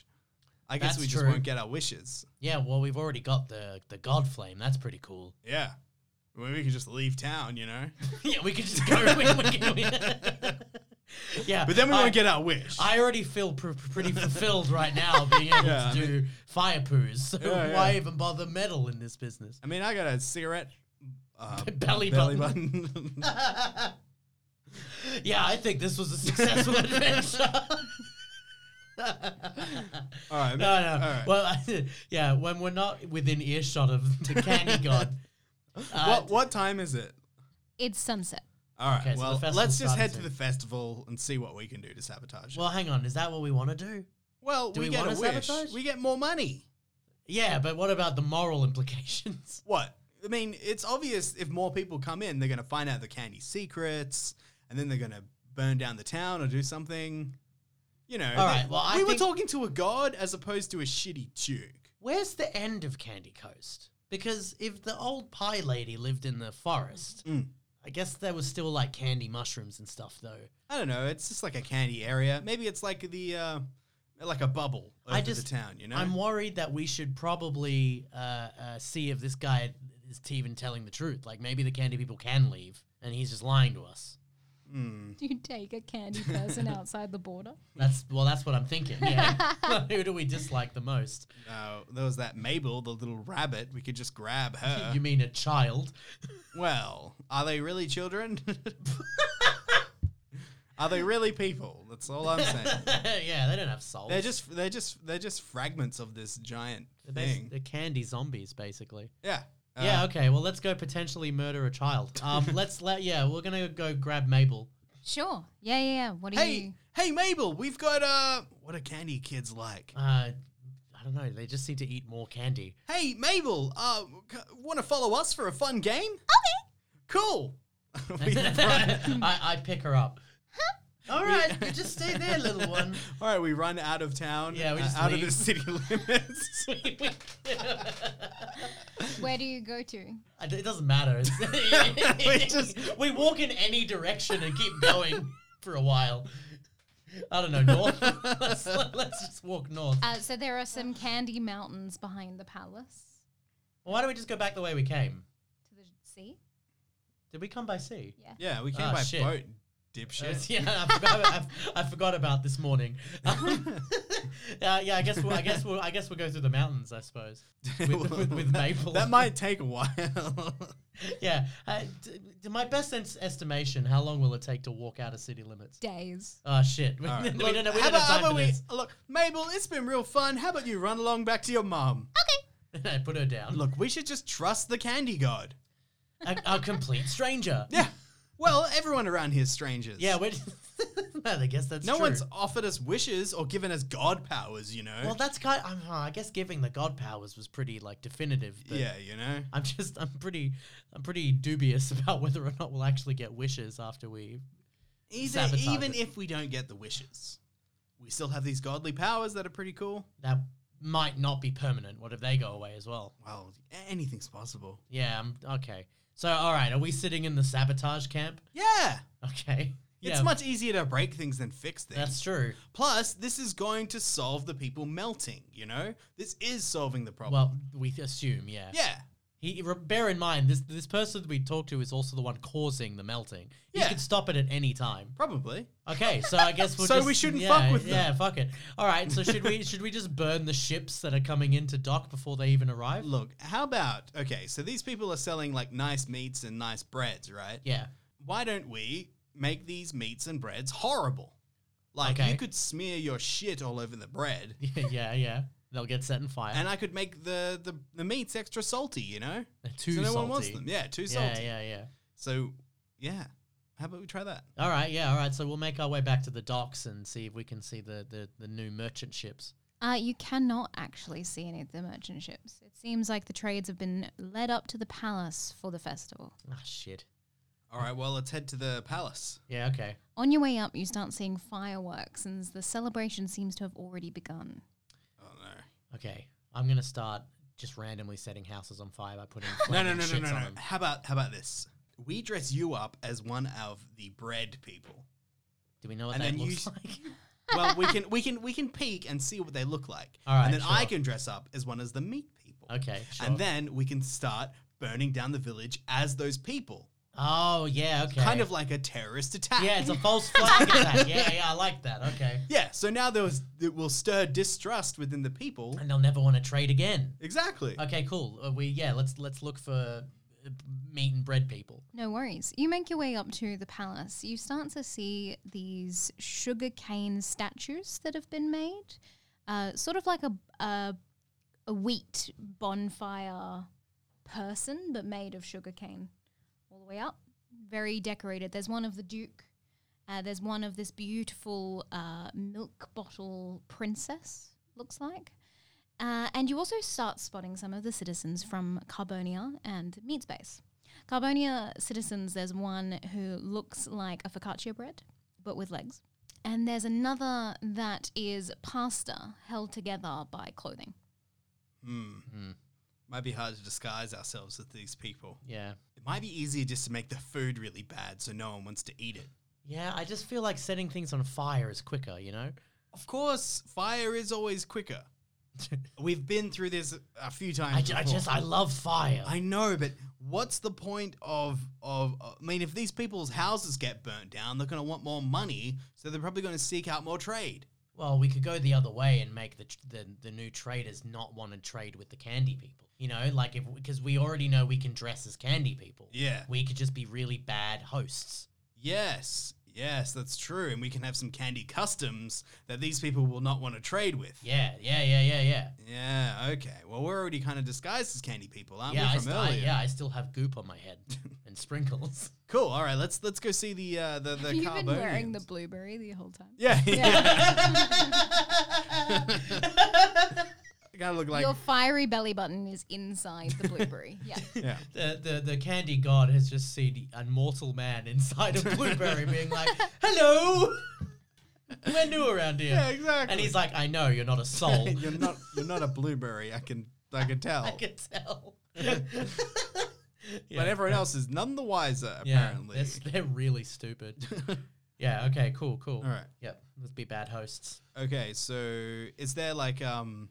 I guess
That's
we
true.
just won't get our wishes.
Yeah, well, we've already got the the god flame. That's pretty cool.
Yeah. Well, we can just leave town, you know.
yeah, we could just go. we, we could- we- yeah,
But then we
I,
won't get our wish.
I already feel pr- pr- pretty fulfilled right now, being able to
Yeah, I
do fire poos. So
Yeah,
why
yeah.
even bother metal in this business?
I mean, I got a cigarette. Uh,
Belly
button.
Yeah, I think this was a successful adventure.
all right.
No, no.
All right.
Well, yeah, when we're not within earshot of the candy god. Uh,
what what time is it?
It's sunset.
All right.
Okay, so the
well,
festival
let's just
started
head to
soon.
the festival and see what we can do to sabotage. it.
Well, hang on. Is that what we want to do?
well,
do
we,
we
get a
wanna
wish.
sabotage?
We get more money.
Yeah, but what about the moral implications?
What? I mean, it's obvious if more people come in, they're going to find out the candy secrets, and then they're going to burn down the town or do something. You know.
All right,
they-
well, I
we were
think-
talking to a god as opposed to a shitty duke.
Where's the end of Candy Coast? Because if the old pie lady lived in the forest,
Mm.
I guess there was still like candy mushrooms and stuff, though.
I don't know. It's just like a candy area. Maybe it's like the uh, like a bubble over
I just-
the town. You know.
I'm worried that we should probably uh, uh, see if this guy is t- even telling the truth. Like maybe the candy people can leave, and he's just lying to us.
Hmm.
You take a candy person outside the border.
That's well, that's what I'm thinking. Yeah, who do we dislike the most?
Now, Uh, there was that Mabel, the little rabbit. We could just grab her.
you mean a child?
well, are they really children? are they really people? That's all I'm saying.
yeah, they don't have souls.
They're just they're just they're just fragments of this giant
They're bas-
thing.
they're candy zombies, basically.
Yeah. Uh,
yeah, okay. Well, let's go potentially murder a child. Um, let's let yeah, we're gonna go grab Mabel.
Sure. Yeah, yeah, yeah. What do
Hey,
you?
hey, Mabel, we've got uh, what are candy kids like?
Uh, I don't know. They just seem to eat more candy.
Hey, Mabel, uh, want to follow us for a fun game? Okay. Cool. We run-
I, I pick her up. All right, you just stay there, little one.
All right, we run out of town.
Yeah, we
uh,
just
out
leave.
of the city limits.
Where do you go to?
I- it doesn't matter. It's-
We just-
we walk in any direction and keep going for a while. I don't know north. let's, let's just walk north.
Uh, so there are some candy mountains behind the palace
Why don't we just go back the way we came?
to the sea.
Did we come by sea?
Yeah.
yeah, we came
Ah,
by
shit.
boat,
Uh,
dipshit.
yeah, I forgot, about, I, I forgot about this morning. Um, uh, yeah, I guess we'll, I guess we'll, I guess we'll go through the mountains, I suppose. With, with, with Maple,
That might take a while.
Yeah, uh, d- d- my best ens- estimation, how long will it take to walk out of city limits?
Days.
Oh shit, we,
All right.
we
Look,
don't know. We
how
don't have
about- how
time for
about we-
this.
Look, Mabel, it's been real fun. How about you run along back to your mum?
Put her down.
Look, we shook just trust the candy god.
a, a complete stranger.
Yeah. Well, everyone around here's strangers.
Yeah, we're. I guess that's
no
true.
one's offered us wishes or given us god powers, you know.
Well, that's kind. Of, I guess giving the god powers was pretty like definitive. But
yeah, you know.
I'm just I'm pretty I'm pretty dubious about whether or not we'll actually get wishes after we
Either,
Sabotage
even
it.
if we don't get the wishes, we still have these godly powers that are pretty cool.
that might not be permanent. What if they go away as well?
Well, a- anything's possible.
Yeah, i okay. So all right, are we sitting in the sabotage camp?
Yeah.
Okay.
It's
Yeah,
much easier to break things than fix things.
That's true.
Plus, this is going to solve the people melting, you know? This is solving the problem.
Well, we assume, yeah.
Oh. yeah.
He re- bear in mind this this person we talked to is also the one causing the melting.
Yeah.
He could stop it at any time.
Probably.
Okay, so I guess we'll
So
just,
we shouldn't
yeah,
fuck with them.
Yeah, fuck it. All right, so should we should we just burn the ships that are coming into dock before they even arrive?
Look, how about okay? So these people are selling like nice meats and nice breads, right?
Yeah.
Why don't we make these meats and breads horrible? Like
Okay.
you could smear your shit all over the bread,
yeah, yeah. They'll get set on fire.
and I could make the the, the meats extra salty. You know,
They're too
so no
salty.
one wants them. Yeah, too
yeah,
salty.
yeah, yeah.
So yeah, how about we try that?
All right, yeah, all right. So we'll make our way back to the docks and see if we can see the the, the new merchant ships.
Uh, you cannot actually see any of the merchant ships. It seems like the trades have been led up to the palace for the festival.
Ah, shit.
All right, well let's head to the palace.
Yeah, okay.
On your way up, you start seeing fireworks, and the celebration seems to have already begun.
Oh no!
Okay. I'm going to start just randomly setting houses on fire by putting
No
flaming
no no no
shits
no
on
no!
them.
How about how about this? We dress you up as one of the bread people.
Do we know what
And
that
then you
looks
s-
like?
well, we can we can we can peek and see what they look like,
All right,
and then I
sure.
can dress up as one as the meat people,
Okay, sure.
and then we can start burning down the village as those people,
Oh, yeah, okay.
kind of like a terrorist attack.
Yeah, it's a false flag attack. Yeah, yeah, I like that. Okay.
yeah. So now there was it will stir distrust within the people.
And they'll never want to trade again.
Exactly.
Okay, cool. Uh, we yeah, let's let's look for uh, meat and bread people.
No worries. You make your way up to the palace. You start to see these sugarcane statues that have been made, uh, sort of like a, a a wheat bonfire person, but made of sugarcane all the way up. Very decorated. There's one of the Duke. Uh, there's one of this beautiful uh, milk bottle princess, looks like. Uh, and you also start spotting some of the citizens from Carbonia and Meat Space. Carbonia citizens, there's one who looks like a focaccia bread, but with legs. And there's another that is pasta held together by clothing.
Hmm. Might be hard to disguise ourselves with these people.
Yeah.
It might be easier just to make the food really bad so no one wants to eat it.
Yeah, I just feel like setting things on fire is quicker, you know?
Of course, fire is always quicker. We've been through this a few times.
I, ju- I
before.
just I love fire.
I know, but what's the point of of? uh, I mean, if these people's houses get burnt down, they're going to want more money, so they're probably going to seek out more trade.
well, we could go the other way and make the tr- the, the new traders not want to trade with the candy people. You know, like if because we already know we can dress as candy people.
Yeah.
We could just be really bad hosts.
Yes, yes, that's true, and we can have some candy customs that these people will not want to trade with.
Yeah, yeah, yeah, yeah, yeah.
Yeah, okay. Well, we're already kind of disguised as candy people, aren't
yeah,
we?
I,
From
st- I-
earlier.
yeah, I still have goop on my head and sprinkles.
Cool. All right, let's let's go see the uh, the the.
Have you been wearing the
Carbonians.
blueberry the whole time?
Yeah,
the,
I gotta look like.
Your fiery belly button is inside the blueberry. yeah.
yeah.
the the candy god has just seen a mortal man inside a blueberry being like, Hello We're new around here.
Yeah, exactly.
And he's like, I know, you're not a soul.
you're not you're not a blueberry. I can I can tell.
I can tell.
But everyone else is none the wiser,
yeah,
apparently.
they're, s- they're really stupid. yeah, okay, cool, cool.
All right.
Yep, let's be bad hosts.
Okay, so is there like um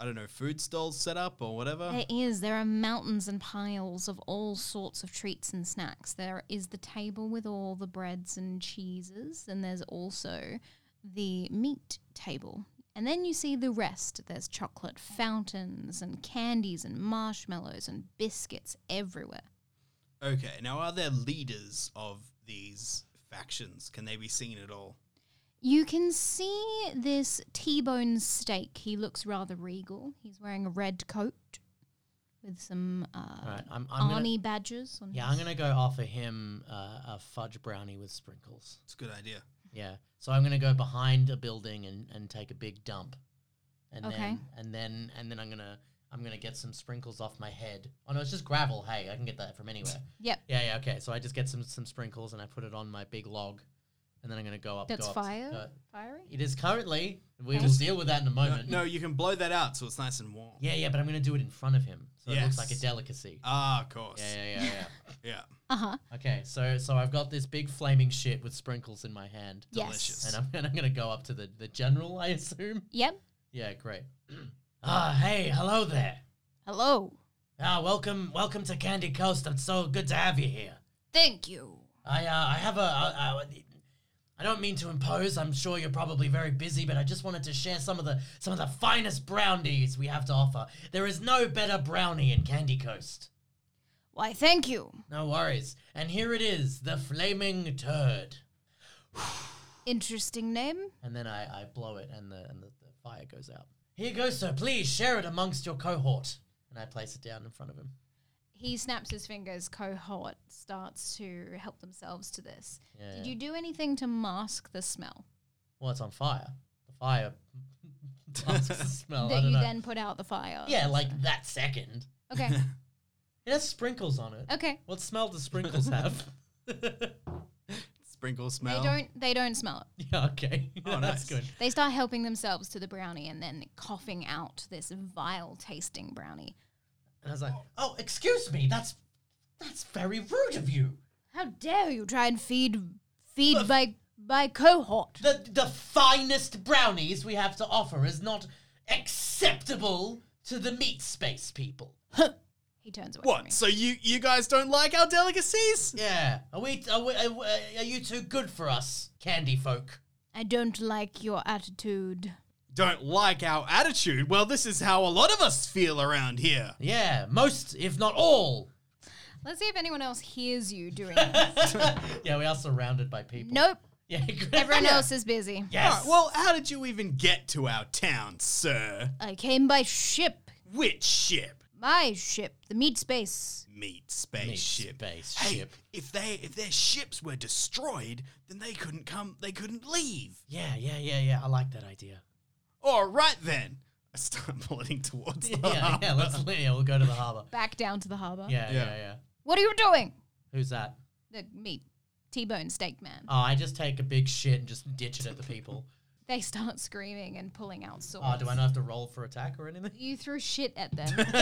I don't know, food stalls set up or
Oh.
whatever?
There is. There are mountains and piles of all sorts of treats and snacks. There is the table with all the breads and cheeses, and there's also the meat table. And then you see the rest. There's chocolate fountains and candies and marshmallows and biscuits everywhere.
Okay, now are there leaders of these factions? Can they be seen at all?
You can see this T-bone steak. He looks rather regal. He's wearing a red coat with some uh,
All right, I'm, I'm gonna,
army badges on
yeah,
his
I'm gonna go offer him uh, a fudge brownie with sprinkles.
It's a good idea.
Yeah. So I'm gonna go behind a building and, and take a big dump. And
Okay.
then and then and then I'm gonna I'm gonna get some sprinkles off my head. Oh no, it's just gravel. Hey, I can get that from anywhere.
Yep.
Yeah, yeah, okay. So I just get some some sprinkles and I put it on my big log and then I'm gonna go up
That's
go up-
fire?
go-
Fiery?
it is currently we will
Just-
deal with that in a
No,
moment.
no, you can blow that out so it's nice and warm.
Yeah, yeah, but I'm gonna do it in front of him. So it looks like a
Yes.
delicacy.
Ah, of course.
yeah, yeah, yeah, yeah.
Yeah.
Uh-huh.
Okay, so so I've got this big flaming shit with sprinkles in my hand.
Delicious.
Yes.
And I'm, and I'm gonna go up to the, the general, I assume.
Yep.
Yeah, great. Ah, hey, hello there.
Hello.
Ah, welcome, welcome to Candy Coast. It's so good to have you here.
Thank you.
I, uh, I have a, I, I, I don't mean to impose. I'm sure you're probably very busy, but I just wanted to share some of the, some of the finest brownies we have to offer. There is no better brownie in Candy Coast.
Why, thank you.
No worries. And here it is, the flaming turd.
Interesting name.
And then I, I blow it, and the and the, the fire goes out. Here goes, sir. Please share it amongst your cohort. And I place it down in front of him.
He snaps his fingers. Cohort starts to help themselves to this.
Yeah.
Did you do anything to mask the smell
Well, it's on fire. The fire masks the smell. I
that
don't
you
know.
then put out the fire?
yeah, like that second.
Okay.
It has sprinkles on it.
okay.
What smell do sprinkles have?
Sprinkle
They
smell.
Oh.
don't. They don't smell it.
yeah, okay.
Oh,
That's
nice.
good.
They start helping themselves to the brownie and then coughing out this vile tasting brownie.
And I was like, oh, excuse me. That's that's very rude of you.
How dare you try and feed feed by by cohort?
The the finest brownies we have to offer is not acceptable to the meat space people.
He turns away. From me.
What? So you you guys don't like our delicacies?
Yeah. Are we, are we are, we- are you too good for us, candy folk?
I don't like your attitude.
Don't like our attitude? Well, this is how a lot of us feel around here.
Yeah, most if not all.
Let's see if anyone else hears you doing this.
yeah, we are surrounded by people.
nope.
Yeah,
Everyone else is busy.
Yes.
Alright, well, how did you even get to our town, sir?
I came by ship.
Which ship?
My ship, the meat space.
Meat spaceship.
Meat
Hey,
spaceship.
if they if their ships were destroyed, then they couldn't come. They couldn't leave.
yeah, yeah, yeah, yeah. I like that idea.
All right then. I start plodding towards the
yeah, yeah. Let's yeah, we'll go to the harbor.
Back down to the harbor.
Yeah, yeah, yeah,
Yeah.
What are you doing?
Who's that?
The meat. T-bone steak man.
Oh, I just take a big shit and just ditch it at the people.
They start screaming and pulling out swords.
Oh, do I not have to roll for attack or anything?
You threw shit at them.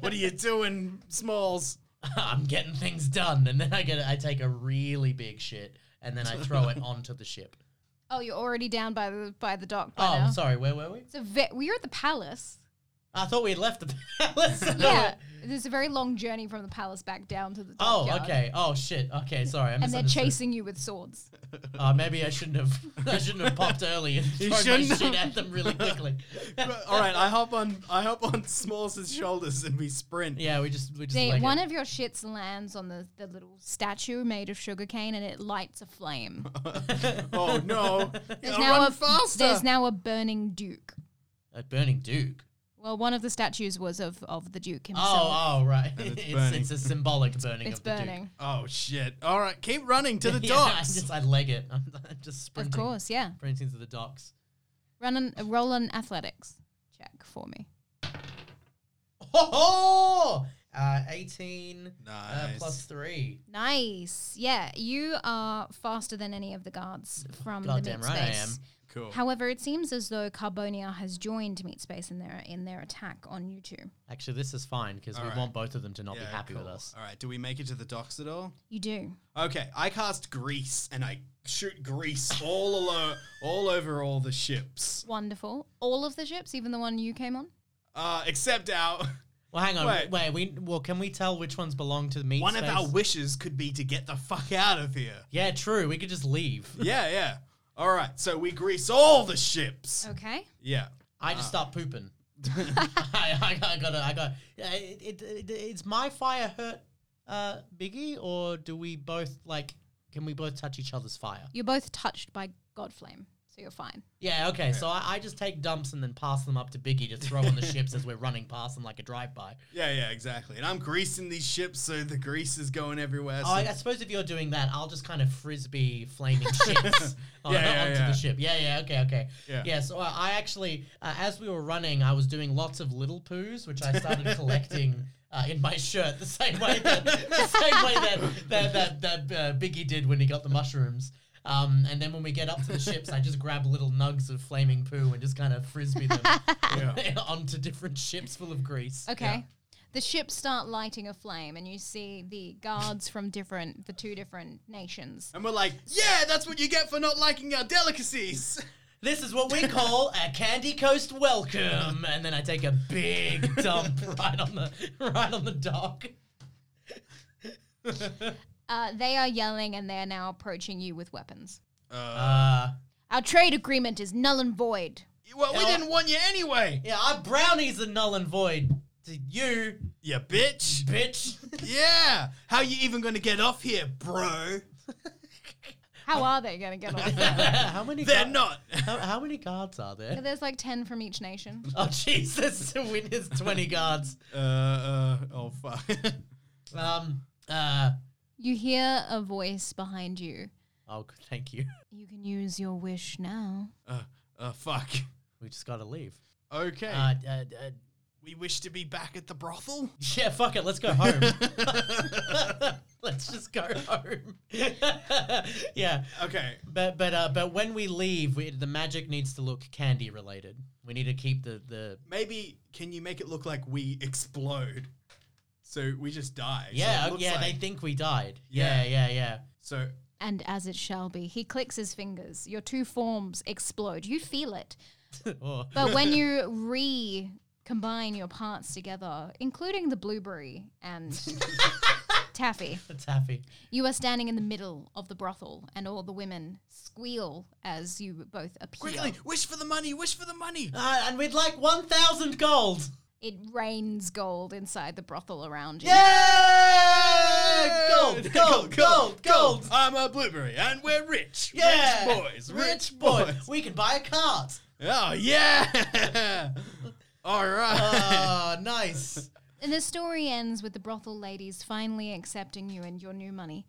what are you doing, Smalls?
I'm getting things done, and then I get I take a really big shit, and then I throw it onto the ship.
oh, you're already down by the by the dock by
Oh,
now.
sorry, where were we?
It's a ve- we are at the palace.
I thought we had left the palace.
Yeah, there's a very long journey from the palace back down to the
Oh,
dockyard.
okay. Oh shit. Okay, sorry. I
And they're
misunderstood.
chasing you with swords.
Uh, maybe I shouldn't have. I shouldn't have popped early and thrown
You
my
shouldn't
shit
have.
at them really quickly.
All right, I hop on. I hop on Smalls' shoulders and we sprint.
yeah, we just we just
They,
leg
one
it.
of your shits lands on the, the little statue made of sugarcane and it lights a flame.
Oh no!
There's
I'll
now
run
a
faster.
there's now a burning duke.
a burning duke.
Well, one of the statues was of, of the duke himself.
Oh, oh, right.
And it's
It's,
burning.
it's a symbolic burning
it's
of the
burning.
oh shit! All right, keep running to the
duke. Yeah, I
docks.
just I leg it. I'm, I'm just
Of
sprinting.
course, yeah.
Sprinting to the docks.
Run an, uh, roll an athletics check for me.
Ho ho! Uh, 18 uh,
Nice.
plus 3.
Mm, Nice. Yeah, you are faster than any of the guards from the
Goddamn
meat
right I
space.
am.
cool.
However, it seems as though Carbonia has joined meat space in their in their attack on you two.
Actually, this is fine because we
Alright.
want both of them to not be
Yeah,
happy with
cool.
us.
All right, do we make it to the docks at all?
You do.
Okay, I cast grease and I shoot grease all alo- all over all the ships,
Wonderful. All of the ships, even the one you came on?
uh, except our
Well, hang on. Wait,
Wait.
we well, can we tell which ones belong to the meat
one of
space?
our wishes could be to get the fuck out of here.
Yeah, true. We could just leave.
yeah, yeah. All right, so we grease all the ships.
Oh.
Okay.
Yeah.
I just
Ah.
start pooping. I, I, I got I got yeah, it, it, it, It's my fire hurt, uh, Biggie, or do we both like? Can we both touch each other's fire?
You're both touched by Godflame, so you're fine.
Yeah. Okay. So I, I just take dumps and then pass them up to Biggie to throw on the ships as we're running past them like a drive-by.
Yeah, yeah, exactly. And I'm greasing these ships, so the grease is going everywhere.
Oh, I, I
so-
suppose if you're doing that, I'll just kind of frisbee flaming ships on,
Yeah, yeah,
onto
yeah.
the ship. Yeah, yeah, okay, okay. Yeah,
Yeah.
so uh, I actually, uh, as we were running, I was doing lots of little poos, which I started collecting uh, in my shirt the same way that, the same way that, that, that, that uh, Biggie did when he got the mushrooms. Um, and then when we get up to the ships, I just grab little nugs of flaming poo and just kind of frisbee them onto different ships full of grease.
Okay. The ships start lighting a flame, and you see the guards from different, the two different nations.
and we're like, yeah, that's what you get for not liking our delicacies.
This is what we call a Candy Coast welcome, and then I take a big dump right on the right on the dock.
Uh, they are yelling and they are now approaching you with weapons.
Uh,
Uh,
Our trade agreement is null and void.
well, we
Yeah.
didn't want you anyway.
yeah, our brownies are null and void to you,
You bitch.
bitch.
Yeah. How you even gonna get off here, bro?
How are they going to get on?
how many?
They're
gu-
not.
How, how many guards are there?
There's like 10 from each nation.
Oh Jesus! To win his twenty guards.
Uh, uh, oh fuck.
Um. Uh.
You hear a voice behind you.
Oh, thank you.
You can use your wish now.
uh, uh, fuck.
We just gotta leave.
Okay.
Uh, uh, uh,
we wish to be back at the brothel.
yeah, fuck it. Let's go home. let's just go home. yeah,
Okay.
but but uh, but when we leave, we, the magic needs to look candy related. We need to keep the the
Maybe can you make it look like we explode? So we just die. So
yeah
it
oh,
looks
yeah.
like-
They think we died.
Yeah.
Yeah, yeah, yeah.
so
And as it shall be, he clicks his fingers. Your two forms explode. You feel it.
Oh.
But when you re combine your parts together, including the blueberry and taffy,
That's happy.
you are standing in the middle of the brothel, and all the women squeal as you both appear.
quickly, wish for the money. Wish for the money.
Uh, and we'd like one thousand gold.
It rains gold inside the brothel around you.
Yeah, Uh, gold, gold, gold, gold.
I'm a blueberry, and we're rich.
Yeah,
Rich boys.
rich boys. We can buy a cart.
Oh yeah. All right.
Oh, nice.
And the story ends with the brothel ladies finally accepting you and your new money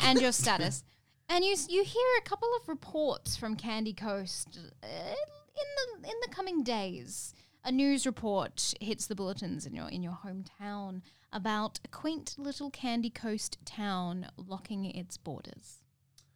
and your status. And you, s- you hear a couple of reports from Candy Coast uh, in the in the coming days. A news report hits the bulletins in your in your hometown about a quaint little Candy Coast town locking its borders.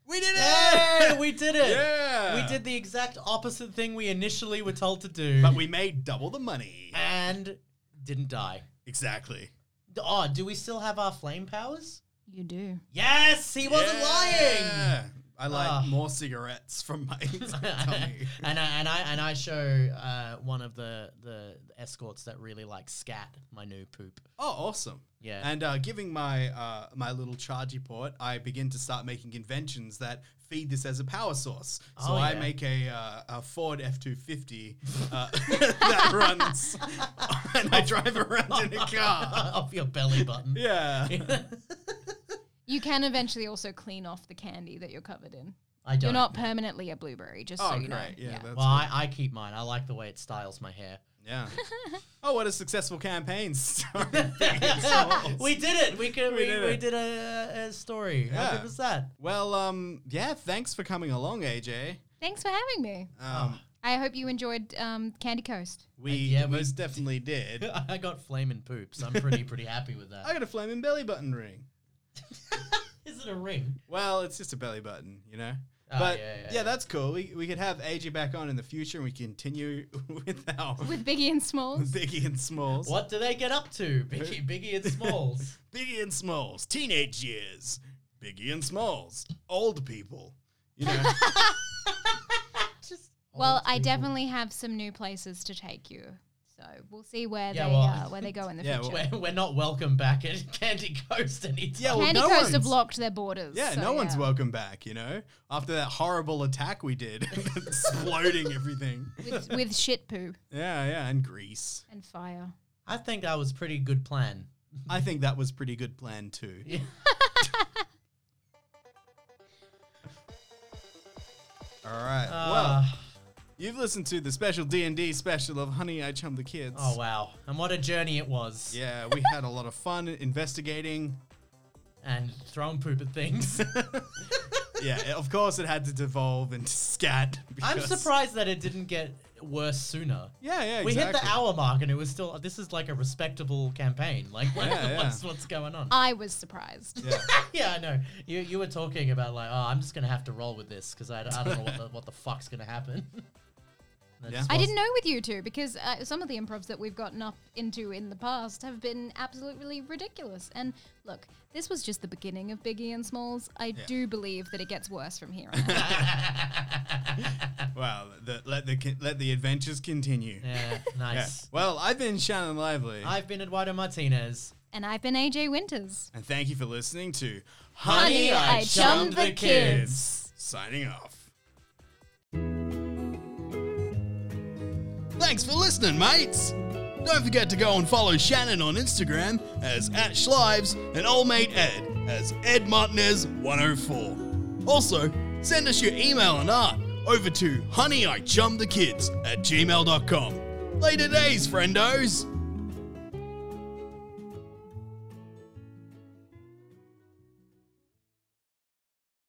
we did it.
Hey, we did it.
Yeah.
We did the exact opposite thing we initially were told to do.
But we made double the money.
and didn't die.
Exactly.
D- Oh, do we still have our flame powers?
You do.
Yes, he wasn't lying.
I like
Ah.
more cigarettes from my tummy.
and I and I and I show uh, one of the, the escorts that really like scat my new poop.
Oh, awesome.
Yeah.
And uh, giving my uh, my little chargy port, I begin to start making inventions that feed this as a power source. So
Oh,
I
yeah.
make a, uh, a Ford F two fifty uh, that runs, and I drive around in a car.
off your belly button.
Yeah.
You can eventually also clean off the candy that you're covered in.
I don't.
You're not permanently a blueberry, just
Oh,
so you
great.
know.
Yeah, that's
well, I, I keep mine. I like the way it styles my hair.
good. yeah. Oh, what a successful campaign! Sorry.
we did it. We could. We,
We
we,
did
did,
it.
a, a story.
Yeah.
How good was that?
well, um, yeah. Thanks for coming along, AJ.
Thanks for having me.
Um,
I hope you enjoyed um, Candy Coast.
we
Oh, yeah, we
most definitely did.
I got flaming poops. I'm pretty pretty happy with
I
that.
got a flaming belly button ring.
Is it a ring?
Well, it's just a belly button, you know.
Ah,
but yeah,
yeah, yeah, yeah.
that's cool. We, we could have AJ back on in the future, and we continue with our
With Biggie and Smalls.
Biggie and Smalls.
What do they get up to, Biggie? Biggie and Smalls.
Biggie and Smalls, teenage years. Biggie and Smalls, old people. You know,
Just
Oh,
Well,
old
I
people.
definitely have some new places to take you. So we'll see where
Yeah,
they
well,
uh, where they go in the
yeah,
future.
well-
We're, we're not welcome back at Candy Coast anytime.
Yeah, well,
Candy
no
Coast have
one's-
locked their borders.
yeah.
so
no one's
yeah.
welcome back. You know, after that horrible attack we did, exploding everything.
with, with shit poo
Yeah, yeah, and Greece.
and fire.
I think that was pretty good plan.
I think that was pretty good plan too.
Yeah.
All right. well,
Ah,
You've listened to the special D and D special of Honey I Chum the Kids.
oh wow, and what a journey it was.
Yeah, we had a lot of fun investigating.
And throwing poop at things.
Yeah, of course it had to devolve into scat.
I'm
because-
surprised that it didn't get worse sooner.
Yeah, yeah, exactly.
We hit the hour mark and it was still. This is like a respectable campaign. Like, what,
Yeah, yeah.
what's what's going on?
I was surprised.
Yeah.
yeah, I know. You you were talking about like, oh, I'm just gonna have to roll with this because I, I don't know what the, what the fuck's gonna happen. That
Yeah.
just
I
was-
didn't know with you two because uh, some of the improvs that we've gotten up into in the past have been absolutely ridiculous. And look, this was just the beginning of Biggie and Smalls. I do believe that it gets worse from here on. out.
Wow, the, let the con- let the adventures continue.
Yeah, nice.
Well, I've been Shannon Lively,
I've been Eduardo Martinez.
and I've been AJ Winters.
and thank you for listening to
Honey, I chummed the kids.
Signing off.
Thanks for listening, mates. Don't forget to go and follow Shannon on Instagram as at Schlives and old mate Ed as Ed Martinez 104. Also, send us your email and art over to honeyijumthekids at gmail.com. Later days, friendos.